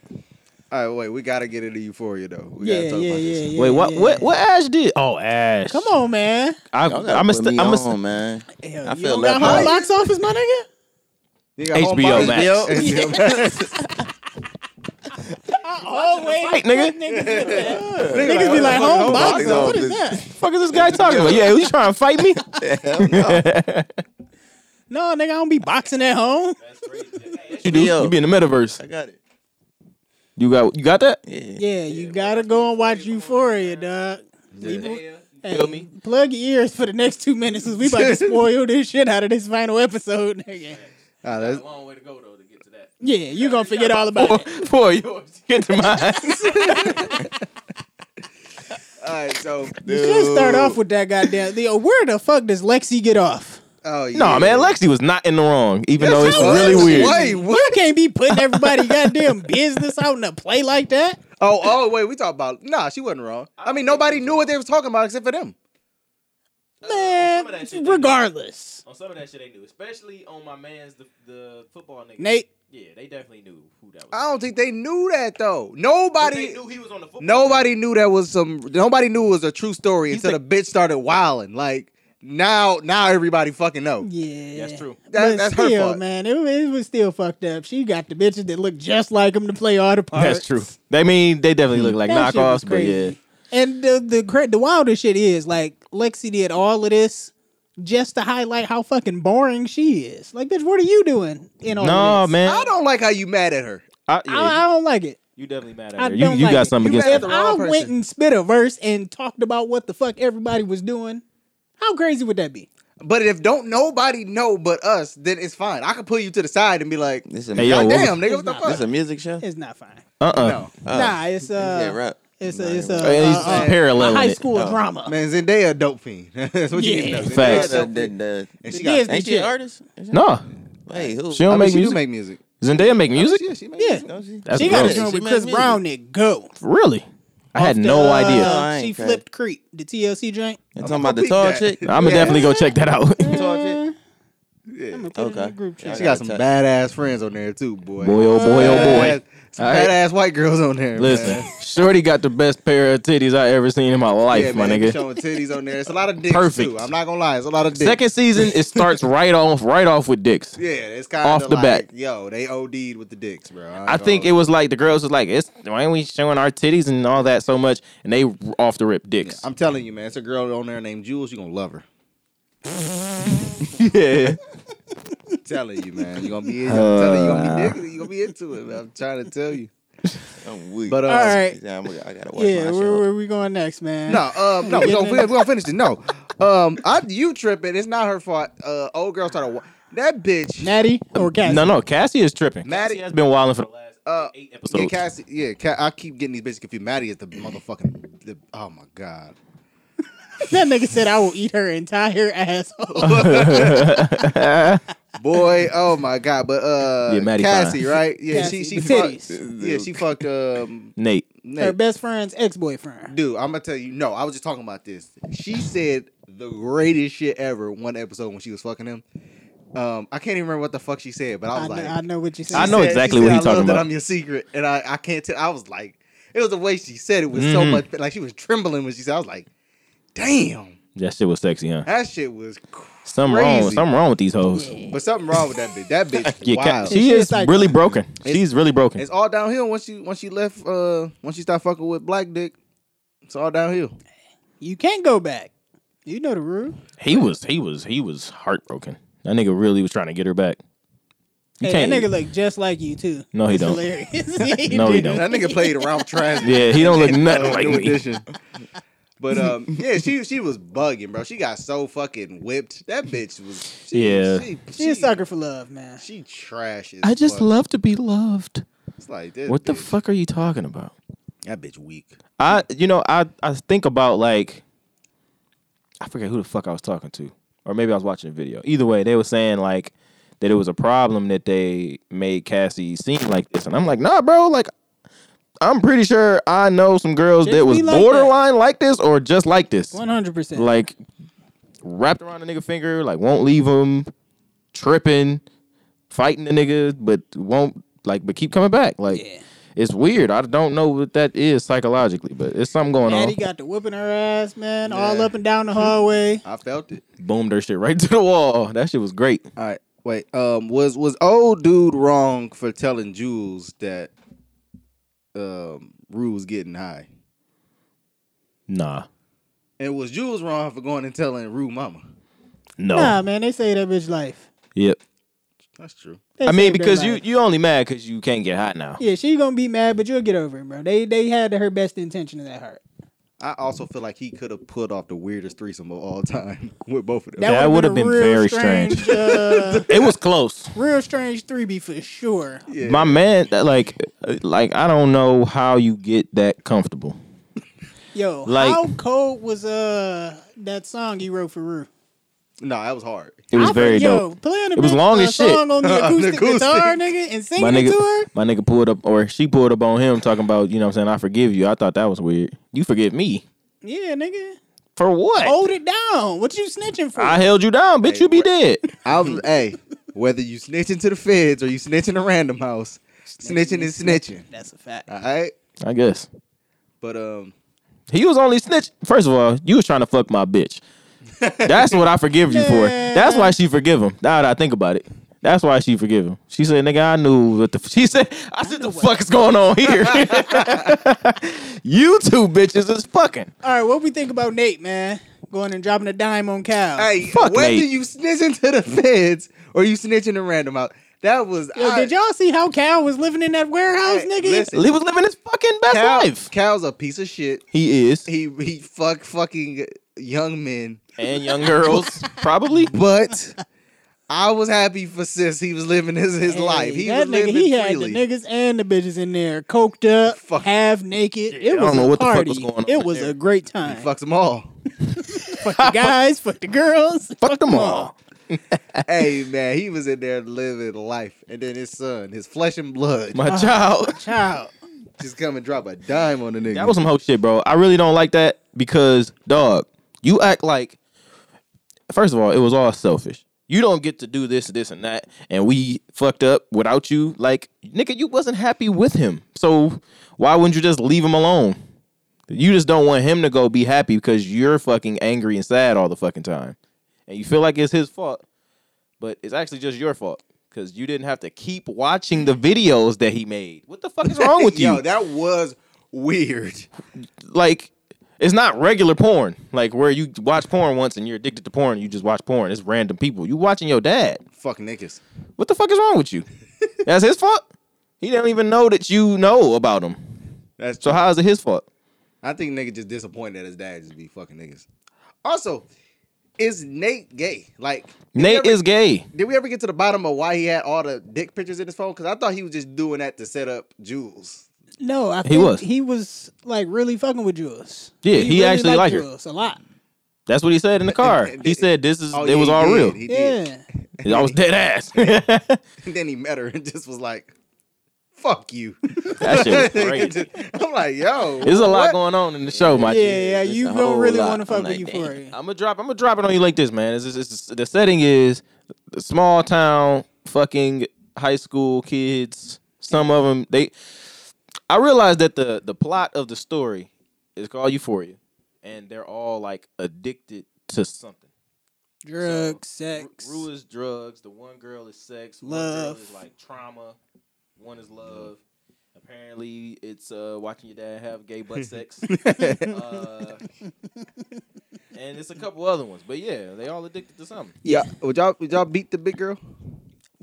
S2: All right, wait, we gotta get into Euphoria though. We
S4: Yeah,
S2: gotta
S4: yeah,
S2: talk
S4: yeah,
S2: about this.
S4: yeah.
S1: Wait, what
S4: yeah.
S1: what what Ash did? Oh Ash.
S4: Come on, man.
S1: I,
S3: Y'all gotta
S1: I'm a
S3: put me
S1: st- I'm a st-
S3: on, man.
S4: Hell,
S3: I
S4: you
S3: feel
S4: don't got
S3: left out.
S4: home box office, my nigga.
S2: You got home
S1: HBO
S2: box?
S1: Max.
S2: HBO <laughs> Max.
S4: <laughs> I always
S1: Fight, nigga.
S4: niggas, with that.
S2: Nigga,
S4: niggas be like
S2: what the fuck
S4: home box.
S2: office?
S4: What is that?
S1: fuck is this guy talking about? Yeah, he's trying to fight me.
S4: No, nigga, I don't be boxing at home.
S1: you do.
S3: Yo.
S1: You be in the metaverse.
S3: I got it.
S1: You got you got that?
S3: Yeah.
S4: Yeah, you gotta go and watch Euphoria, dog. Hey,
S1: Feel me?
S4: Plug your ears for the next two minutes, cause we about to spoil this shit out of this final episode, nigga.
S2: Ah, that's-
S6: a long way to go though to get to that.
S4: Yeah, you gonna forget all about
S1: Boy,
S4: it.
S1: boy, yours. Get to
S3: <laughs>
S1: <laughs> mine.
S2: all right, so
S4: You should start off with that goddamn. The, where the fuck does Lexi get off?
S2: Oh, yeah.
S1: No, man, Lexi was not in the wrong, even though it's
S2: how
S1: really
S2: Lexi
S1: weird.
S2: was. Wait,
S4: You can't be putting <laughs> everybody goddamn business out in a play like that.
S2: Oh, oh, wait, we talk about. Nah, she wasn't wrong. I mean, nobody knew what they was talking about except for them.
S4: Man,
S6: some of that shit-
S4: regardless.
S6: On some of that shit they knew, especially on my man's the, the football nigga.
S4: Nate,
S6: Yeah, they definitely knew who that was.
S2: I don't think they knew that though.
S6: But
S2: Nobody,
S6: they knew he was on the football.
S2: nobody knew that was some. Nobody knew it was a true story
S1: He's
S2: until the bitch started wilding. Like now, now everybody fucking know.
S4: yeah.
S6: That's true.
S2: That,
S4: but
S2: that's
S4: still,
S2: her fault.
S4: man, it, it was still fucked up. She got the bitches that look just like him to play all the parts.
S1: That's true. They mean they definitely look like
S4: That shit was
S1: knockoffs, but yeah.
S4: crazy. And the the cra- the wildest shit is like Lexi did all of this just to highlight how fucking boring she is. Like, bitch, what are you doing in all
S1: No,
S4: of this?
S1: man.
S2: I don't like how you mad at her.
S1: I- yeah,
S4: I, I don't like it.
S6: You definitely mad
S4: I
S6: at her.
S1: you
S4: don't
S1: you
S4: like
S1: got
S4: it.
S1: something
S2: You
S1: against
S2: mad
S1: that.
S2: the
S4: If I
S2: wrong person.
S4: went and spit a verse and talked about what the fuck everybody was doing, how crazy would that be?
S2: But if don't nobody know but us, then it's fine. I can pull you to the side and be like,
S3: This is a,
S1: Hey, yo,
S2: God
S1: what was-
S2: damn, nigga, what the
S4: It's
S2: fuck?
S4: not-
S3: this a music show?
S4: It's not fine.
S1: Uh-uh.
S2: no.
S3: Oh.
S4: nah, it's uh,
S3: yeah, rap.
S4: it's
S3: Nah,
S4: a it's a,
S3: yeah,
S1: Uh, he's
S4: uh, uh,
S1: paralleling
S4: a high
S1: it.
S4: school
S3: Oh.
S4: drama.
S2: Man, Zendaya a dope fiend. <laughs> That's what you need
S4: Yeah.
S2: to know. Zendaya
S1: Facts.
S2: a
S3: The,
S2: dope
S3: the,
S2: fiend.
S3: the,
S2: And she
S4: The
S2: got,
S4: Disney
S3: ain't she an
S4: shit.
S3: artist?
S1: No.
S3: Wait, who?
S1: She don't
S2: I mean,
S1: make
S2: she do
S1: music.
S2: make music.
S1: Zendaya make music?
S2: Yeah, she make
S4: Yeah.
S2: music.
S3: Don't she?
S1: That's
S4: she got a
S1: gross.
S4: joint with
S3: She
S4: Chris
S3: made
S4: Brown that go.
S1: Really? I had no
S4: Uh,
S1: idea.
S3: I
S4: She
S3: ain't crazy.
S4: flipped Creep, the TLC joint.
S3: You talking about the
S2: peep
S3: tall
S2: that.
S3: chick?
S1: I'm gonna definitely go check that
S2: <laughs>
S1: out.
S2: Yeah.
S4: Put it in the
S3: Okay.
S4: group
S3: Yeah,
S4: chat.
S2: She got some
S3: Tell-
S2: badass friends on there too, boy.
S1: Boy, oh, boy, oh, boy.
S2: Badass- Some
S1: All right.
S2: badass white girls on there.
S1: Listen,
S2: man.
S1: Shorty got the best pair of titties I ever seen in my life,
S2: yeah,
S1: my
S2: man,
S1: nigga.
S2: Showing titties on there. It's a lot of dicks
S1: Perfect.
S2: too. I'm not gonna lie, it's a lot of dicks.
S1: Second season, it
S2: <laughs>
S1: starts right off, right off with dicks.
S2: yeah, it's kind
S1: off the
S2: like,
S1: bat.
S2: Yo, they OD'd with the dicks, bro.
S1: I think it was like the girls was like, "It's why ain't we showing our titties and all that so much?" And they off the rip dicks.
S2: I'm telling you, man. It's a girl on there named Jules. You gonna love her.
S1: <laughs> Yeah,
S2: I'm telling you, man. You gonna be. I'm telling you, you
S1: Uh.
S2: gonna be digging. You gonna be into it. Man. I'm trying to
S1: <laughs>
S2: tell you.
S3: I'm weak.
S2: But uh,
S4: All right.
S3: Yeah, I'm, I gotta watch
S4: Yeah,
S3: my
S4: where,
S3: show.
S4: where we going next, man?
S2: No, um, no, we're gonna, we gonna finish it. No, um, I, you tripping. It's not her fault. Uh, old girl started. wa- That bitch.
S4: Natty or Cassie?
S1: no, no. Cassie is tripping.
S2: Maddie-
S1: Cassie has been wilding for the last
S2: uh,
S6: Eight
S2: yeah,
S6: episodes.
S2: Cassie, yeah, Ca- I keep getting these bitches confused. Maddie is the motherfucking. The, oh my god.
S4: <laughs> that nigga said I will eat her entire <laughs> asshole.
S2: <laughs> Boy, oh my god, but uh,
S1: Yeah, Maddie
S2: Cassie,
S1: fine.
S2: right? Yeah,
S4: Cassie,
S2: she she
S4: the
S2: fucked.
S4: titties.
S2: Yeah, she fucked. Um,
S1: <laughs> Nate.
S4: <laughs> her
S2: Nate.
S4: best friend's ex boyfriend.
S2: dude, I'm gonna tell you. No, I was just talking about this. She said the greatest shit ever. One episode when she was fucking him. Um, I can't even remember what the fuck she said, but I
S4: I,
S2: was
S4: know,
S2: like,
S4: I know what you said.
S1: I know
S2: said-
S1: exactly
S2: she
S1: what
S2: said,
S1: he's
S2: I love
S1: talking
S2: that
S1: about.
S2: I'm your secret, and I, I can't tell. I was like, it was the way she said it was so
S1: Mhm.
S2: much. Like she was trembling when she said. I was like, damn,
S1: That shit was sexy, huh?
S2: that shit was. Cr-
S1: Something wrong.
S2: Crazy.
S1: Something wrong with these hoes.
S2: but something wrong with that
S1: <laughs>
S2: bitch. That bitch.
S1: Yeah, Ca-
S2: wild.
S1: she
S4: She
S1: is
S4: is like-
S1: really broken.
S2: It's-
S1: She's really broken.
S2: It's all downhill once she once she left. Uh, once she stopped fucking with Black Dick, it's
S1: <laughs>
S2: all downhill.
S4: You can't go back. You know the rule.
S1: He was, he was, he was heartbroken. That nigga really was trying to get her back. You
S4: Hey, that
S1: can't.
S4: nigga look just like you too.
S1: No, he
S4: It's
S1: don't. <laughs>
S4: Hilarious. <laughs>
S1: No, he don't.
S2: That nigga played around
S1: <laughs>
S2: trash.
S1: yeah, he don't look nothing like me. <laughs>
S2: New edition. But um, yeah, she she was bugging, bro. She got so fucking whipped. That bitch was. She,
S1: Yeah.
S2: she,
S4: She a sucker for love, man.
S2: She trash. As
S1: I just
S2: fuck.
S1: love to be loved.
S2: It's like this.
S1: What the
S2: bitch-
S1: fuck are you talking about?
S2: That bitch weak.
S1: I, you know, I, I think about like, I forget who the fuck I was talking to, or maybe I was watching a video. Either way, they were saying like that it was a problem that they made Cassie seem like this, and I'm like, nah, bro, like. I'm pretty sure I know some girls
S4: Just
S1: that was
S4: be like that.
S1: borderline like this or just like this.
S4: One hundred percent.
S1: like wrapped around the nigga finger, like won't leave him, tripping, fighting the nigga, but won't like, but keep coming back. Like
S4: Yeah.
S1: it's weird. I don't know what that is psychologically, but it's something going
S4: Maddie
S1: on.
S4: got the whipping her ass, man, all
S2: Yeah.
S4: up and down the hallway.
S2: I felt it.
S1: Boomed her shit right <laughs> to the wall. That shit was great.
S2: All right, wait. Um, was was old dude wrong for telling Jules that um Rue was getting high,
S1: Nah,
S2: and was Jules wrong for going and telling Rue mama?
S1: no.
S4: Nah, man, they say that bitch life.
S1: Yep.
S2: That's true.
S4: They
S1: I mean,
S4: saved her
S1: because you
S4: life.
S1: you only mad because you can't get hot now.
S4: yeah, she gonna be mad, but you'll get over it, bro. They they had her best intention in that heart.
S2: I also feel like he could have put off the weirdest threesome of all time <laughs> with both of them.
S1: That
S4: would've
S1: would've been
S4: a
S1: very
S4: real
S1: strange.
S4: uh, <laughs>
S1: It was close.
S4: real strange three B for sure.
S2: Yeah.
S1: My man, that, like, uh, like I don't know how you get that comfortable.
S4: Yo,
S1: Like-
S4: how cold was uh that song you wrote for Rue?
S2: no, that was hard.
S1: It was
S4: I
S1: very
S4: yo,
S1: dope.
S4: Playing the
S1: It was
S4: bitch-
S1: long
S4: uh,
S1: as shit.
S4: Song <laughs> on the
S2: On the
S4: acoustic, guitar,
S2: acoustic.
S4: nigga, and
S1: my
S4: singing it to her.
S1: nigga, my nigga pulled up, or she pulled up on him talking about, you know what I'm saying, I forgive you. I thought that was weird. You forgive me.
S4: Yeah, nigga,
S1: For what?
S4: hold it down. What you snitching for?
S1: I held you down, bitch.
S2: Hey,
S1: you be
S2: what-
S1: dead.
S2: I'm <laughs> hey, whether you snitching to the feds or you snitching to Random House, snitching is snitching.
S4: That's a fact.
S2: All right,
S1: I guess.
S2: but um,
S1: He was only snitch. First of all, you was trying to fuck my bitch. That's what I forgive you for. That's why she forgive him. Now that I think about it. That's why she forgive him. She said, "Nigga, I knew what the." F-. She said, "I said the fuck is going on here." <laughs> you two bitches is fucking.
S4: All right, what we think about Nate, man? Going and dropping a dime on Cal.
S2: hey,
S1: Fuck
S2: whether
S1: Nate.
S2: you snitching to the <laughs> feds or you snitching to Random House, that was.
S4: Yo,
S2: I-
S4: did y'all see how Cal was living in that warehouse,
S2: Hey,
S4: nigga?
S2: listen,
S1: He was living his fucking best
S2: Cal,
S1: life.
S2: Cal's a piece of shit.
S1: He is,
S2: He he fuck fucking young men,
S1: and young girls probably.
S2: but. I was happy for sis. He was living his, his
S4: Hey,
S2: life. He
S4: that
S2: was
S4: nigga,
S2: living
S4: he had
S2: freely.
S4: the niggas and the bitches in there, coked up,
S2: Fuck.
S4: half naked.
S1: I
S4: it was
S1: don't know
S4: a
S1: what the fuck
S4: party.
S1: was going on
S4: it
S1: in
S4: was
S1: there.
S4: a great
S2: He
S4: time.
S2: fucks them
S4: <laughs>
S2: all.
S1: <laughs>
S4: Fuck the guys, fuck the girls,
S1: Fuck them all.
S2: hey man, he was in there living life, and then his son, his flesh and blood,
S1: My child.
S4: child.
S2: just come and drop a dime on the nigga.
S1: That was some hoe shit, bro. I really don't like that because, dog, you act like, first of all, it was all selfish. You don't get to do this, this, and that, and we fucked up without you. Like, nigga, you wasn't happy with him. So why wouldn't you just leave him alone? You just don't want him to go be happy because you're fucking angry and sad all the fucking time. And you feel like it's his fault, but it's actually just your fault because you didn't have to keep watching the videos that he made. What the fuck is wrong with you?
S2: <laughs> Yo, that was weird.
S1: like it's not regular porn like where you watch porn once and you're addicted to porn you just watch porn it's random people you watching your dad
S2: Fuck niggas.
S1: what the fuck is wrong
S2: <laughs>
S1: with you that's his fault he don't even know that you know about him
S2: That's
S1: so how is it his fault
S2: I think nigga just disappointed that his dad just be fucking niggas. Also, is Nate gay? Like did we
S1: Nate
S2: ever-
S1: is gay.
S2: Did we ever get to the bottom of why he had all the dick pictures in his phone? Because I thought he was just doing that to set up Jules.
S4: No, I think he was.
S1: was.
S4: He was like really fucking with Jules.
S1: Yeah, he actually liked her.
S4: Jules a lot.
S1: That's what he said in
S2: <laughs>
S1: the car. He said this is
S2: Oh,
S1: it
S2: yeah,
S1: was
S2: he
S1: all
S2: did.
S1: real.
S2: He did.
S4: Yeah,
S1: I was dead ass. <laughs> that
S2: And <laughs> then he met her and just was like,
S1: <laughs>
S2: "Fuck you." <laughs>
S1: shit was crazy.
S2: I'm like, yo,
S1: There's a lot
S2: what?
S1: going on in the show, my
S4: yeah,
S1: G.
S4: yeah.
S3: It's
S4: You
S3: a
S4: don't
S3: whole
S4: really
S3: lot.
S4: want to fuck
S3: I'm
S4: with
S3: like,
S4: euphoria.
S1: I'm gonna drop. I'm gonna drop it on you like this, man. It's, it's, it's- the setting is small town, fucking high school kids. Some of them, they. I realized that the the plot of the story is called Euphoria, and they're all like addicted to something.
S4: Drugs,
S1: Ru-
S4: sex.
S1: Rue is drugs. The one girl is sex. One
S4: Love.
S1: girl is like trauma. One is love. Apparently, it's uh, watching your dad have gay
S4: <laughs>
S1: butt sex.
S2: <laughs>
S1: uh, and it's a couple other ones, but yeah, they all addicted to something.
S2: Yeah, would y'all would y'all beat the big girl?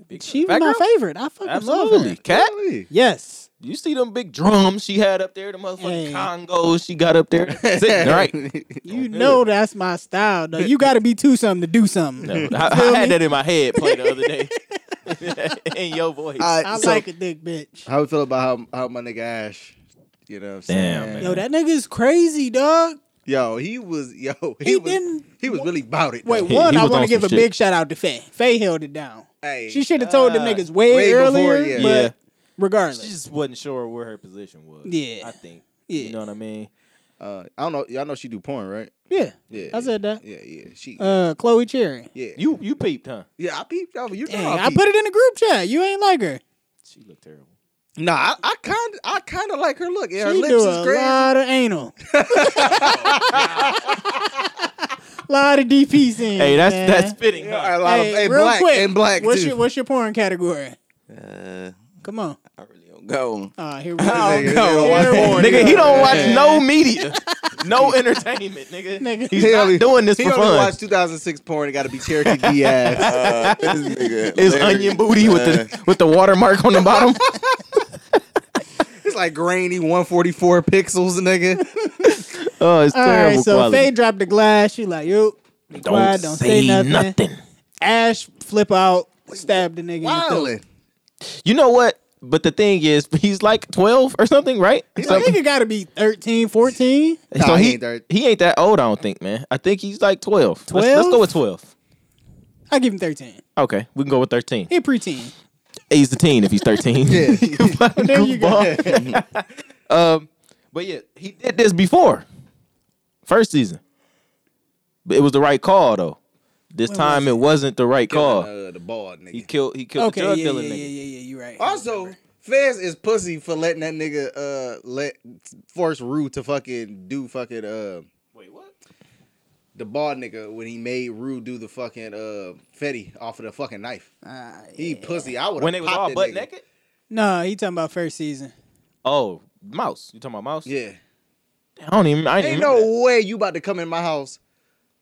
S1: Big
S4: She was
S1: fat
S4: my
S1: girl?
S4: favorite. I fucking love her.
S1: Absolutely, cat.
S2: Really?
S4: Yes.
S1: You see them big drums she had up there, the motherfucking
S4: Hey.
S1: congos she got up
S4: <laughs>
S1: there. Sitting
S2: <laughs>
S1: right.
S4: You know that's my style, though. You got to be two something to do something. <laughs>
S1: No, <laughs> I, I
S4: Feel
S1: had
S4: me?
S1: that in my head play the other
S4: <laughs>
S1: day. <laughs> in your voice.
S2: All right,
S4: I
S2: so
S4: like a dick, bitch.
S2: How we feel about how, how my nigga Ash? You know what I'm saying?
S1: Damn, man.
S4: Yo, that nigga is crazy, dog.
S2: Yo, he was yo, <laughs> he,
S4: He
S2: was
S4: didn't-
S2: he was really about it.
S4: Wait,
S2: though.
S1: He-
S4: one,
S1: he
S4: I
S1: was
S4: want
S1: on
S4: to give
S1: some
S4: a
S1: shit.
S4: big shout out to Faye. Faye held it down.
S2: Hey,
S4: She should have told the
S1: Ah,
S4: niggas way,
S2: way before,
S4: earlier,
S2: yeah.
S4: but
S1: Yeah.
S4: regardless.
S1: She just wasn't sure where her position was.
S4: Yeah.
S1: I think.
S4: Yeah.
S1: You know what I mean?
S2: uh, I don't know. Y'all know she do porn, right?
S4: yeah.
S2: Yeah,
S4: I said that.
S2: Yeah, yeah. She,
S4: Uh, Chloe Cherry.
S2: yeah,
S1: You you peeped, huh?
S2: yeah. I peeped over. You know,
S4: Dang,
S2: I,
S4: I put it in the group chat. You ain't like her.
S1: She looked terrible.
S2: Nah, I, I kind of, I kind of like her look. Yeah, her
S4: she
S2: lips
S4: do
S2: is
S4: a
S2: crazy.
S4: lot of
S1: <laughs>
S4: anal.
S1: Oh,
S4: <laughs> lot of DPs in.
S1: Hey, that's
S4: man.
S1: that's fitting. huh?
S2: Yeah, a lot
S4: Hey,
S2: of and
S4: real
S2: black
S4: quick,
S2: and black
S4: What's
S2: too.
S4: your what's your porn category?
S3: Uh,
S4: Come on.
S3: I really don't go.
S4: Ah, here we
S2: Nigga, they
S4: go.
S2: don't watch
S4: Here we
S2: porn.
S4: go.
S1: Nigga, he don't watch no media, no entertainment, nigga.
S4: Nigga.
S1: He's
S2: He
S1: not
S2: only-
S1: doing this
S2: He
S1: for
S2: only
S1: fun.
S2: watched 2006 porn. It got to be
S4: <laughs>
S2: Cherokee Diaz.
S3: Uh, this nigga
S1: His
S3: Larry,
S1: onion booty with
S3: uh,
S1: the with the watermark on the
S2: <laughs>
S1: bottom.
S2: It's like grainy 144 pixels,
S4: <laughs>
S2: nigga.
S1: oh, it's
S4: All
S1: terrible
S4: right, so
S1: quality.
S4: Faye dropped the glass. She like, yo, don't, quiet, don't say, nothing. Ash flip out, stab the nigga. In the
S2: Wildin'.
S1: You know what? But the thing is, he's like twelve or something, right?
S4: throat. The nigga gotta be 13, 14.
S2: Nah,
S1: so
S2: he
S1: he
S2: ain't thir-
S1: he ain't that old, I don't think, man. I think he's like twelve. Let's- Let's, go with twelve.
S4: I give him thirteen.
S1: Okay, we can go with thirteen.
S4: He a preteen.
S1: He's the teen if he's thirteen. <laughs>
S2: Yeah. <laughs>
S4: There you go.
S1: go. um, but yeah, he did this before, first season. But it was the right call though. This time it wasn't the right
S2: <laughs>
S1: call.
S2: Uh, the bald nigga.
S1: He killed. He killed
S4: Okay,
S1: the
S4: yeah,
S1: drug
S4: yeah,
S1: dealer
S4: yeah, yeah,
S1: nigga.
S4: yeah. You right.
S2: Also, Fez is pussy for letting that nigga uh let force Rue to fucking do fucking uh
S1: Wait, what?
S2: the bald nigga when he made Rue do the fucking uh Fetty off of the fucking knife.
S4: Ah, yeah.
S2: He pussy. I would
S1: When they was all butt naked?
S4: no, he talking about first season.
S1: Oh, mouse. You talking about mouse?
S2: Yeah.
S1: I don't even. I didn't
S2: Ain't
S1: even know.
S2: no way you about to come in my house.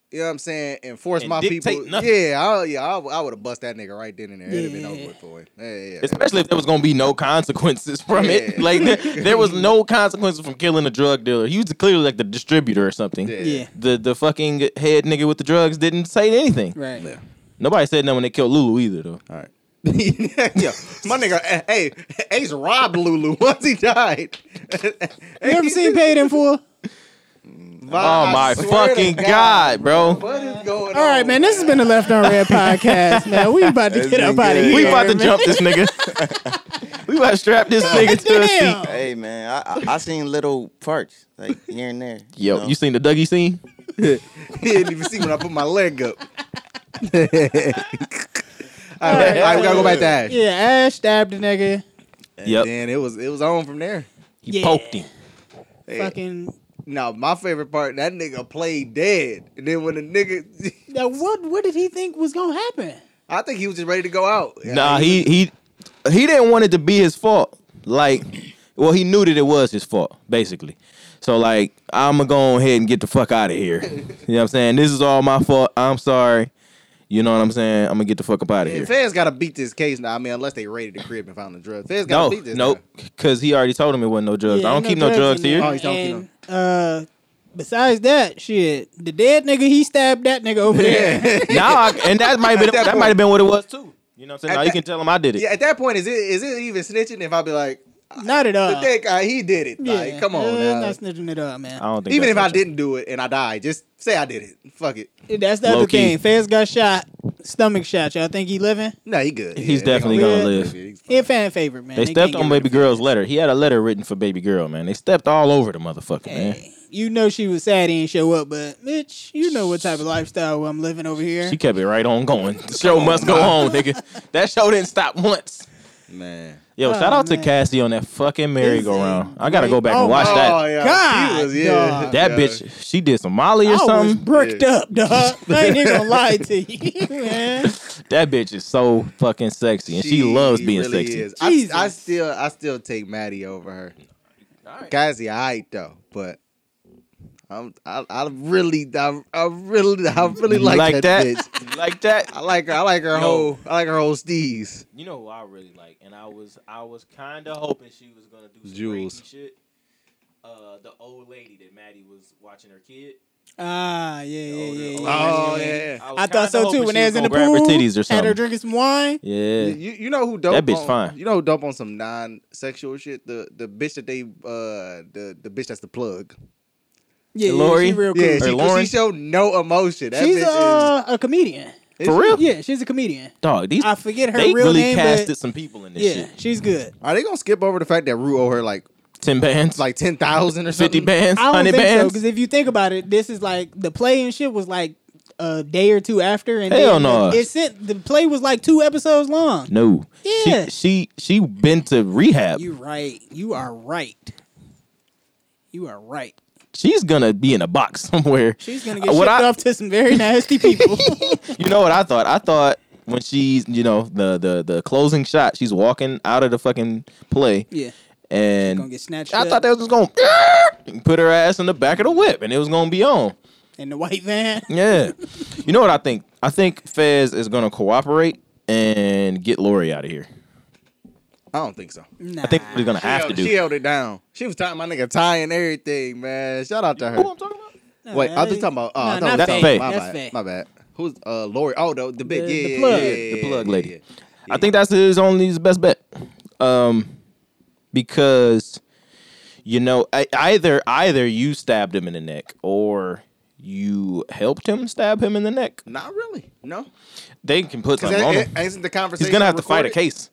S2: You know what I'm saying? And force
S1: And
S2: my people.
S1: dictate nothing.
S2: Yeah, I, yeah, I, I would have bust that nigga right then and there. It'd have been
S4: Yeah.
S2: over with for him. Yeah, yeah.
S1: Especially if there was gonna be no consequences <laughs> from it.
S2: Yeah.
S1: Like there, there was no consequences from killing a drug dealer. He was clearly like the distributor or something.
S2: Yeah.
S4: Yeah,
S1: The the fucking head nigga with the drugs didn't say anything.
S4: right.
S2: Yeah.
S1: Nobody said nothing when they killed Lulu either though.
S2: All right. <laughs> yeah, my nigga, eh, hey, Ace robbed Lulu once he died.
S4: You
S2: <laughs>
S4: ever seen Paid in Full?
S1: oh my fucking god, bro.
S2: What is going on?
S4: All right, man.
S2: <laughs>
S4: This has been the Left on Red podcast, man. We about to
S3: That's
S4: get up
S3: been
S4: out of
S3: good.
S4: here.
S1: We about to
S4: man. <laughs>
S1: jump this nigga. we about to strap this nigga to a
S4: Damn.
S1: seat.
S3: Hey man, I, I I seen little parts like here and there.
S1: Yo,
S3: know?
S1: you seen the Dougie scene?
S2: He didn't even see when I put my leg up. All right, all right, we gotta go back to Ash.
S4: Yeah, Ash stabbed the nigga.
S2: And
S1: Yep.
S2: then it was it was on from there.
S1: He
S4: Yeah.
S1: poked him.
S2: Yeah.
S4: Fucking.
S2: Now my favorite part, that nigga played dead, and then when the nigga, <laughs>
S4: Now, what? What did he think was gonna happen?
S2: I think he was just ready to go out.
S1: Nah, he he he didn't want it to be his fault. Like, well, he knew that it was his fault, basically. So like, I'ma go on ahead and get the fuck out of here. <laughs> You know what I'm saying? This is all my fault. I'm sorry. You know what I'm saying? I'm gonna get the fuck up out of
S2: And
S1: here.
S2: Feds gotta beat this case now. I mean, unless they raided the crib and found the drugs. Feds gotta
S1: No,
S2: beat this.
S1: nope. Cause he already told him it wasn't no drugs.
S4: Yeah,
S1: I don't <laughs>
S4: ain't
S1: keep no drugs
S4: in
S1: here.
S4: there.
S2: Oh, you don't keep
S4: And, uh, besides that, shit, the dead nigga he stabbed that nigga over
S2: <laughs>
S4: there.
S1: now, I, and that might have been
S2: At that
S1: that might have been what it was too. You know what I'm saying?
S2: At
S1: Now you
S2: that-
S1: can tell him I did it.
S2: Yeah, at that point, is it is it even snitching if I be like,
S4: <laughs> Not at all.
S2: the that guy, he did it.
S4: Yeah,
S2: Like, come on
S4: uh,
S2: now.
S4: not snitching it up,
S1: I
S4: man.
S1: don't think
S2: Even if
S1: that's
S2: I
S1: what you-
S2: didn't do it and I died, just say I did it. Fuck it.
S4: That's the other
S1: Low-key.
S4: thing. Fez got shot, stomach shot. Y'all think he living?
S2: No, he good.
S1: He's
S2: Yeah,
S1: definitely
S2: they
S1: gonna
S4: Yeah.
S1: live.
S2: He's
S4: He a fan favorite, man.
S1: They
S4: can't
S1: stepped
S4: get
S1: on
S4: rid
S1: baby
S4: of him.
S1: girl's letter. He had a letter written for baby girl, man. They stepped all over the motherfucker, man.
S4: Hey, you know she was sad he didn't show up, but bitch, you know what type of lifestyle I'm living over here.
S1: She kept it right on going. The
S4: Oh,
S1: show must go on, nigga. <laughs> That show didn't stop once.
S2: Man.
S1: Yo,
S4: Oh,
S1: shout out to
S4: man.
S1: Cassie on that fucking merry-go-round. I gotta go back
S4: Oh,
S1: and watch
S2: Oh,
S1: that.
S2: yeah.
S4: God,
S2: She was, yeah. <laughs>
S4: dog.
S1: That
S2: Yeah.
S1: bitch, she did some Molly
S4: I
S1: or
S4: was
S1: something.
S4: bricked up, dog. I ain't even gonna lie to
S2: <laughs>
S4: you, man.
S1: That bitch is so fucking sexy, and she, loves being
S2: really
S1: sexy.
S2: is. I, I
S4: Jesus.
S2: still, I still take Maddie over her. Cassie, I ain't though, but I'm, I, I really, I, I really, I really
S1: You
S2: like,
S1: like
S2: that,
S1: that?
S2: bitch.
S1: You like that?
S2: I like her. I like her
S1: Yo.
S2: whole. I like her whole steez.
S6: You know who I really like, and I was I was kind of hoping she was gonna do some
S2: Jules.
S6: Jules. shit. Uh, the old lady that Maddie was watching her kid.
S4: Ah, yeah,
S6: The
S4: yeah,
S6: older- older
S4: yeah. yeah,
S2: Oh,
S6: lady.
S2: yeah, yeah.
S6: was
S4: I thought
S6: kinda
S4: so
S6: hoping
S4: too.
S6: she
S4: When they was in the
S1: gonna
S4: pool,
S1: grab her titties or
S4: had her
S1: something.
S4: drinking some wine.
S1: Yeah.
S2: You, you know who dope?
S1: That bitch
S2: on-
S1: fine.
S2: You know who dope on some non-sexual shit? The the bitch that they uh the the bitch that's the plug.
S4: Yeah,
S1: Lori?
S4: yeah, she real cool.
S2: Yeah, she,
S1: Or
S2: 'cause
S1: Lauren?
S2: she showed no emotion. That
S4: she's
S2: bitch
S4: uh, a comedian.
S1: For
S2: is, is she-
S1: real?
S4: Yeah, she's a comedian.
S1: Dog, these
S4: I forget her
S1: they
S4: real
S1: really
S4: name,
S1: casted
S4: but
S1: some people in this
S4: yeah,
S1: shit.
S4: she's good.
S2: Are they gonna skip over the fact that Rue owe her like
S1: Ten bands, like
S2: like ten thousand
S1: <laughs>
S2: or
S1: fifty
S2: something?
S1: bands,
S4: I don't
S1: hundred
S4: think so
S1: bands.
S4: because if you think about it, this is like the play and shit was like a day or two after, and
S1: Hell
S4: then
S1: no.
S4: it sent the play was like two episodes long.
S1: no,
S4: Yeah.
S1: she she she been to rehab.
S4: You right. You are right. You are right.
S1: She's gonna be in a box <laughs> somewhere.
S4: She's gonna get
S1: Uh, what
S4: shipped
S1: I-
S4: off to some very
S1: <laughs>
S4: nasty people.
S1: You know what I thought? I thought when she's you know the the the closing shot, she's walking out of the fucking play,
S4: yeah, gonna
S1: and
S4: get snatched.
S1: I
S4: up
S1: thought they was just gonna <laughs> put her ass in the back of the whip, and it was gonna be on.
S4: in the white van.
S1: Yeah. you know what I think? I think Fez is gonna cooperate and get Lori out of here.
S2: I don't think so.
S1: <laughs>
S4: Nah.
S1: I think we're gonna have to
S2: she, held,
S1: do.
S2: she held it down. She was tying my nigga tie and everything, man. Shout out to her.
S1: Who I'm talking about?
S4: Nah,
S2: Wait, I was
S4: that-
S2: just talking about.
S4: nah,
S2: Uh,
S4: not
S2: I thought we was
S1: Faye.
S2: talking about- My
S4: That's
S2: bad.
S4: Faye.
S2: My bad. Who's uh Lori? Oh, the the big
S4: The-
S2: yeah,
S4: the
S2: yeah,
S4: plug.
S2: yeah,
S4: The
S2: yeah,
S1: the plug
S2: yeah,
S1: lady.
S2: yeah.
S1: I think that's his only his best bet. Um, because you know, I, either either you stabbed him in the neck or you helped him stab him in the neck.
S2: Not really. No.
S1: They can put
S2: Because
S1: something on him.
S2: isn't the conversation?
S1: He's gonna have to fight a
S2: recorded?
S1: case.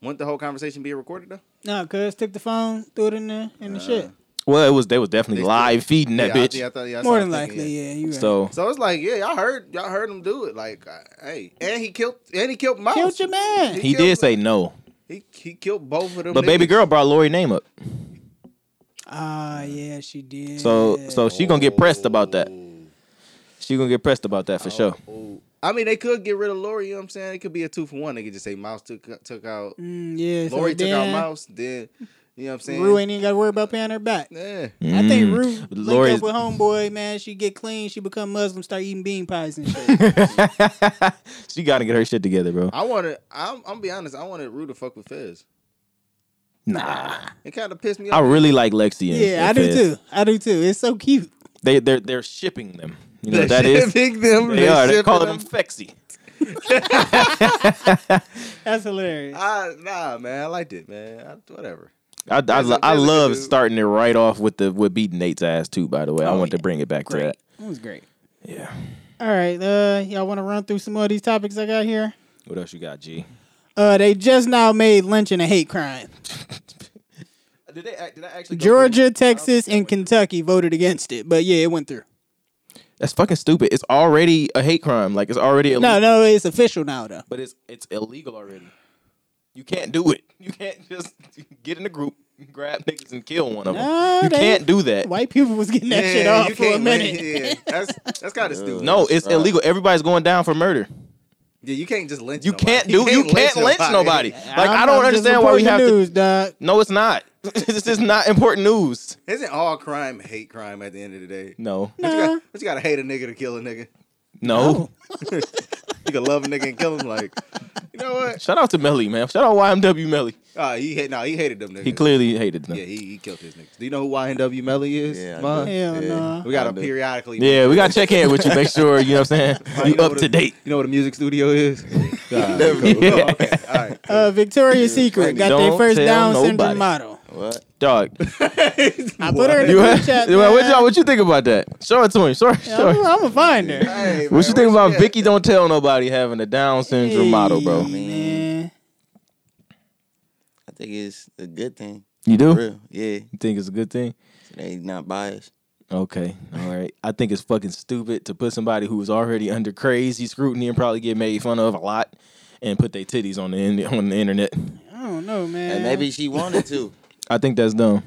S2: Wouldn't the whole conversation be recorded though?
S4: No, cuz took the phone, threw it in the in
S1: Uh,
S4: the shit.
S1: Well, it was they was definitely
S2: They
S1: live feeding that
S2: Yeah, I
S1: bitch.
S2: think- I thought- yeah, that's
S4: More
S2: what I
S4: than
S2: was thinking,
S4: likely,
S2: yeah.
S4: yeah. you right.
S1: so
S2: So it's like, yeah, y'all heard, y'all heard him do it. Like, uh, hey, and he killed, and he killed Mouse.
S4: killed your man.
S1: he
S2: killed
S1: did say no,
S2: he, he killed both of them.
S1: but baby
S2: niggas.
S1: girl brought Lori name up.
S4: Ah, yeah, she did.
S1: So so she gonna get pressed about that. She gonna get pressed about that for sure. <laughs>
S2: Oh. I mean, they could get rid of Lori. You know what I'm saying? It could be a two for one. They could just say Mouse took took out
S4: Mm, yeah, so
S2: Lori took out
S4: then
S2: Mouse. Then you know what I'm saying?
S4: Rue ain't even got to worry about paying her back.
S2: Yeah.
S4: I think
S1: Mm.
S4: Rue linked
S1: Lori's-
S4: up with homeboy man. She get clean. She become Muslim. Start eating bean pies and
S1: <laughs>
S4: shit.
S1: she gotta get her shit together, bro.
S2: I wanted. I'm. I'm gonna be honest. I wanted Rue to fuck with Fez.
S1: Nah,
S2: It kind of pissed me
S1: I
S2: off.
S1: really like Lexi. And,
S4: yeah, I
S1: and
S4: do
S1: Fez.
S4: too. I do too. It's so cute.
S1: They they're they're shipping them. You know what
S2: <laughs>
S1: that
S2: They're
S1: is.
S2: shipping them.
S1: They are. They're
S2: shipping
S1: calling them Fexy.
S4: That's hilarious.
S2: I, nah, man. I liked it, man. I, whatever.
S1: I I,
S2: There's a-
S1: I
S2: there's a
S1: love
S2: dude.
S1: starting it right off with the with beating Nate's ass too. By the way, I
S4: Oh,
S1: want to
S4: yeah.
S1: bring it back to
S4: Great.
S1: that.
S4: It was great.
S1: Yeah.
S4: All right, uh, y'all want to run through some more of these topics I got here?
S1: What else you got, G?
S4: Uh, they just now made lynching a hate crime.
S6: Did they? act- Did I actually? go
S4: Georgia, Texas, and Kentucky voted against it, but yeah, it went through.
S1: That's fucking stupid. It's already a hate crime. Like it's already
S4: No,
S1: illegal,
S4: no, it's official now though.
S1: but it's it's illegal already. You can't do it. You can't just <laughs> get in a group, grab niggas, and kill one of them.
S4: No,
S1: you
S4: they-
S1: can't do that.
S4: White people was getting that
S2: Yeah,
S4: shit off
S2: you
S4: for a
S2: can't win.
S4: minute.
S2: Yeah, that's that's
S4: <laughs>
S2: kind of stupid.
S1: No, it's
S3: Right.
S1: illegal. Everybody's going down for murder.
S2: yeah, you can't just lynch.
S1: You
S2: nobody. <laughs>
S1: can't do. You can't lynch nobody.
S4: <laughs>
S1: Like I
S4: I'm-
S1: don't
S4: I'm just
S1: understand why we
S4: reporting the
S1: have to. <laughs>
S4: news, dog.
S1: No, it's not. this is not important news.
S2: Isn't all crime hate crime at the end of the day?
S1: No,
S2: But you,
S4: Nah.
S2: got, but you gotta hate a nigga to kill a nigga.
S1: no.
S2: You can love a nigga and kill him. Like, <laughs> you know what?
S1: Shout out to Melly, man. Shout out YMW Melly.
S2: Uh, he hate. No, he hated them niggas.
S1: He clearly hated them.
S2: Yeah, he, he killed his niggas. Do you know who YNW Melly is?
S3: Yeah, I
S2: Mon?
S4: Hell
S3: Yeah.
S4: no.
S2: We got to
S3: I do.
S2: periodically.
S1: Yeah, we gotta check in with you, make sure you know what
S2: <laughs>
S1: I'm
S2: Oh,
S1: saying. You
S2: know
S1: up
S2: what
S1: to
S2: a-
S1: date.
S2: You know what a music
S1: <laughs>
S2: studio is? Nah,
S3: Never.
S2: cool. Oh, okay. All right.
S4: Uh, Victoria's Secret got their
S1: Don't
S4: first
S1: tell
S4: Down syndrome
S1: nobody.
S4: model.
S3: What?
S2: <laughs>
S1: Dog.
S4: <laughs> I put her in the
S1: You <laughs>
S4: group chat.
S1: well, what
S4: man.
S1: y'all what you think about that? Show it to me. Sorry,
S4: Yeah,
S1: show
S4: I'm,
S1: it.
S4: I'm gonna find her.
S2: Hey,
S1: What you
S2: man,
S1: think about
S2: she at?
S1: Vicky don't tell nobody having a Down syndrome model, bro?
S4: Man.
S3: I think it's a good thing.
S1: You
S3: For
S1: do?
S3: real. Yeah.
S1: You think it's a good thing?
S3: So they not biased.
S1: Okay. All right. I think it's fucking stupid to put somebody who was already under crazy scrutiny and probably get made fun of a lot and put their titties on the in- on the internet.
S4: I don't know, man.
S3: And maybe she wanted to.
S1: I think that's dumb.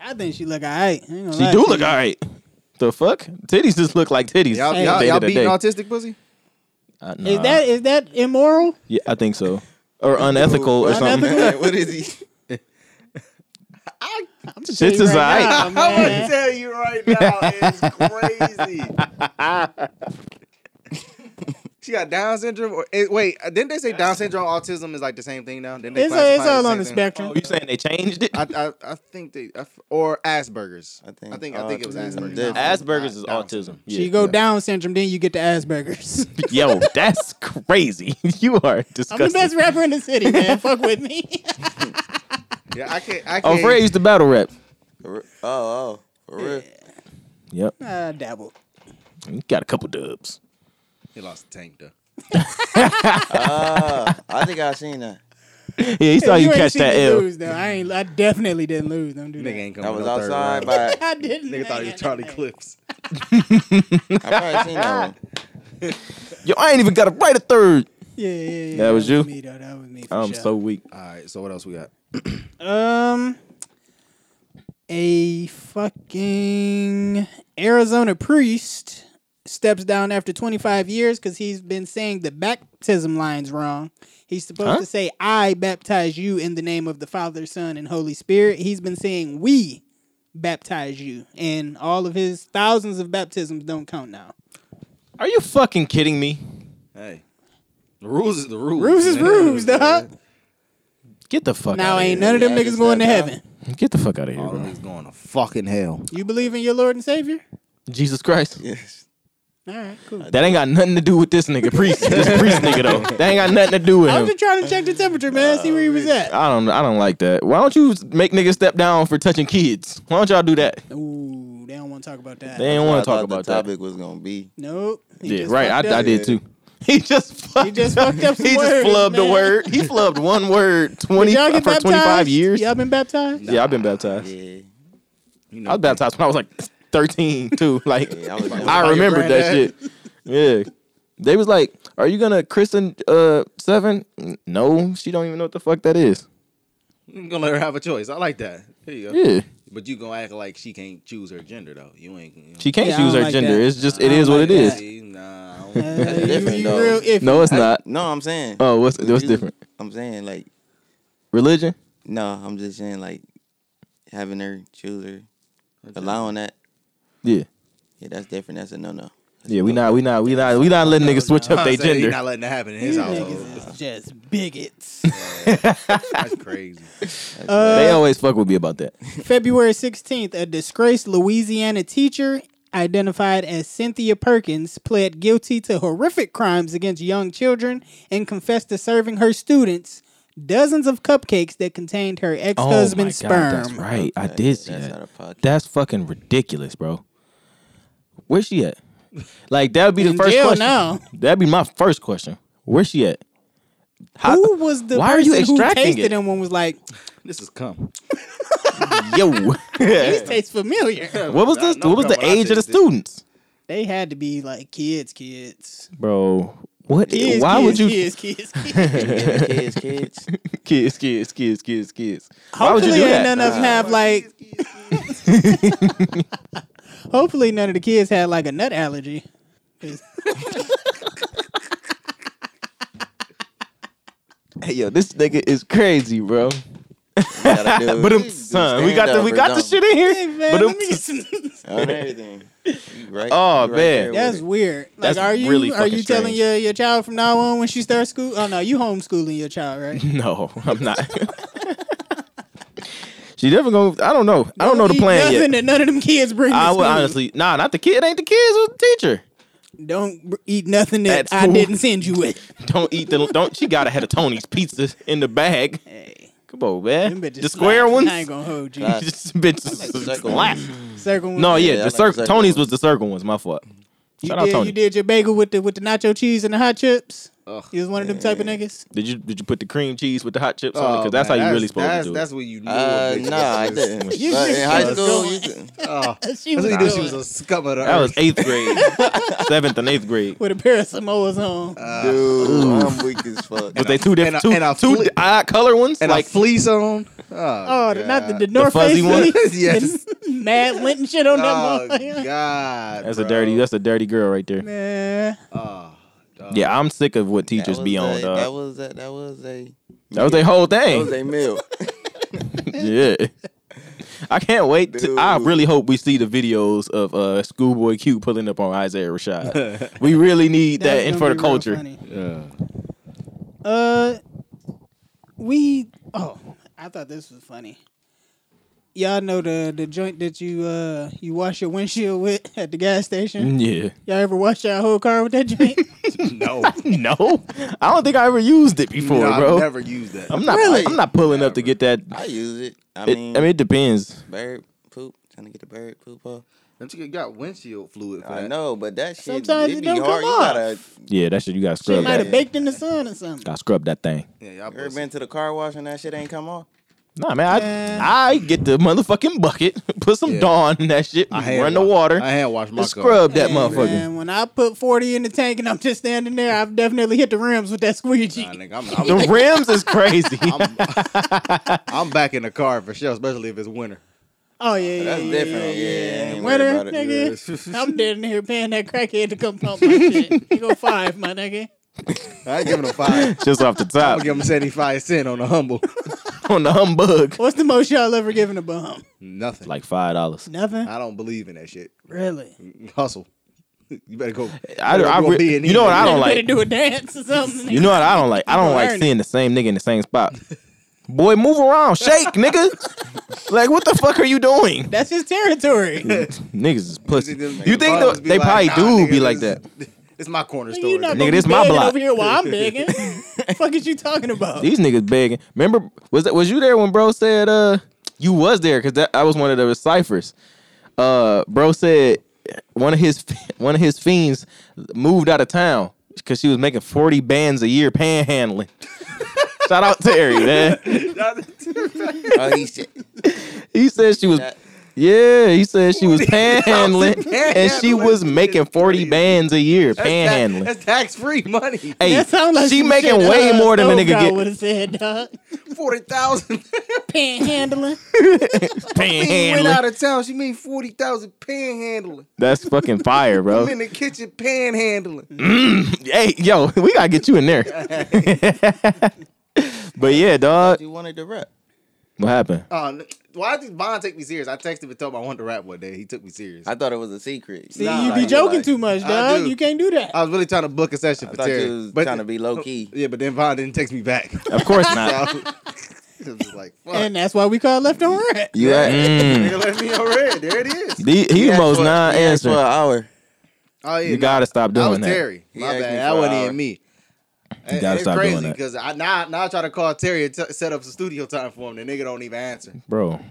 S4: I think she look alright. She do
S1: She do look all right. The fuck? Titties just look like titties.
S2: Y'all,
S1: at the
S2: y'all,
S1: end
S2: y'all
S1: of the
S2: beating
S1: day. <laughs>
S2: autistic pussy?
S1: Uh,
S4: Is
S1: nah.
S4: that is that immoral?
S1: Yeah, I think so. Or unethical or something.
S4: Unethical?
S3: Hey, what is he?
S4: I'm
S1: Shit's is
S4: now,
S2: <laughs>
S4: man.
S2: tell you right now, it's crazy. <laughs> she got Down syndrome. Or, eh, wait, uh, didn't they say Down syndrome autism is like the same thing now? Didn't they
S4: It's,
S2: classify
S4: a, it's
S2: it
S4: all on the
S2: same thing?
S4: spectrum.
S1: <laughs> Oh, you saying they changed it?
S2: I, I I think they I f- or Asperger's.
S3: I think
S2: I think I think it was
S3: autism
S2: Asperger's.
S3: different.
S1: Asperger's is
S2: Down
S1: autism.
S4: So
S1: Yeah.
S4: you go Down syndrome, then you get the Asperger's. <laughs>
S1: Yo, that's crazy. <laughs> You are
S4: I'm
S1: disgusting.
S4: the best rapper in the city,
S1: <laughs>
S4: man. Fuck with me.
S2: Yeah, I can't. I
S1: Oh,
S2: can't.
S1: Fred used to battle rap.
S3: For real? Oh, oh. For real?
S1: Yep.
S4: I Ah, dabble.
S1: You got a couple dubs.
S2: He lost the tank though.
S3: Ah, I think I seen that.
S1: Yeah, he saw you,
S4: ain't
S1: catch
S4: seen
S1: that
S4: me
S1: L.
S4: lose, though. I ain't. I definitely didn't lose. Don't do
S2: Nigga
S4: that.
S2: ain't coming.
S3: I was
S2: no third
S3: outside
S2: round.
S3: by.
S4: <laughs> I didn't.
S2: Nigga thought he was Charlie Clips.
S3: I probably seen that one.
S1: Yo, I ain't even got to write a third.
S4: Yeah, yeah, yeah.
S1: That was you?
S4: me, though. That was me. For
S1: I'm
S4: sure.
S1: so weak.
S2: All right. So what else we got?
S4: Um, a fucking Arizona priest steps down after 25 years because he's been saying the baptism lines wrong. He's supposed
S1: Huh?
S4: to say, I baptize you in the name of the Father, Son, and Holy Spirit. He's been saying, We baptize you. And all of his thousands of baptisms don't count now.
S1: Are you fucking kidding me?
S2: Hey, the rules is the rules.
S4: Ruse is
S2: man.
S4: ruse, dog.
S1: Get the fuck
S4: Now
S1: out
S4: ain't
S1: of
S4: none of them
S3: Yeah, I
S4: niggas
S3: just
S4: going to
S3: stepped
S4: heaven.
S1: here. Get the fuck out of here,
S2: All them
S1: bro.
S2: niggas going to fucking hell.
S4: You believe in your Lord and Savior?
S1: Jesus Christ.
S3: Yes.
S4: All right, cool.
S1: That ain't got nothing to do with this nigga, priest. this priest nigga though. That ain't got nothing to do with
S4: I
S1: him. Uh,
S4: was just trying to check the temperature, man. See where he was at.
S1: I don't. I don't like that. Why don't you make niggas step down for touching kids? Why don't y'all do that?
S4: Ooh, they don't want to talk about that.
S1: They ain't
S3: I
S1: want to
S3: thought
S1: talk about
S3: the
S1: that.
S3: topic was going to be.
S4: Nope. He
S1: Yeah,
S4: just
S1: right.
S4: fucked
S1: I, I
S4: up.
S1: did too. <laughs> He just fucked.
S4: just
S1: up.
S4: fucked up
S1: <laughs>
S4: some
S1: He
S4: words,
S1: just flubbed a
S4: man.
S1: word. He flubbed one word.
S4: <laughs> Did
S1: Twenty
S4: y'all
S1: for
S4: get baptized?
S1: twenty five years.
S4: Y'all been <laughs> baptized?
S1: Yeah, I've been baptized.
S3: Yeah.
S2: You
S1: I was baptized when I was like thirteen too. <laughs> Like
S3: Yeah, I was never-
S1: I remembered that shit. Yeah. They was like, "Are you gonna christen uh seven? N- No, she don't even know what the fuck that is.
S2: You gonna let her have a choice. I like that. Here you go.
S1: Yeah,
S2: But you gonna act like she can't choose her gender though. You ain't. You know.
S1: she can't
S4: Yeah, I
S1: choose
S4: don't
S1: her
S4: like
S1: gender.
S4: that.
S1: It's just
S4: I
S1: it
S4: don't
S1: is what it
S4: like
S2: <laughs>
S1: is.
S2: See, nah.
S1: <laughs>
S2: I don't-
S4: Uh, you-
S3: different,
S4: you
S3: though.
S4: real iffy.
S1: No, it's not.
S3: No, I'm saying.
S1: Oh, what's what's
S3: You-
S1: different?
S3: I'm saying, like,
S1: Religion?
S3: no, I'm just saying, like, having her choose her, allowing that.
S1: Yeah,
S3: Yeah, that's different. That's a no
S1: <laughs>
S3: no.
S1: yeah. We not we not we not we not letting niggas switch up
S2: I
S1: their
S2: said He
S1: gender.
S2: not letting that happen in his
S4: These
S2: household.
S4: niggas is just <laughs> bigots.
S2: That's
S1: <laughs>
S2: crazy.
S1: They
S4: Uh,
S1: always fuck with me about that.
S4: February 16th, a disgraced Louisiana teacher identified as Cynthia Perkins pled guilty to horrific crimes against young children and confessed to serving her students dozens of cupcakes that contained her ex-husband's sperm.
S1: Oh that's right. I did see
S3: That's
S1: that.
S3: out of pocket.
S1: That's fucking ridiculous, bro. Where's she at? Like that would be the
S4: In
S1: first
S4: jail
S1: question.
S4: now.
S1: That'd be my first question. Where's she at? How-
S4: Who was the
S1: Why are
S4: person
S1: you extracting
S4: who tasted
S1: it?
S4: them and was like,
S2: This is cum.
S4: <laughs>
S1: Yo, <laughs>
S4: these taste familiar? <laughs>
S1: what was this?
S2: No,
S1: What was
S2: no,
S1: the
S2: but I
S1: age of the
S2: think that-
S1: students,
S4: they had to be like kids, kids.
S1: bro? What?
S4: kids
S1: why
S4: kids,
S1: would you?
S4: Kids, kids, kids.
S3: Yeah, kids, kids.
S1: <laughs> kids, kids, kids, kids, kids. <laughs> Why would you
S4: Hopefully,
S1: do
S4: ain't
S1: that?
S4: none of them have like. <laughs> Hopefully, none of the kids had like a nut allergy. 'Cause
S1: Hey, yo, this nigga is crazy, bro.
S3: Gotta do-
S1: <laughs> But um,
S3: do
S1: son, we got
S3: stand
S1: the we
S3: up or
S1: got the
S3: something.
S1: shit in <laughs> here.
S4: Hey man,
S1: But
S4: let
S1: um,
S4: me get some.
S3: on <laughs> everything. You right,
S1: Oh,
S3: you right there
S1: man.
S3: with
S4: <laughs> That's
S3: it.
S4: weird. Like,
S1: That's
S4: are you
S1: really
S4: are you
S1: fucking
S4: telling
S1: strange.
S4: your, your child from now on when she starts school? Oh no, you homeschooling your
S3: <laughs>
S4: child, right?
S1: No, I'm not. <laughs> she definitely gonna. I don't know. I don't know the
S4: eat
S1: plan
S4: nothing
S1: yet.
S4: that none of them kids bring. To
S1: I would
S4: school.
S1: honestly, nah, not the kid. Ain't the kids or the teacher.
S4: don't br- eat nothing
S1: At
S4: that I
S1: school.
S4: didn't send you with.
S1: Don't eat the. Don't. She gotta have a Tony's pizzas in the bag.
S4: Hey,
S1: Come on, man.
S4: them bitches
S1: The square
S4: slaps.
S1: ones.
S4: I
S1: <laughs>
S4: ain't gonna hold you.
S3: Nah.
S1: Just bitch
S3: I like the circle
S1: slap.
S4: Circle ones.
S1: No, yeah,
S3: Yeah, I
S1: the
S3: like the
S1: circle.
S3: circle
S1: Tony's
S3: ones.
S1: was the circle ones. My fault.
S4: You
S1: Shout out
S4: did,
S1: Tony.
S4: you did your bagel with the with the nacho cheese and the hot chips.
S2: Ugh.
S4: You was one of them type of niggas. <laughs>
S1: Did you did you put the cream cheese with the hot chips on it?
S2: Oh,
S1: Because that's how
S2: man,
S1: you really supposed
S2: that's,
S1: to do
S2: That's
S1: it.
S2: what you knew.
S3: Uh,
S2: a bitch
S3: no, I
S2: was.
S3: didn't. But
S4: You
S3: in
S4: just
S3: high
S4: was
S3: school,
S4: going-
S3: you could,
S2: <laughs> Oh, that's what you
S4: She was
S2: knew. She was
S4: doing
S2: a scum of the
S1: That was
S2: earth.
S1: eighth grade, seventh and eighth
S4: <laughs>
S1: grade.
S4: <laughs> with a pair of Samoas on.
S2: Oh, uh,
S3: dude, I'm weak as fuck.
S1: But they two
S2: and a-
S1: different, two,
S2: and a
S1: two
S2: flip.
S1: odd color ones.
S2: And
S1: like
S2: a fleece on. Oh,
S4: oh, the, not the, the North
S1: fuzzy
S4: Face
S1: one?
S4: hoodie.
S2: <laughs> Yes.
S4: The Mad lint and shit on
S2: Oh,
S4: that <laughs> motherfucker.
S2: God.
S1: that's
S2: bro.
S1: a dirty, that's a dirty girl right there.
S4: Man,
S2: Oh, dog.
S1: Yeah, I'm sick of what
S3: That
S1: teachers be
S3: was
S1: on.
S3: a-
S1: dog.
S3: That was a, that was a
S1: That was their whole
S3: that was
S1: thing.
S3: a meal.
S1: <laughs> yeah. I can't wait. To, I
S3: Dude.
S1: really hope we see the videos of uh, Schoolboy Q pulling up on Isaiah
S2: <laughs>
S1: Rashad. we really need that
S4: That's
S1: in
S4: gonna
S1: for the
S4: be real
S1: culture.
S4: funny.
S2: Yeah.
S4: Uh, we. Oh, I thought this was funny. Y'all know the the joint that you uh you wash your windshield with at the gas
S1: <laughs>
S4: station.
S1: Yeah. <laughs>
S4: Y'all ever wash your whole car with that joint?
S2: <laughs> No.
S1: No, I don't think I ever used it before,
S2: no,
S1: bro.
S2: I've never used that.
S1: I'm not.
S3: Really?
S1: I'm not pulling up to get that.
S3: I use it. I
S1: It,
S3: mean,
S1: I mean, it depends.
S3: bird poop. Trying to get the bird poop off.
S2: Don't you got windshield fluid for
S3: I
S2: that?
S3: know, but that shit
S4: Sometimes it
S3: it be
S4: don't
S3: hard.
S4: come
S3: you gotta.
S1: Yeah, that shit. You gotta
S4: She
S1: scrub.
S4: might
S1: That.
S4: have baked in the sun or something.
S1: Gotta scrub that thing.
S2: Yeah, y'all
S3: You ever
S2: pussy.
S3: been to the car wash and that shit ain't come off?
S1: Nah, man. I,
S4: Man.
S1: I get the motherfucking bucket, <laughs> put some
S2: Yeah.
S1: Dawn in that shit,
S2: I hand
S1: run the
S2: wa-
S1: water,
S2: I hand wash my
S1: and
S2: car.
S1: scrub that
S4: Hey,
S1: motherfucker.
S4: Man, when I put 40 in the tank and I'm just standing there, I've definitely hit the rims with that squeegee.
S2: Nah, nigga, I'm,
S1: The
S2: I'm,
S1: rims <laughs> is crazy.
S2: I'm back in the car for sure, especially if it's winter.
S4: oh, yeah, yeah.
S3: That's
S4: yeah,
S3: different. Yeah, I ain't worried
S4: Winter,
S3: about it.
S4: nigga. <laughs> I'm dead in here paying that crackhead to
S1: <laughs>
S4: come pump my shit. You go five, my nigga.
S2: I ain't giving him five.
S1: Just off <laughs> the
S2: I'll
S1: top
S2: give him 75 cent on the humble.
S1: on the humbug,
S4: What's the most y'all ever given a bum?
S2: Nothing.
S1: like five dollars.
S4: Nothing?
S2: I don't believe in that shit.
S4: Really?
S2: Hustle. You better go.
S1: I, I,
S2: You gonna
S1: re-
S2: be an
S1: you know what I
S2: idiot.
S1: don't
S4: Better
S1: like.
S4: do a dance
S1: <laughs>
S4: or something.
S1: You know what I don't like. I don't
S4: gonna
S1: like
S4: earn
S1: seeing the same nigga in the same spot. Boy, move around, shake, nigga. Like, what the fuck are you doing?
S4: That's
S1: <laughs>
S4: his territory.
S1: Niggas is pussy.
S2: Them
S1: You think
S2: bums
S1: the-
S2: be
S1: they
S2: like,
S1: probably
S2: "Nah,
S1: do
S2: nigga,
S1: be like
S2: this-
S1: that?
S2: It's my corner store.
S4: you not
S2: nigga."
S4: gonna
S1: Nigga, this
S4: be
S1: my
S4: begging
S1: block.
S4: over here
S1: <laughs>
S4: while I'm begging. fuck is you talking about?
S1: These niggas begging. Remember, was that was you there when bro said uh you was there because that I was one of the ciphers. Uh, bro said one of his <laughs> one of his fiends moved out of town because she was making forty bands a year panhandling. <laughs> Shout out Terry, man.
S2: <laughs>
S4: <laughs>
S3: Oh, he said.
S1: He said she was. Yeah, <laughs> he said she was panhandling, and she was making forty bands a year panhandling.
S2: That's tax free money.
S1: <laughs> Hey,
S4: That sound like
S1: she
S4: some
S1: making
S4: shit
S1: way
S4: that, uh,
S1: more than a
S4: Stove
S1: nigga
S4: God
S1: get
S4: would have said, dog.
S2: 40,000.
S4: Panhandling.
S2: <laughs> She went
S1: panhandling.
S2: out of town. She made 40,000 panhandling.
S1: That's fucking fire, bro.
S3: Oh.
S1: <laughs>
S2: I'm in the kitchen panhandling.
S1: Hey, yo, <laughs> we gotta get you in
S2: <laughs>
S1: there. but yeah, dog.
S3: You wanted to rap.
S1: What happened?
S2: Uh, why did Bond take me serious? I texted him and told him I wanted to rap one day. He took me serious.
S3: I thought it was a secret.
S4: See,
S2: Nah,
S4: you be
S2: like-
S4: joking
S3: like-
S4: too much,
S2: I
S4: dog.
S2: do.
S4: You can't do that.
S2: I was really trying to book a session
S3: I
S2: for
S3: thought
S2: Terry.
S3: you was trying to be low key.
S2: <laughs> Yeah, but then Vaughn didn't text me back. <laughs>
S1: Of course not.
S2: It was <laughs> just like, fuck.
S4: and that's why we call it left on red.
S3: You had
S1: Mm.
S2: Nigga left me on red. There it is.
S1: The- He,
S3: asked
S1: most
S3: for-
S1: non
S3: he asked for an
S1: answer.
S3: hour.
S2: Oh, yeah.
S1: You
S2: no,
S1: gotta stop
S2: that was
S1: doing that.
S2: Terry.
S3: He
S2: My
S3: asked me
S2: bad.
S3: for
S2: That wasn't
S3: an
S2: even me. And-
S1: gotta
S2: and it's
S1: stop doing
S2: crazy
S1: that.
S2: because I now, now I try to call Terry and t- set up some studio time for him. The nigga don't even answer.
S1: Bro.
S2: Can't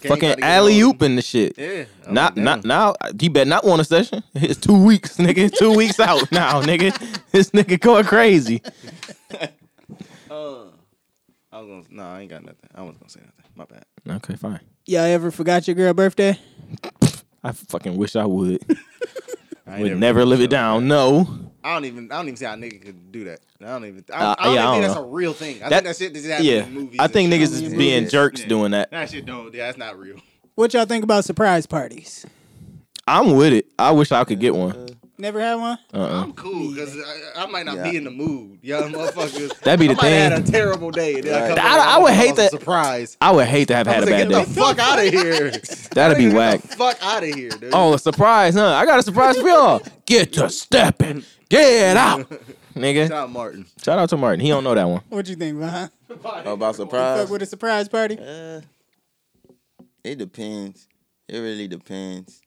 S2: gotta
S1: Fucking
S2: get a hold of
S1: alley
S2: him.
S1: ooping the shit.
S2: Yeah. I'm
S1: Not,
S2: like, damn.
S1: not now. He better not want a session. <laughs> It's two weeks, nigga. It's Two weeks out
S2: <laughs>
S1: now, nigga. This nigga going crazy.
S2: Uh, I was gonna. No, I ain't got nothing. I wasn't gonna say nothing. My bad.
S1: Okay, fine.
S4: Y'all ever forgot your girl birthday?
S1: I fucking wish I would.
S2: I ain't
S1: Would never live it down. No.
S2: I don't even. I don't even see how nigga could do that. I don't even. I,
S1: Uh,
S2: I don't
S1: yeah,
S2: even
S1: I
S2: think
S1: don't
S2: that's
S1: know.
S2: a real thing. I
S1: That-
S2: think that shit just happens
S1: Yeah.
S2: in movies.
S1: I
S2: and
S1: think
S2: shit.
S1: niggas is being jerks
S2: Yeah.
S1: doing that.
S2: That shit don't. Yeah, that's not real.
S4: What y'all think about surprise parties?
S1: I'm with it. I wish I could get one.
S4: Never had one.
S1: Uh-uh.
S2: I'm cool because I, I might not
S3: Yeah.
S2: be in the mood. <laughs> Y'all motherfuckers.
S1: That'd be the
S2: I might have had
S1: thing.
S2: a terrible day. and then
S3: Right.
S2: come
S1: I-
S2: back,
S1: I would hate
S2: I'm
S1: that-
S2: Surprise.
S1: I would hate to have had a
S2: I'm
S1: bad day.
S2: like, Get the fuck
S1: <laughs>
S2: out of here.
S1: That'd be
S2: Get the
S1: whack.
S2: Fuck out of here, dude.
S1: Oh, a surprise, huh? I got a surprise for y'all. Get to stepping. <laughs> Get out. Nigga.
S2: Shout out Martin.
S1: Shout out to Martin. He don't know that one.
S4: What you think, Vaughn?
S3: Oh, about
S4: Fuck
S3: surprise.
S4: with a surprise party.
S3: Uh, it depends. It really depends.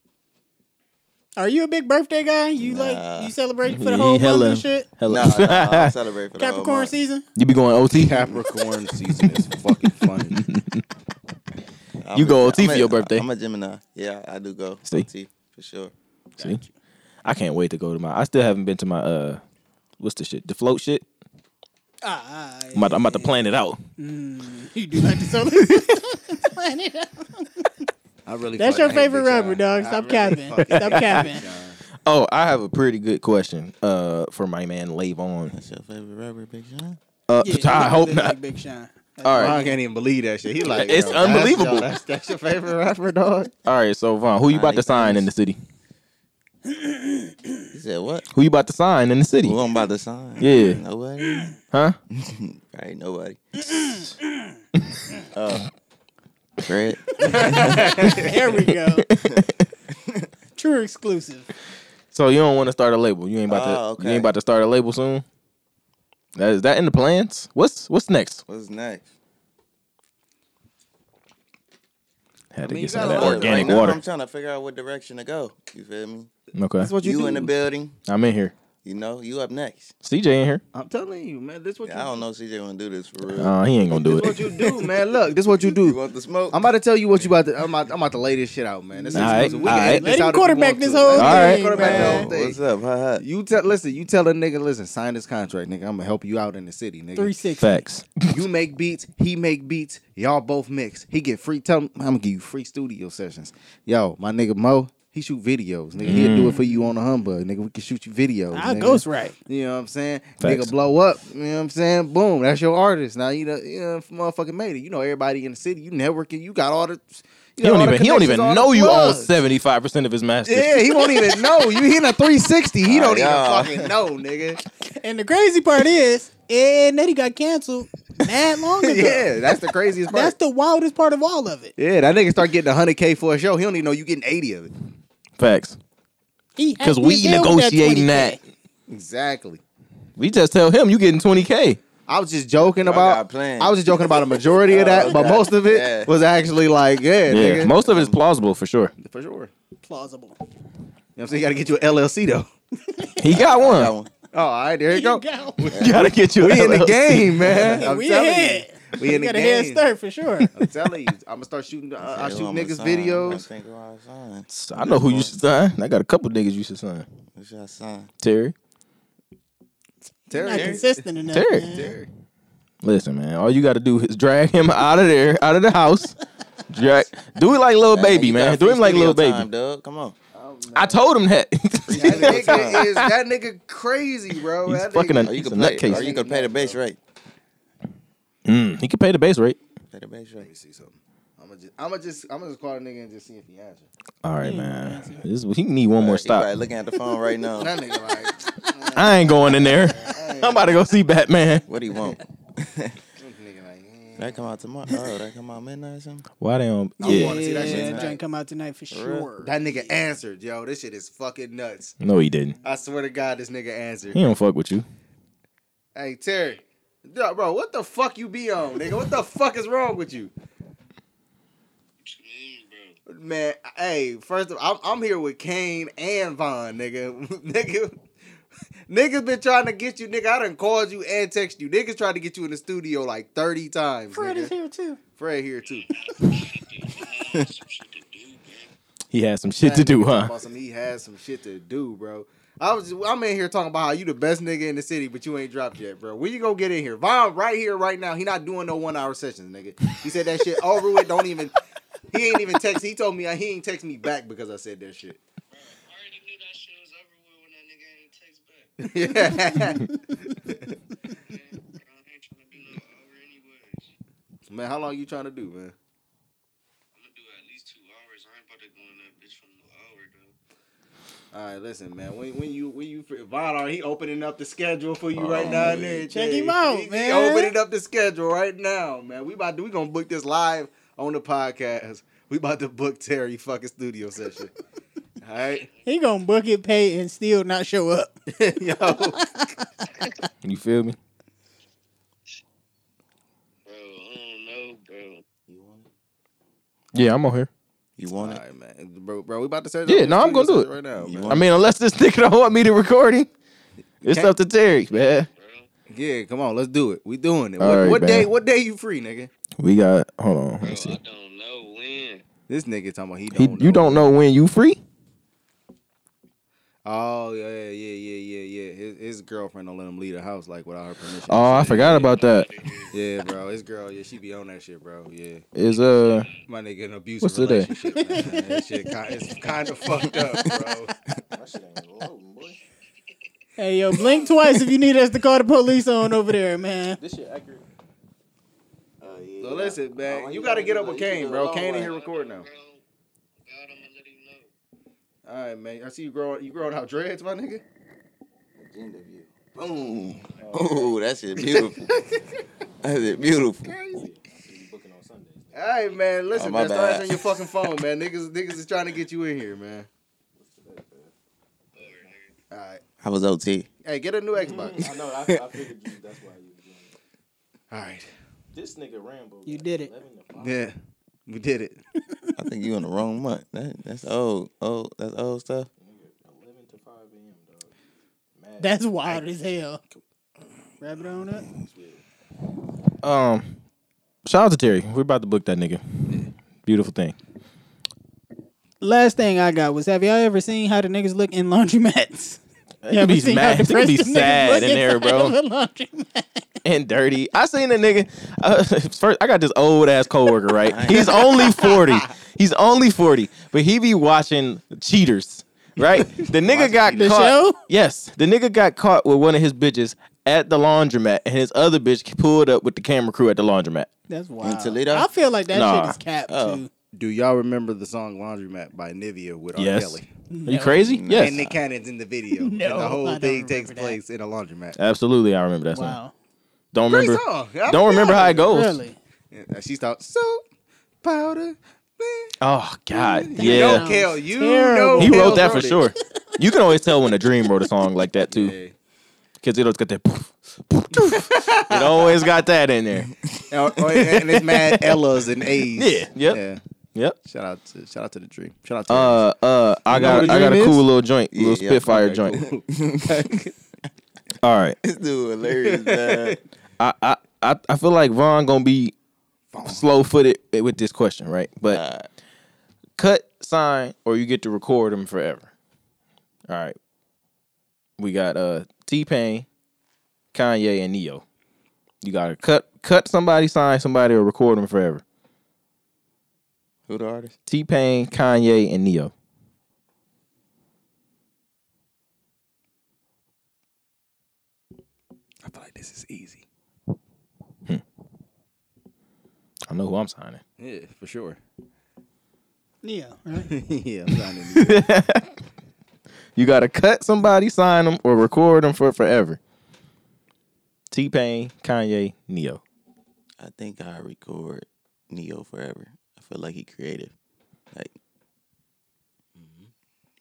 S4: Are you a big birthday guy? You
S3: Nah.
S4: like you celebrate for
S1: He
S4: the whole month
S1: hella-
S4: and shit.
S1: Hello.
S3: Nah, nah, <laughs> I don't celebrate for the whole
S4: Capricorn
S3: month.
S4: season.
S1: <laughs> you be going OT? Oh,
S2: Capricorn season is fucking funny.
S3: I'm
S1: You
S3: a-
S1: go OT
S3: I'm
S1: for
S3: a-
S1: your birthday.
S3: I'm a Gemini. Yeah, I do go
S1: See?
S3: OT for sure.
S1: See? I can't wait to go to my I still haven't been to my uh what's the shit? The float shit?
S4: Ah, ah,
S1: I'm about to, I'm about to plan it out.
S4: you do like the solar.
S2: I really.
S4: That's
S2: fucking
S4: your
S2: hate
S4: favorite
S2: Big Sean.
S4: rapper, dog.
S2: I
S4: Stop
S2: really
S4: capping.
S2: fucking
S4: Stop
S2: hate
S4: capping.
S2: Big Sean.
S1: Oh, I have a pretty good question uh for my man Lave on.
S3: That's your favorite rapper, Big Sean?
S1: Uh
S4: Yeah,
S1: <laughs> I
S4: you
S1: hope
S4: look
S1: not.
S4: Like Big Sean.
S1: All
S2: Ron
S1: right.
S2: can't even believe that shit. He like,
S1: It's
S2: yo, that's-
S1: unbelievable.
S2: yo, That's, that's your favorite
S1: <laughs>
S2: rapper, dog.
S1: All right, so Vaughn, who you about to sign in the city?
S3: He said what?
S1: Who you about to sign in the city?
S3: Who I'm about to sign?
S1: Yeah.
S3: Nobody.
S1: Huh?
S3: Right. Nobody. uh, Fred.
S4: There
S2: <laughs>
S4: we go. True exclusive.
S1: So you don't want to start a label. You ain't about to.
S3: Oh,
S1: You
S3: okay.
S1: ain't about to start a label soon. That is that in the plans? What's what's next?
S3: What's next?
S1: Had to
S2: mean, you
S1: get some of
S2: got a
S1: that
S2: lot
S3: Look,
S2: of-
S1: organic
S3: right now,
S1: water.
S3: I'm trying to figure out what direction to go. You feel me?
S1: Okay,
S4: That's what you,
S3: You
S4: do.
S3: in the building.
S1: I'm in here.
S3: You know, you up next.
S1: CJ in here.
S2: I'm telling you, man. This what
S3: Yeah, I don't know if CJ want to do this for real.
S1: Uh, he ain't gonna do
S2: This
S1: it.
S2: what you do, man. Look, this what you
S3: you
S2: do.
S3: want the smoke?
S2: I'm about to tell you what you about to. I'm about, I'm about to lay this shit out, man. This is
S1: All right,
S2: exclusive. We
S1: all
S2: can
S1: right.
S2: edit
S4: Let
S2: this
S4: him
S2: out if we
S4: quarterback
S2: want
S4: this
S2: to.
S4: whole
S2: Let him
S1: thing,
S2: quarterback the
S4: man.
S2: whole thing.
S3: What's up? Hi, hi.
S2: You tell, listen. You tell a nigga, listen, sign this contract, nigga. I'm gonna help you out in the city, nigga.
S4: 360.
S1: <laughs> Facts.
S2: You make beats, he make beats. Y'all both mix. He get free. Tell him I'm gonna give you free studio sessions. Yo, my nigga Mo, he shoot videos, nigga. He'll do it for you on the humbug, nigga. We can shoot you videos.
S4: I
S2: nigga.
S4: ghost right.
S2: You know what I'm saying?
S1: Facts.
S2: Nigga blow up. You know what I'm saying? Boom. That's your artist. Now you know, you know motherfucking made it. You know everybody in the city. You networking. You got all the. You
S1: He
S2: got
S1: don't
S2: all the
S1: even. He don't
S2: connections,
S1: even
S2: all the
S1: know you own
S2: plugs.
S1: seventy five percent of his masters.
S2: Yeah, he won't even know. You hitting a
S1: <laughs>
S2: 360. He don't
S3: yeah.
S2: even fucking know, nigga. <laughs>
S4: And the crazy part is, Ed Nettie got canceled mad long ago.
S2: <laughs> Yeah, that's the craziest part.
S4: That's the wildest part of all of it.
S2: Yeah, that nigga start getting 100K for a show. He don't even know you getting 80 of it.
S1: Facts.
S4: He hacked
S1: Because we
S4: his deal with
S1: negotiating
S4: 20K.
S1: that.
S2: Exactly.
S1: We just tell him you getting twenty k.
S2: I was just joking
S3: Y'all
S2: about.
S3: got plans.
S2: I was just joking about a majority
S3: <laughs>
S2: of that, but
S3: okay.
S2: most of it
S3: Yeah.
S2: was actually like, yeah,
S1: Yeah,
S2: nigga.
S1: most of it is plausible for sure.
S2: for sure.
S4: Plausible.
S2: You know what I'm saying? You got to get you an LLC, though. <laughs>
S1: He got one.
S3: Got one.
S2: Oh, all right, there you go.
S4: <laughs>
S1: You <laughs> gotta get you.
S2: We in the
S1: LLC.
S2: game, man. I'm
S4: we
S2: telling
S4: ahead.
S2: you. We in
S4: We
S2: the
S4: got a head
S2: game.
S4: start
S2: <laughs>
S4: for sure.
S2: I'm telling you. I'm going to start shooting. I, Uh, I
S3: Say
S2: shoot
S3: who I'ma
S2: niggas
S3: sign. I
S2: videos.
S3: think who I sign.
S1: <laughs> I know who you should sign. I got a couple niggas you should sign.
S3: Who should I sign?
S1: Terry.
S2: Terry.
S4: Not consistent enough.
S1: Terry.
S4: man.
S2: Terry.
S1: Listen, man. All you got to do is drag him <laughs> out of there, out of the house. Drag, do it like little
S3: Hey,
S1: baby,
S3: you
S1: man.
S3: got
S1: Do
S3: free
S1: him like
S3: studio
S1: little baby.
S3: Time, dog. Come on.
S1: I told him that.
S2: That nigga is that nigga crazy, bro.
S1: He's
S2: That
S1: fucking
S2: nigga-
S1: a-
S3: Or you
S1: It's
S3: can play,
S1: nutcase.
S3: or you can pay the base rate.
S1: <laughs> Mm, he could pay the base rate.
S3: Pay the base
S2: Let me
S3: rate.
S2: see something. I'm gonna just, I'm gonna just, I'm gonna just call a nigga and just see if he answers.
S1: All right, man. This, he need one more
S3: Uh, He probably
S1: stop.
S3: looking at the phone right
S2: <laughs>
S3: now.
S2: That nigga like,
S1: I ain't going in there. I'm about to go see Batman.
S3: what do you want?
S2: that nigga like, eh.
S3: that come out tomorrow. Oh, that come out midnight or something.
S1: Why they don't?
S2: I
S1: Yeah.
S2: wanna see that shit
S4: Yeah,
S2: tonight.
S4: joint come out tonight for
S3: real?
S4: sure.
S2: that nigga answered, yo. This shit is fucking nuts.
S1: No, he didn't.
S2: I swear to God, this nigga answered.
S1: He don't fuck with you.
S2: Hey Terry, Yo, bro, what the fuck you be on, nigga? What the fuck is wrong with you? Man, hey, first of all, I'm, I'm here with Kane and Von, nigga. <laughs> nigga, niggas been trying to get you, nigga. I done called you and text you. Niggas tried to get you in the studio like 30 times.
S4: Fred
S2: nigga.
S4: is here too.
S2: Fred here too.
S1: He had some shit to do, huh?
S2: Awesome. He has some shit to do, bro. I was I'm in here talking about how you the best nigga in the city, but you ain't dropped yet, bro. When you gonna get in here? Von right here, right now. He not doing no one hour sessions, nigga. He said that shit over with. Don't even. He ain't even text. He told me uh, he ain't text me back because I said that shit. <laughs> man, how long you trying to do, man? All right, listen, man. When when you when you Vaughn, he opening up the schedule for you
S1: Oh,
S2: right now. and there.
S4: Check
S2: Jay.
S4: him out,
S2: He-
S4: man.
S2: He opening up the schedule right now, man. We about to, we gonna book this live on the podcast. We about to book Terry fucking studio
S4: <laughs>
S2: session. All right,
S4: He gonna book it, pay, and still not show up.
S2: yo,
S1: You feel me?
S7: Bro, I don't know, bro.
S3: You want it?
S1: Yeah, I'm on here.
S3: You
S2: all
S3: want it?
S2: right, man, bro, bro. We about to set.
S1: Yeah,
S2: up
S1: no,
S2: the
S1: I'm gonna
S2: studio
S1: do
S2: session right now,
S3: You
S2: man.
S3: want-
S1: I mean, unless this nigga don't want me to record him, it's
S2: Can't-
S1: up to Terry, man.
S2: Yeah, come on, let's do it. We doing it.
S1: All
S2: What,
S1: right,
S2: what day?
S1: man.
S2: What day you free, nigga?
S1: We got. Hold on.
S7: Bro,
S1: Let me
S7: I
S1: see.
S7: don't know when.
S2: This nigga talking about he
S1: He,
S2: don't.
S1: you
S2: know.
S1: don't know when you free?
S2: Oh yeah, yeah, yeah, yeah, yeah. His his girlfriend don't let him leave the house like without her permission.
S1: Oh, I forgot about that.
S2: Yeah, bro. His girl, yeah, she be on that shit, bro. Yeah,
S1: Is uh,
S2: my nigga, an abusive
S1: What's today?
S2: relationship. Man. That shit kind, it's kind of fucked up, bro.
S3: My shit ain't loading, boy.
S4: Hey yo, blink twice if you need us to call the police on over there, man.
S6: This shit accurate.
S3: Uh, yeah,
S2: So listen,
S3: Oh,
S2: man, you
S3: you
S2: gotta
S3: gotta
S2: get up
S3: do
S2: with
S3: the- you
S2: Kane,
S3: do the
S2: bro.
S3: long
S2: Kane in
S3: way.
S2: here recording now.
S7: Bro, God, I'm gonna let him know.
S2: All right, man. I see you growing. You growing out dreads, my nigga.
S3: Agenda view. Boom. Oh, that shit beautiful. that shit beautiful.
S2: Crazy.
S6: You booking on Sundays.
S2: All right, man. Listen,
S3: Oh, my
S2: man. Start
S3: bad. <laughs>
S2: answering your fucking phone, man. Niggas, niggas is trying to get you in here, man. All right.
S3: I was OT.
S2: Hey, get a new
S6: I
S2: Xbox.
S3: Mm.
S6: know.
S1: uh,
S6: I, I figured you. That's why you. was doing it.
S2: All right.
S6: This nigga Rambo.
S4: You
S6: got
S4: did it.
S6: 11 to five.
S2: Yeah, we did it.
S3: I think you in the wrong month. That, that's old. Old. That's old stuff.
S6: Nigga, Eleven to five a.m. Dog. Mad.
S4: That's wild as hell. Wrap it on up.
S1: um, shout out to Terry. We're about to book that nigga. Beautiful thing.
S4: Last thing I got was: Have y'all ever seen how the niggas look in laundromats?
S1: It could be mad. It could be sad in
S4: <laughs>
S1: there, bro.
S4: Laundromat.
S1: and dirty. I seen a nigga. Uh, <laughs> first, I got this old ass coworker. Right, he's only forty. He's only forty, but he be watching Cheaters. Right, the nigga got
S4: The
S1: caught.
S4: show?
S1: Yes, the nigga got caught with one of his bitches at the laundromat, and his other bitch pulled up with the camera crew at the laundromat.
S4: That's wild.
S3: Toledo?
S4: I feel like that
S1: Nah.
S4: shit is capped
S3: Oh.
S4: too.
S2: Do y'all remember the song "Laundromat" by Nivea with R.
S1: Yes.
S2: Kelly?
S1: Are you crazy? Yes,
S2: And Nick Cannon's in the video. and
S4: <laughs> No,
S2: the
S4: I
S2: whole
S4: don't
S2: thing takes
S4: remember that.
S2: place in a laundromat.
S1: absolutely. I remember that song.
S4: Wow.
S1: Don't
S2: Great
S1: remember.
S2: song. I'm
S1: Don't remember how it
S2: telling
S1: goes.
S4: Really?
S2: you. Yeah, She starts soap, powder, man.
S1: Oh God,
S4: You
S2: You
S1: yeah.
S2: know Kel, you
S4: Terrible.
S2: know
S1: He
S2: Kel
S1: wrote that for
S2: it.
S1: sure. You can always tell when a dream wrote a song like that too.
S2: Yeah.
S1: Cause it'll got that. Poof, poof, poof. it always got that in there.
S2: And, oh, and and it's mad Ella's and A's.
S1: <laughs> Yeah, yep.
S2: Yeah.
S1: Yep.
S2: Shout out to shout out to the dream. Shout out to
S1: Uh, uh, I
S2: You know
S1: got,
S2: what a
S1: I got a
S2: dream
S1: cool
S2: is?
S1: little joint,
S3: Yeah,
S1: little
S3: yeah,
S1: Spitfire
S3: okay,
S1: joint.
S3: cool.
S2: <laughs>
S1: All right,
S3: <laughs> This dude <laughs> hilarious, man.
S1: I, I, I, I feel like Vaughn gonna be slow footed with this question, right? But
S3: Alright.
S1: cut, sign, or you get to record them forever. All right, we got uh T Pain, Kanye, and Neo. You gotta cut, cut somebody, sign somebody, or record them forever.
S3: Who the artist?
S1: T Pain, Kanye, and Neo.
S2: I feel like this is easy.
S1: I know who I'm signing.
S2: Yeah, for sure.
S4: Yeah. Right.
S2: <laughs> yeah, I'm trying to
S1: <laughs> You gotta cut somebody, sign them, or record them for forever. T Pain, Kanye, Neo.
S3: I think I record Neo forever. I feel like he creative. Like,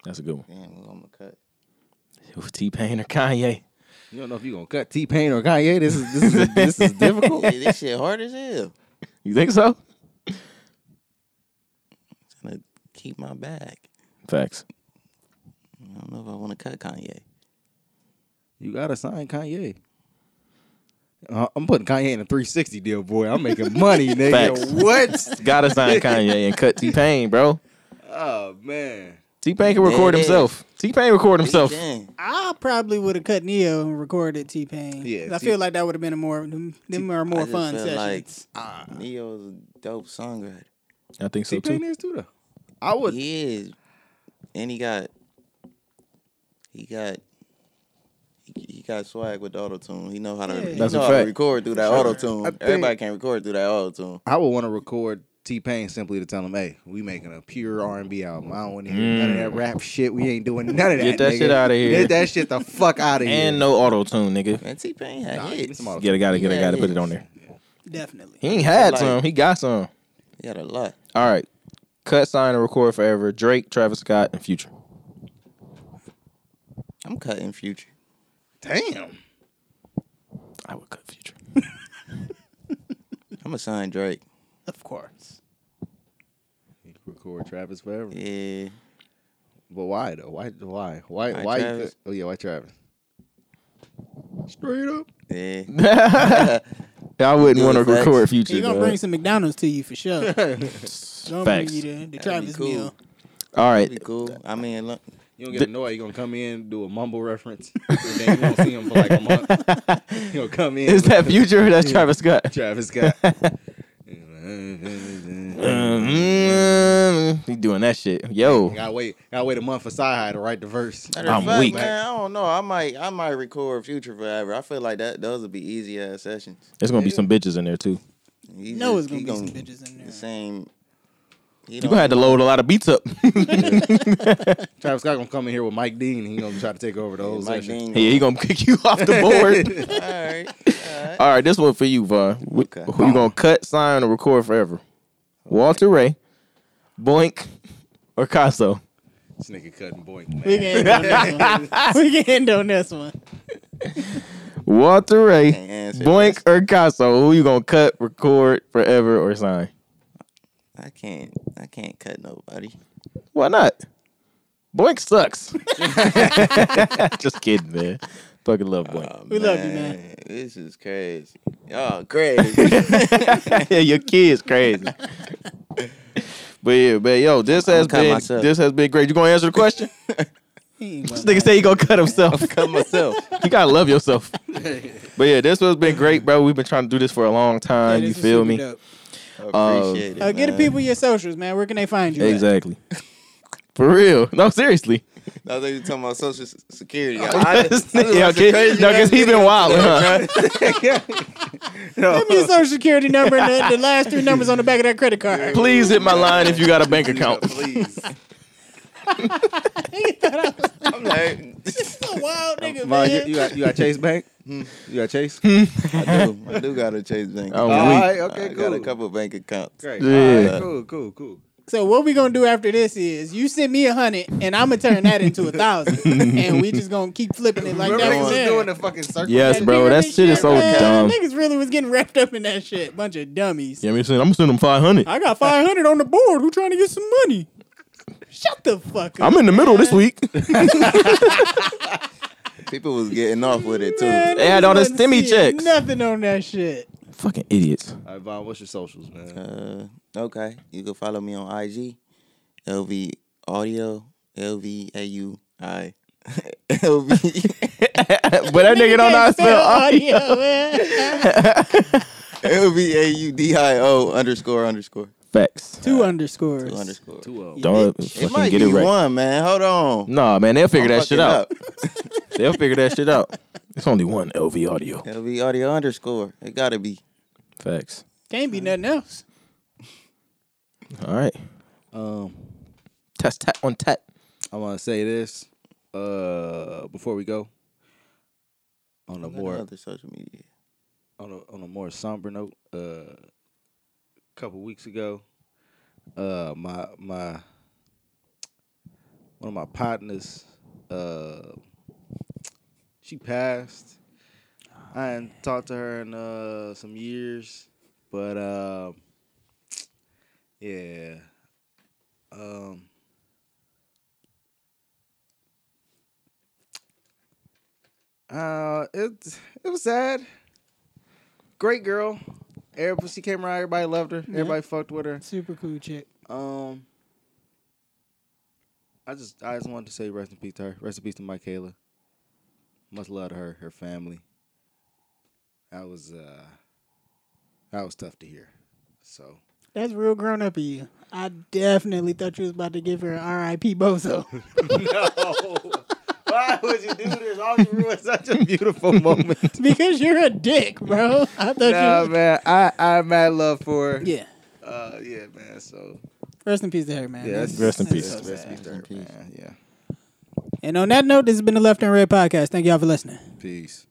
S1: That's a good one.
S3: damn, I'm gonna <laughs> cut.
S1: T Pain or <laughs> Kanye?
S2: You don't know if you're gonna cut T Pain or Kanye. This is this is
S1: <laughs>
S2: this is difficult.
S3: Yeah, this shit hard as hell.
S1: You think so?
S3: Trying to keep my back.
S1: Facts.
S3: I don't know if I want to cut Kanye.
S2: You gotta sign Kanye. Uh, I'm putting Kanye in a 360 deal, boy. I'm
S1: <laughs>
S2: making money, nigga.
S1: Facts.
S2: What?
S1: Gotta <laughs> sign Kanye and cut T Pain, bro.
S2: Oh man.
S1: T Pain can
S3: Yeah,
S1: record
S3: it is.
S1: himself. T Pain record himself.
S3: Damn.
S4: I probably would have cut Neo and recorded T Pain.
S2: Yeah,
S4: I
S2: T-
S4: feel like that would have been a more them, them are more
S3: just
S4: fun
S3: feel
S4: sessions.
S3: like- Neo's a dope songwriter.
S1: I think Uh, so
S2: T Pain
S1: too.
S2: is too though. I would.
S3: He is, and he got, he got, he, he got swag with auto tune. He know how to,
S4: Yeah.
S3: he
S1: That's a
S3: know how to
S1: fact.
S3: record through that
S2: Sure.
S3: auto
S2: I
S3: tune.
S2: think-
S3: Everybody can record through that auto tune.
S2: I would want to record T Pain simply to tell him, "Hey, we making a pure R and B album. I don't want to hear none of that rap shit. We ain't doing none of that.
S1: Mm. Get that
S2: nigga.
S1: shit outta here.
S2: Get that shit the fuck out of here."
S1: And no auto tune, nigga.
S3: Man, T Pain had
S2: Nah, give me
S3: hits.
S2: some auto-
S1: Gotta gotta gotta
S3: Yeah,
S1: gotta put
S3: yeah.
S1: it on there.
S4: Definitely.
S1: He ain't had
S3: Like-
S1: some. He got some.
S3: He had a lot.
S1: All right. Cut, sign, and record forever. Drake, Travis Scott, and Future.
S3: I'm cutting Future.
S2: Damn.
S1: I would cut <laughs> Future.
S3: I'm gonna sign Drake.
S4: Of course.
S2: Record Travis forever.
S3: Yeah,
S2: But why though? Why? Why? Why? Why?
S3: Why
S2: you
S3: Travis?
S2: th- oh yeah, why Travis? Straight up.
S3: yeah.
S1: I wouldn't
S3: Yeah,
S1: want to
S3: facts.
S1: record Future.
S4: He's gonna
S1: dog.
S4: bring some McDonald's to you for sure.
S1: <laughs>
S4: Gonna bring
S1: Facts.
S4: you the, the
S3: be
S4: Travis
S3: cool.
S4: meal.
S1: All right.
S3: Be cool. I mean, look,
S2: You don't get annoyed. You're gonna come in, do a mumble reference, <laughs> and then you won't see him for like a month. You'll come in.
S1: <laughs> Is
S2: with
S1: that Future or that's Travis Scott?
S2: <laughs>
S1: <laughs>
S2: Travis Scott?
S1: Mm, he doing that shit. Yo.
S2: gotta wait. Gotta wait a month for Sci to write the verse.
S3: matter of
S1: I'm
S3: fact,
S1: weak.
S3: Man, I don't know. I might, I might record Future forever. I feel like that those would be easy ass sessions.
S1: There's gonna be some bitches in there too.
S3: He
S4: You know it's
S3: just-
S4: gonna
S3: he
S4: be some bitches in
S3: The
S4: there.
S3: same. He
S1: You gonna have to load a lot of beats up. <laughs>
S2: Travis Scott gonna come in here with Mike Dean. and He gonna try to take over the whole
S3: Mike
S2: session.
S3: Dean.
S1: yeah, he gonna kick you off <laughs> the board.
S3: All right, all right.
S1: All right, this one for you, Vaughn. Wh-
S3: Okay.
S1: Who you gonna cut, sign, or record forever? Walter Ray, Boink, or Casso?
S2: <laughs> This nigga cutting boink.
S4: We
S2: Man. <laughs>
S4: can end on this one. We can end on
S1: <laughs>
S4: this one.
S1: Walter Ray,
S3: Can't answer
S1: Boink,
S3: this.
S1: or Casso? Who you gonna cut, record forever, or sign?
S3: <laughs> I can't, I can't cut nobody.
S1: Why not? Boink sucks. <laughs> Just kidding, man. Fucking love Boink.
S3: Oh,
S4: We love you, man.
S3: This is crazy. Y'all crazy.
S1: yeah, <laughs> your kid's crazy. but yeah, but yo, this has
S3: cut
S1: been
S3: myself.
S1: this has been great. You gonna answer the question?
S4: He
S1: <laughs>
S4: ain't
S1: This nigga say he gonna <laughs> cut himself.
S3: cut myself.
S1: you gotta love <laughs> yourself. but yeah, this has been great, bro. We've been trying to do this for a long time. you feel me?
S3: Um, I Appreciate it.
S4: Uh, get the
S3: man.
S4: people your socials, man. Where can they find you? at?
S1: Exactly. <laughs> for real? No, seriously. <laughs>
S3: I thought you were talking about social s- security. I, I,
S1: This nigga- yeah, okay. No, cause he's been wild. <laughs> Huh?
S2: Oh,
S4: Give me your social security number and the, the last three numbers on the back of that credit card.
S1: Please hit my line if you got a bank <laughs> account.
S3: please. I'm like, <laughs>
S4: That's <laughs> a wild nigga,
S2: Vaughn, you,
S4: man.
S2: you got you got Chase Bank. You got Chase.
S1: Hmm.
S3: I do, I do got a Chase bank.
S1: Oh,
S3: account.
S2: All
S1: weak.
S2: right.
S3: I
S2: Okay. Cool.
S3: got a couple bank accounts.
S2: Great.
S1: Yeah.
S2: All right, cool. Cool. Cool.
S4: So what we gonna do after this is you send me a hundred and I'm gonna turn that into
S1: <laughs>
S4: a thousand, and we just gonna keep flipping it like
S2: Remember
S4: that.
S2: niggas
S4: Was
S2: was
S4: there.
S2: doing the fucking circle.
S1: Yes,
S4: That
S1: bro. That
S4: pyramid
S1: shit is so
S4: man.
S1: dumb.
S4: Niggas really was getting wrapped up in that shit. Bunch of dummies.
S1: Yeah, I'm saying I'm gonna send him five hundred.
S4: I got five hundred on the board. Who trying to get some money? Shut the fuck up.
S1: I'm in the middle this <laughs> week.
S3: People was getting off with it too.
S4: Man,
S1: They had all the
S4: niggas wasn't
S1: stimmy
S4: seeing
S1: checks.
S4: Nothing on that shit.
S1: Fucking idiots.
S2: All right, Vaughn, what's your socials, man?
S3: Uh, okay, you can follow me on IG, LV Audio, <laughs> LVAUI, LV
S1: <laughs> but that nigga don't know how to
S4: Can't
S1: spell audio. <laughs>
S4: audio, man.
S3: LVAUDIO underscore underscore
S1: Facts.
S4: Two underscores.
S3: two underscore.
S2: Two of 'em.
S1: Don't
S3: It
S1: fucking
S3: might
S1: get
S3: be
S1: it right.
S3: one, man. Hold on.
S1: Nah, man, they'll figure
S3: I'm
S1: that shit
S3: fucking
S1: out. they'll figure that shit <laughs> out. It's only one LV audio.
S3: up. LV Audio underscore. It gotta be.
S1: Facts.
S4: Can't be nothing else.
S1: All right.
S2: Um,
S1: Test tat on tat.
S2: I want to say this uh, before we go on a
S3: None
S2: more
S3: other social media.
S2: on a, on a more somber note. Uh, a couple weeks ago, uh, my my one of my partners, uh, she passed. I hadn't talked to her in uh, some years, but uh, yeah, um. Uh, it it was sad great girl. Everybody, she came around. Everybody loved her. Everybody fucked with her.
S4: Super cool chick.
S2: Um, I just, I just wanted to say rest in peace to her. Rest in peace to Michaela. Much love to her, her family. That was, uh, that was tough to hear. <laughs> So
S4: That's real grown up of you. I definitely thought you was about to give her an R.I.P. Bozo. <laughs>
S2: why would you do this? I was ruined <laughs> such a beautiful moment.
S4: because you're a dick, bro. I thought
S2: nah,
S4: you.
S2: man, I, I had mad love for her.
S4: Yeah.
S2: Uh, yeah, man. So
S4: Rest in peace to her, man.
S2: yeah,
S4: That's-
S1: Rest in
S4: that's
S1: peace.
S4: so
S2: Rest,
S4: sad.
S2: in
S3: Rest
S2: peace,
S3: in
S2: Dirk,
S3: peace.
S2: man. Yeah.
S4: And on that note, this has been the Left and Red Podcast. Thank y'all for listening.
S2: Peace.